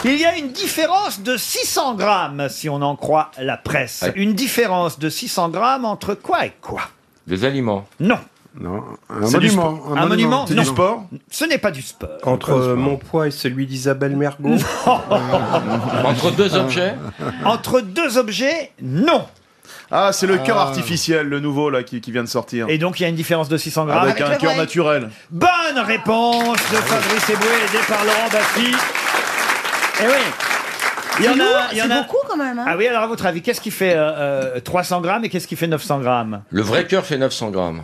Il y a une différence de 600 grammes, si on en croit la presse. Ouais. Une différence de 600 grammes entre quoi et quoi Des aliments. Non. Non, un C'est du monument. sport. Un monument, C'est non. du sport Ce n'est pas du sport. Entre euh, mon poids et celui d'Isabelle Mergo. <laughs> Entre deux objets Entre deux objets, non. Ah, c'est le cœur Ah. artificiel, le nouveau là qui, qui vient de sortir. Et donc il y a une différence de 600 grammes. avec, un cœur naturel. Bonne réponse de Fabrice Eboué, aidé par Laurent Baffi. Eh oui. Il y en a, il y en a- beaucoup quand même. hein. Ah oui, alors à votre avis, qu'est-ce qui fait euh, euh, 300 grammes et qu'est-ce qui fait 900 grammes Le vrai cœur fait 900 grammes.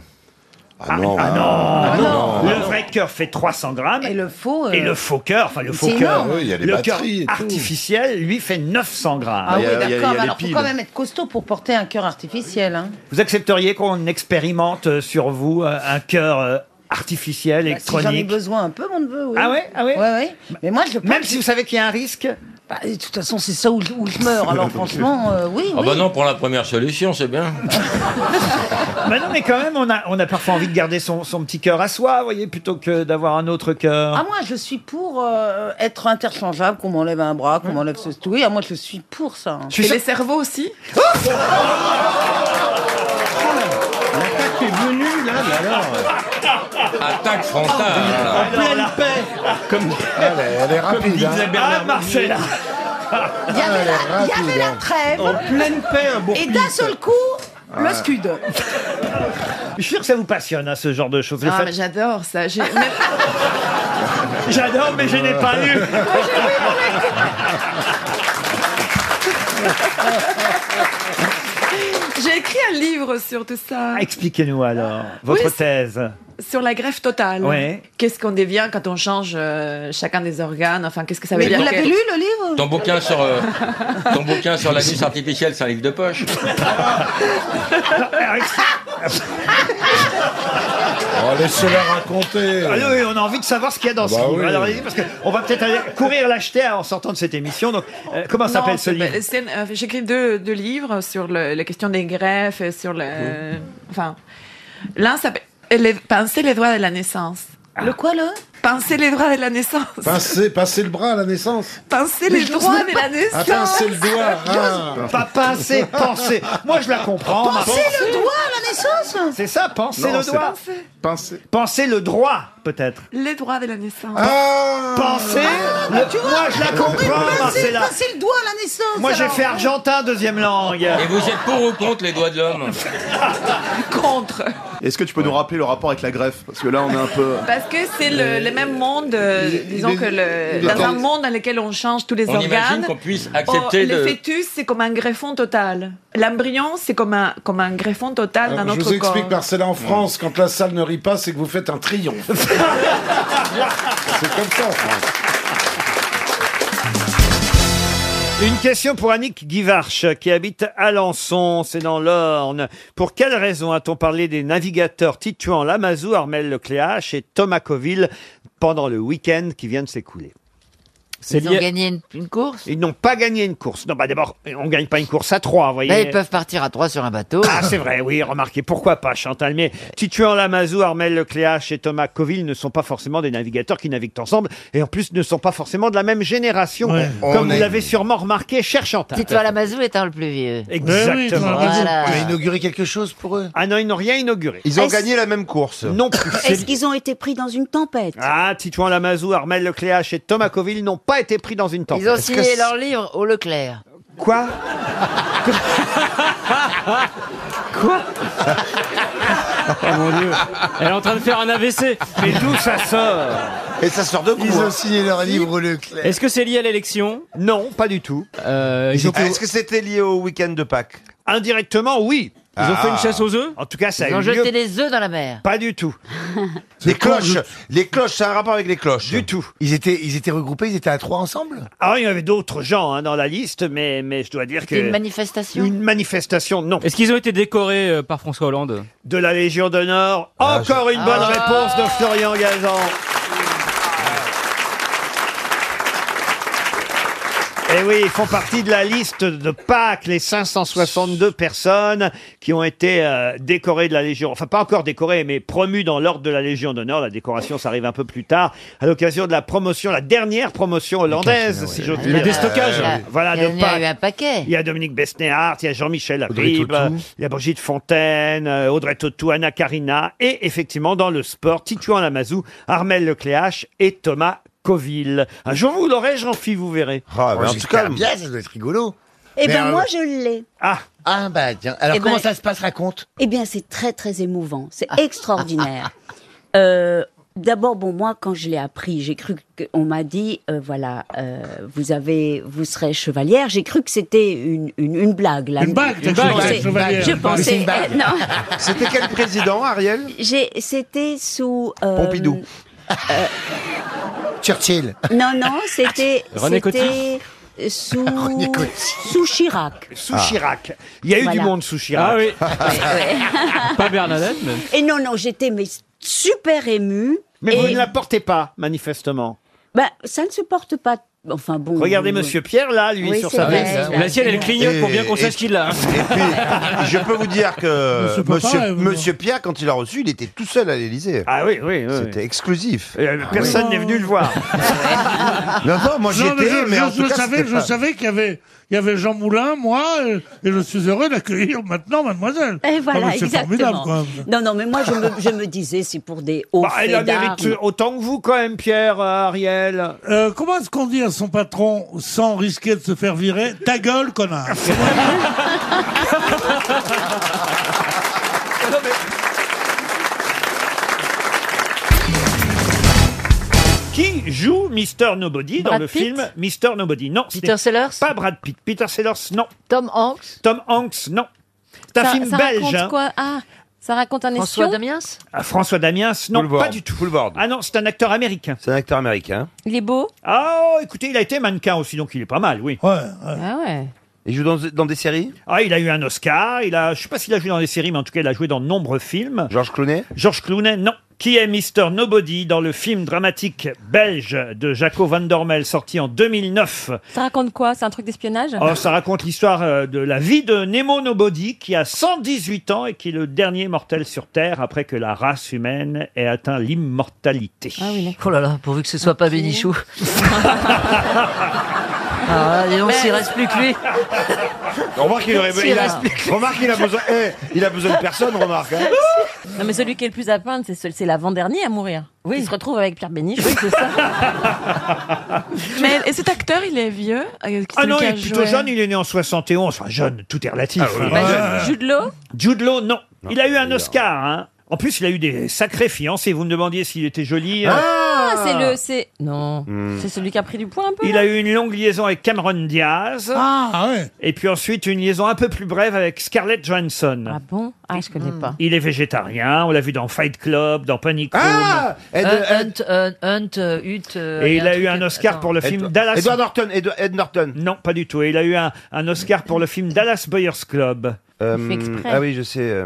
Ah non. Ah non, non. Ah Le vrai cœur fait 300 grammes. Et le faux. euh, Et le faux cœur, enfin le c'est faux cœur. énorme. Oui, il y a les le cœur batteries et tout. artificiel, lui, fait 900 grammes. Ah oui, d'accord, mais alors faut quand même être costaud pour porter un cœur artificiel. hein. Vous accepteriez qu'on expérimente euh, sur vous euh, un cœur euh, artificiel, Bah, si j'en ai électronique besoin un peu, mon neveu. Oui. Ah ouais, ah ouais. Ouais, ouais. Mais moi, je Même si vous savez qu'il y a un risque bah, De toute façon, c'est ça où, je- où je meurs. Alors, franchement, euh, oui. Ah oui. bah non, pour la première solution, c'est bien. Bah non, mais quand même, on a, on a parfois envie de garder son, son petit cœur à soi, vous voyez, plutôt que d'avoir un autre cœur. Ah, moi, je suis pour euh, être interchangeable, qu'on m'enlève un bras, qu'on m'enlève ce. Oui, ah, moi, je suis pour ça. hein. Mmh. Je suis Et sûr- les cerveaux aussi L'attaque est venue, là, mais alors. Attaque frontale. pleine paix. Comme... Elle, est, elle est rapide. disait hein. Ah, Bernard Ah, Marcella. Ah, Il y avait, la, il y avait la trêve. En pleine paix, un Et d'un seul coup, le Ouais. scud. Je suis sûr que ça vous passionne, hein, ce genre de choses. Le Ah, fait- mais j'adore ça. <laughs> J'ai- J'adore, mais je n'ai pas <laughs> lu. J'ai écrit un livre sur tout ça, Expliquez-nous alors, votre Oui, c'est- <laughs> thèse. sur la greffe totale. Ouais. Qu'est-ce qu'on devient quand on change euh, chacun des organes Enfin, qu'est-ce que ça veut Mais dire vous l'avez que- lu, le Ton bouquin sur, euh, ton bouquin sur l'anus artificiel, c'est un livre de poche. Oh, laissez-la raconter. Ah oui, on a envie de savoir ce qu'il y a dans Bah ce livre. oui. Alors, allez-y, parce qu'on va peut-être aller courir l'acheter en sortant de cette émission. Donc, euh, comment Non, s'appelle ce c'est pas- livre c'est- euh, J'écris deux, deux livres sur le- la question des greffes, et sur le. Enfin, l'un s'appelle euh, les- Penser les droits de la naissance. Ah. Le quoi, le Penser les droits de la naissance. Pincer, pincer le bras à la naissance. Pincer les droits de la naissance. Ah, pincer le doigt. hein. Pas pincer, penser. Moi, je la Oh, comprends. Penser ma- le doigt à la naissance C'est ça, penser Non, le c'est doigt. Pincer. Penser le droit, peut-être. Les droits de la naissance. Ah. Pensez. Le- ah, moi, je la comprends, Marcella. C'est le doigt à la naissance. Moi, j'ai alors. fait argentin, deuxième langue. Et vous êtes pour ou contre les doigts de l'homme Contre. Est-ce que tu peux nous rappeler le rapport avec la greffe Parce que là, on est un peu. Parce que c'est le, le même monde, euh, disons les- que le, les- dans un monde dans lequel on change tous les On organes. oh, imagine qu'on puisse accepter le de- fœtus, c'est comme un greffon total. L'embryon, c'est comme un, comme un greffon total dans Alors, notre Euh, Ah, je vous Ah, corps. explique, Marcella, en France, quand la salle ne rit pas, c'est que vous faites un triomphe. c'est comme ça, en France. Une question pour Annick Guivarch, qui habite Alençon, c'est dans l'Orne. Pour quelle raison a-t-on parlé des navigateurs Tituan Lamazou, Armel Lecléache et Thomas Coville pendant le week-end qui vient de s'écouler C'est Ils ont lié- gagné une, une course Ils n'ont pas gagné une course. Non, bah d'abord, on gagne pas une course à trois, vous voyez. Là, Bah, ils peuvent partir à trois sur un bateau. Ah, c'est vrai, oui, remarquez, pourquoi pas, Chantal. Mais Tituan Lamazou, Armel Lecléache et Thomas Coville ne sont pas forcément des navigateurs qui naviguent ensemble, et en plus ne sont pas forcément de la même génération, Ouais. comme On vous est- l'avez sûrement remarqué, cher Chantal. Tito Lamazou étant le plus vieux. Exactement. euh, Voilà. inauguré quelque chose pour eux Ah non, ils n'ont rien inauguré. Ils ont Est-ce- gagné la même <laughs> course. Non plus. Est-ce qu'ils ont été pris dans une tempête Ah, Titouan Lamazou, Armel Lecléache et Thomas Coville n'ont pas été pris dans une tempête. Ils ont signé leur livre au Leclerc. Quoi Quoi Oh mon dieu. Elle est en train de faire un AVC. Mais d'où ça sort Et ça sort de quoi Ils ont signé leur livre Leclerc. Est-ce que c'est lié à l'élection Euh, Non, pas du tout. ils ont Ah, fait- Est-ce que c'était lié au week-end de Pâques Indirectement, oui. Ils ont fait une chasse aux œufs En tout cas, ça Ils a ont eu jeté lieu. C'était des œufs dans la mer. Pas du tout. <laughs> Les cloches. Les cloches, c'est un rapport avec les cloches. Du tout. Ils étaient, ils étaient regroupés, ils étaient à trois ensemble Ah, il y avait d'autres gens hein, dans la liste, mais, mais je dois dire que... C'était une manifestation. Une manifestation, non. Est-ce qu'ils ont été décorés euh, par François Hollande De la Légion d'honneur. Ah, Encore une bonne réponse de Florian Gazan. Et Eh oui, ils font partie de la liste de Pâques, les 562 personnes qui ont été euh, décorées de la Légion. Enfin, pas encore décorées, mais promues dans l'ordre de la Légion d'honneur. La décoration, ça arrive un peu plus tard, à l'occasion de la promotion, la dernière promotion hollandaise, si j'ose Il y dire. Euh, a- il y a- Voilà, il y a- de il y a eu Pâques. un paquet. Il y a Dominique Besnéard, il y a Jean-Michel Abribe, il y a Brigitte Fontaine, euh, Audrey Tautou, Anna Karina, et effectivement dans le sport, Tituan Lamazou, Armel Lecléache et Thomas Coville. Un jour vous l'aurez, jean philippe vous verrez. Oh, en tout cas, bien, ça doit être rigolo. Eh ben, Mais, euh, moi, je l'ai. Ah Ah, bah tiens. Alors, Eh ben- comment ça se passe Raconte. Ah. Eh bien, c'est très, très émouvant. C'est <laughs> extraordinaire. Euh, D'abord, bon, moi, quand je l'ai appris, j'ai cru qu'on m'a dit, euh, voilà, euh, vous avez, vous serez chevalière. J'ai cru que c'était une, une, une blague, là. Une blague, je une blague, pensais, chevalière. je Une blague. C'est pensais, une blague. euh, <laughs> non. C'était quel président, Ariel J'ai, c'était sous euh, Pompidou. Churchill. Non, Ah, non, c'était, René Coty c'était <laughs> sous, sous Chirac. Sous Chirac. Il y a eu Voilà. du monde sous Chirac. Ah oui. <laughs> ouais. Pas Bernadette, mais. Et non, non, j'étais mais super émue. Mais et, vous ne la portez pas, manifestement. bah, ça ne se porte pas. Enfin bon. Regardez Monsieur Pierre, là, lui, Oui, sur c'est sa vrai, veste. là. La sienne, elle clignote pour bien qu'on sache qui l'a. Et puis, Je peux vous dire que Monsieur Papa, monsieur, euh, monsieur Pierre, quand il l'a reçu, il était tout seul à l'Élysée. Ah oui, oui, oui. C'était exclusif. Ah Ah personne n'est venu le voir. non, non, moi Non, mais j'étais, je, mais je- en je tout cas, savais, c'était je pas- savais qu'il y avait, il y avait Jean Moulin, moi, euh, et je suis heureux d'accueillir maintenant Mademoiselle. Et Non, voilà, Ah, mais c'est formidable, exactement. quand même. Non, non, mais moi je me, je me disais, c'est pour des hauts Bah, elle en faits d'armes. mérite autant que vous, quand même, Pierre, euh, Ariel. Euh, comment est-ce qu'on dit à son patron, sans risquer de se faire virer, ta <laughs> gueule, connard Qui joue Mr. Nobody dans Brad le Pitt film Mr. Nobody Non. Peter ce n'est Pas Brad Pitt. Peter Sellers, non. Tom Hanks Tom Hanks, non. C'est un ça, film ça belge. raconte hein. quoi Ah, ça raconte un espion François Damiens Ah, François Damiens, non, Boulevard. pas du tout. Ah non, c'est un acteur américain. C'est un acteur américain. Il est beau Ah, oh, écoutez, il a été mannequin aussi, donc il est pas mal, oui. Ah ouais. Il joue dans, dans des séries Ah, il a eu un Oscar. Il a, je sais pas s'il a joué dans des séries, mais en tout cas, il a joué dans de nombreux films. Georges Clooney Georges Clooney, non. Qui est Mr. Nobody dans le film dramatique belge de Jaco Van Dormel sorti en 2009 Ça raconte quoi C'est un truc d'espionnage Oh, ça raconte l'histoire euh, de la vie de Nemo Nobody qui a 118 ans et qui est le dernier mortel sur Terre après que la race humaine ait atteint l'immortalité. Ah oui, Oh là là, pourvu que ce soit pas Bénichou. ah, ouais, dis donc, s'il reste plus que <laughs> lui. Remarque qu'il aurait- Si, il là. <laughs> a, remarque qu'il a besoin, eh, il a besoin de personne, remarque. hein. Non, mais celui qui est le plus à peindre, c'est ce- c'est l'avant-dernier à mourir. Oui. Il se retrouve avec Pierre Bénichou, c'est ça. <laughs> Mais et cet acteur, il est vieux euh, Ah celui non, qui il a est plutôt joué- jeune, il est né en 71. Enfin, jeune, tout est relatif. hein. Jude Law Jude Law, non. Il a eu un Oscar, hein. En plus, il a eu des sacrés fiancés. Vous me demandiez s'il était joli. euh, Ah, c'est le. c'est- Non. Hmm. C'est celui qui a pris du poids un peu. Il là a eu une longue liaison avec Cameron Diaz. Ah, Et puis ensuite, une liaison un peu plus brève avec Scarlett Johansson. Ah bon Ah, je connais pas. Il est végétarien, on l'a vu dans Fight Club, dans Panic Room. Ah Ed, Hunt, euh, Hunt, euh, Et il a eu un Oscar pour le film Dallas. Edward Norton, Ed, Norton. Non, pas du tout. Il a eu un, un Oscar pour le film Dallas Buyers Club. fait exprès. ah oui, je sais.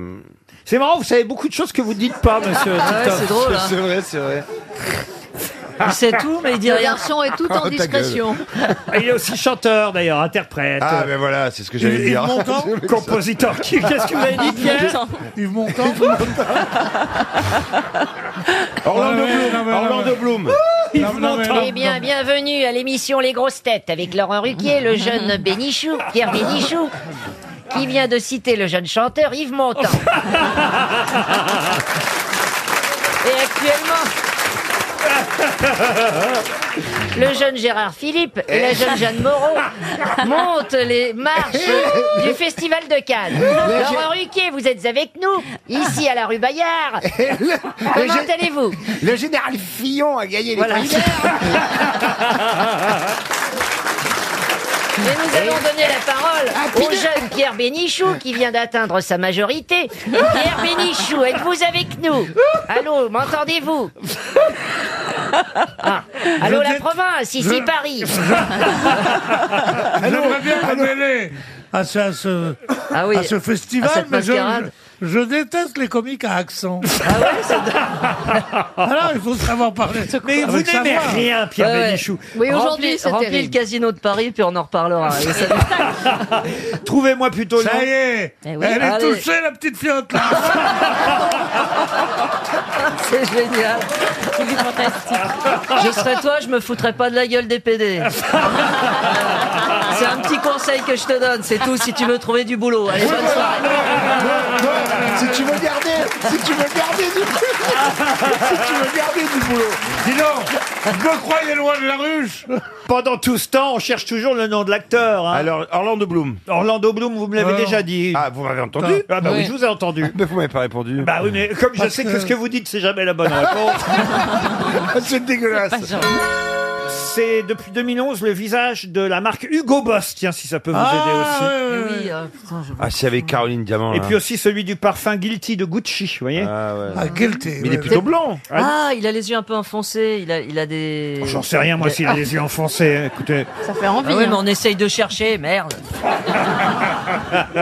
C'est marrant, vous savez beaucoup de choses que vous dites pas, monsieur. Ah ouais, Titoff. c'est drôle, hein. C'est vrai, c'est vrai. Il sait tout, mais il dit Le rien. garçon est tout en Oh, ta gueule. discrétion. Il est aussi chanteur, d'ailleurs, interprète. Ah, ben voilà, c'est ce que j'allais dire. <laughs> Compositeur. Qui- Qu'est-ce que vous avez dit, Pierre Yves Montand Orlando Ouais, ouais, Bloom. non, mais- Orlando Bloom. Non, non, mais- Eh bien, bienvenue à l'émission Les Grosses Têtes avec Laurent Ruquier, le <laughs> jeune Bénichou, Pierre Bénichou, qui vient de citer le jeune chanteur Yves Montand. Et <laughs> actuellement, le jeune Gérard Philippe et la jeune Jeanne Moreau montent les marches du Festival de Cannes. Le- Laurent Ruquier, vous êtes avec nous, ici à la rue Bayard. Comment le- allez-vous Le général Fillon a gagné les Voilà. primaires. Mais Eh, nous allons donner la parole au jeune Pierre Bénichou qui vient d'atteindre sa majorité. Pierre Bénichou, êtes-vous avec nous Allô, m'entendez-vous Ah, Allô, Je la dé- province, ici je- <laughs> Paris. J'aimerais bien qu'on mêlée à ce, à ce, Ah oui, à ce festival, à cette mais je, mascarade. je- je déteste les comiques à accent. Alors, il faut savoir parler. Mais vous avec sa n'aimez voix. rien, Pierre Bénichou. Oui, aujourd'hui, Remplis- c'est remplis terrible. le casino de Paris, puis on en reparlera. Ah, Trouvez-moi plutôt le nom. Ça y est, Eh oui, elle allez. est touchée, la petite fiotte, là. C'est génial. Je serais toi, je me foutrais pas de la gueule des PD. C'est un petit conseil que je te donne, c'est tout si tu veux trouver du boulot. Allez, bonne soirée. Si tu veux garder, si tu veux garder du si tu veux garder du boulot. Dis donc, je me croyais loin de la ruche. Pendant tout ce temps, on cherche toujours le nom de l'acteur. Alors, Orlando Bloom. Orlando Bloom, vous me l'avez Alors. déjà dit. Ah, vous m'avez entendu Ah, bah oui. Oui. je vous ai entendu. Mais vous m'avez pas répondu. Bah oui, mais comme je Parce sais que... que- Ah, ce que vous dites, c'est jamais <laughs> la bonne réponse. c'est dégueulasse. C'est depuis 2011 le visage de la marque Hugo Boss, tiens, si ça peut vous aider aussi. Ah, c'est avec hein. Caroline Diamant. Et Oh là. puis aussi celui du parfum Guilty de Gucci, vous voyez Ah, ouais. Guilty. Mais il est plutôt blanc. Ah, il a les yeux un peu enfoncés, il a, il a Ah. des. J'en sais rien, moi, s'il a les yeux enfoncés. hein, Écoutez. Ça fait envie. hein. oui, Ah mais on essaye de chercher, merde.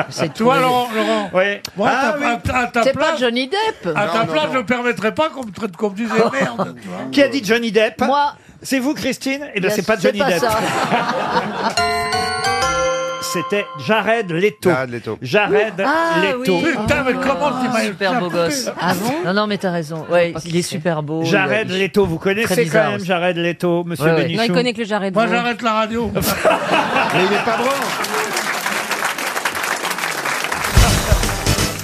C'est Toi, Laurent, Laurent. Ah Oui. Ah Moi, à ta- à, à ta C'est place, pas Johnny Depp. à ta place, je ne permettrais pas qu'on me traite <laughs> comme disait merde. tu vois. Qui a dit Johnny Depp Moi. C'est vous, Christine ben, Eh bien, c'est pas Johnny Depp. <laughs> C'était Jared Leto. Jared Leto. Jared Ah, Leto. oui. Putain, mais comment tu tu m'as- Super beau gosse. Ah bon Non, non, mais t'as raison. Ouais, il est super beau. Jared Il a- Leto, vous connaissez bizarre quand même aussi. Jared Leto, monsieur Ouais, ouais. Bénichou Non, il connaît que le Jared. Moi, Leto. j'arrête la radio. Mais il est pas blanc.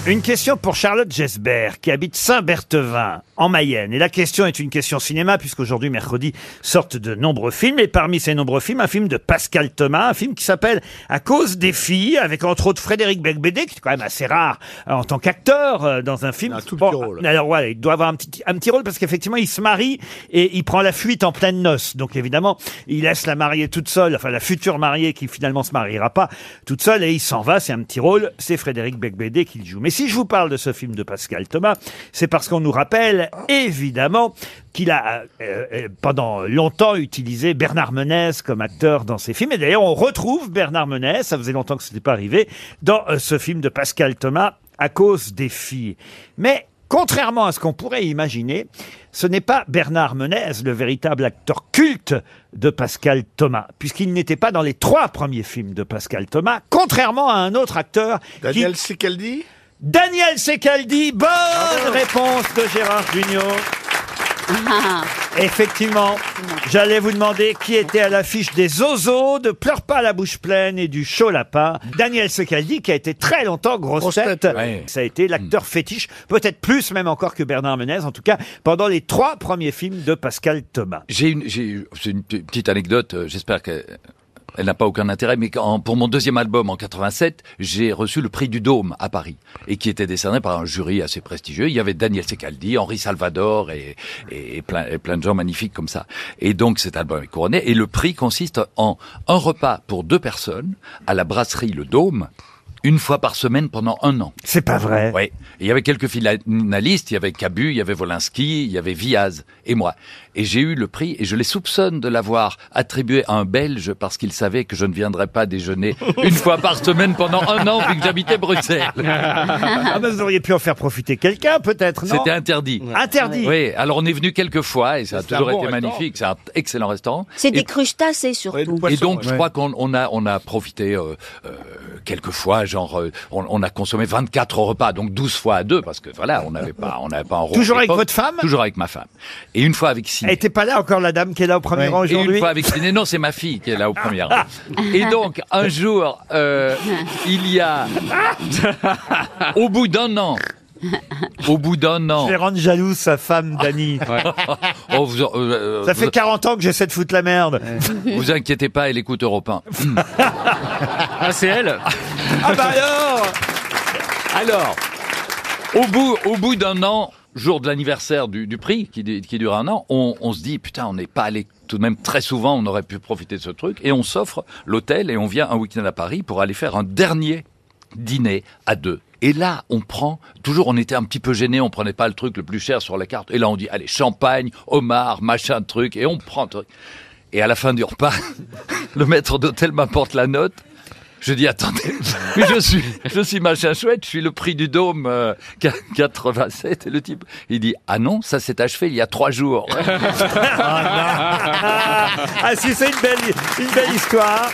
Une question pour Charlotte Gesbert, qui habite Saint-Berthevin, en Mayenne. Et la question est une question cinéma, puisqu'aujourd'hui, mercredi, sortent de nombreux films. Et parmi ces nombreux films, un film de Pascal Thomas, un film qui s'appelle À cause des filles, avec entre autres Frédéric Becbédé, qui est quand même assez rare euh, en tant qu'acteur euh, dans un film. Un tout petit rôle. Alors voilà, il doit avoir un petit, un petit rôle, parce qu'effectivement, il se marie et il prend la fuite en pleine noce. Donc évidemment, il laisse la mariée toute seule, enfin la future mariée qui finalement se mariera pas toute seule et il s'en va, c'est un petit rôle, c'est Frédéric Becbédé qui le joue. Mais si je vous parle de ce film de Pascal Thomas, c'est parce qu'on nous rappelle évidemment qu'il a euh, euh, pendant longtemps utilisé Bernard Menez comme acteur dans ses films. Et d'ailleurs, on retrouve Bernard Menez, ça faisait longtemps que ce n'était pas arrivé, dans euh, ce film de Pascal Thomas à cause des filles. Mais Contrairement à ce qu'on pourrait imaginer, ce n'est pas Bernard Menez, le véritable acteur culte de Pascal Thomas, puisqu'il n'était pas dans les trois premiers films de Pascal Thomas, contrairement à un autre acteur. Daniel Secaldi Daniel Secaldi, bonne réponse de Gérard Junior. <laughs> Effectivement, j'allais vous demander qui était à l'affiche des Zozos, de Pleure pas la bouche pleine et du Chaud Lapin. Daniel Secaldi, qui a été très longtemps grosse, tête. Hmm. Ça a été l'acteur fétiche, peut-être plus même encore que Bernard Menez, en tout cas, pendant les trois premiers films de Pascal Thomas. J'ai une, j'ai- c'est une p- petite anecdote, euh, j'espère qu'elle elle n'a pas aucun intérêt, mais quand- pour mon deuxième album en 87, j'ai reçu le prix du Dôme à Paris, et qui était décerné par un jury assez prestigieux. Il y avait Daniel Secaldi, Henri Salvador et, et plein, et plein de gens magnifiques comme ça. Et donc cet album est couronné, et le prix consiste en un repas pour deux personnes à la brasserie Le Dôme, une fois par semaine pendant un an. C'est pas vrai. Oui. Il y avait quelques finalistes, il y avait Cabu, il y avait Volinsky, il y avait Viaz et moi. Et j'ai eu le prix et je les soupçonne de l'avoir attribué à un Belge parce qu'il savait que je ne viendrais pas <laughs> déjeuner une fois par semaine pendant un an oh vu que j'habitais Bruxelles. ah ben, vous auriez pu en faire profiter quelqu'un, peut-être, non C'était interdit. Interdit. Oui, alors on est venu quelques fois et ça a C'est un toujours bon été restaurant. magnifique. C'est un excellent restaurant. C'est Et des crustacés surtout. et donc, je crois qu'on on a, on a profité euh, euh, quelques fois, genre, euh, on, on a consommé 24 repas, donc 12 fois à deux, parce que voilà, on n'avait pas, on n'avait pas un rond. Toujours à avec l'époque. votre femme Toujours avec ma femme. Et une fois avec Siné. Elle était pas là encore, la dame qui est là au premier rang Et une aujourd'hui fois avec Siné, non, c'est ma fille qui est là au premier rang. <laughs> Et donc, un jour, euh, il y a, <laughs> au bout d'un an, au bout d'un an. Je vais rendre jalouse sa femme, <laughs> Dani. Oh, vous en- euh, Ça vous- fait 40 ans que j'essaie de foutre la merde. <laughs> Vous inquiétez pas, elle écoute Europe 1. ah, c'est elle Ah bah alors Alors, au bout, au bout d'un an, jour de l'anniversaire du, du prix, qui, dé- qui dure un an, on, on se dit, putain, on n'est pas allé tout de même très souvent, on aurait pu profiter de ce truc, et on s'offre l'hôtel et on vient un week-end à Paris pour aller faire un dernier dîner à deux. Et là, on prend, toujours on était un petit peu gêné, on prenait pas le truc le plus cher sur la carte, et là on dit, allez, champagne, homard, machin, truc, et on prend le truc. Et à la fin du repas, <laughs> le maître d'hôtel m'apporte la note. Je dis attendez, <laughs> mais je suis, je suis machin chouette, je suis le prix du dôme euh, <laughs> 87 et le type, il dit ah non, ça s'est achevé il y a trois jours. <laughs> Ah si, c'est une belle, une belle histoire.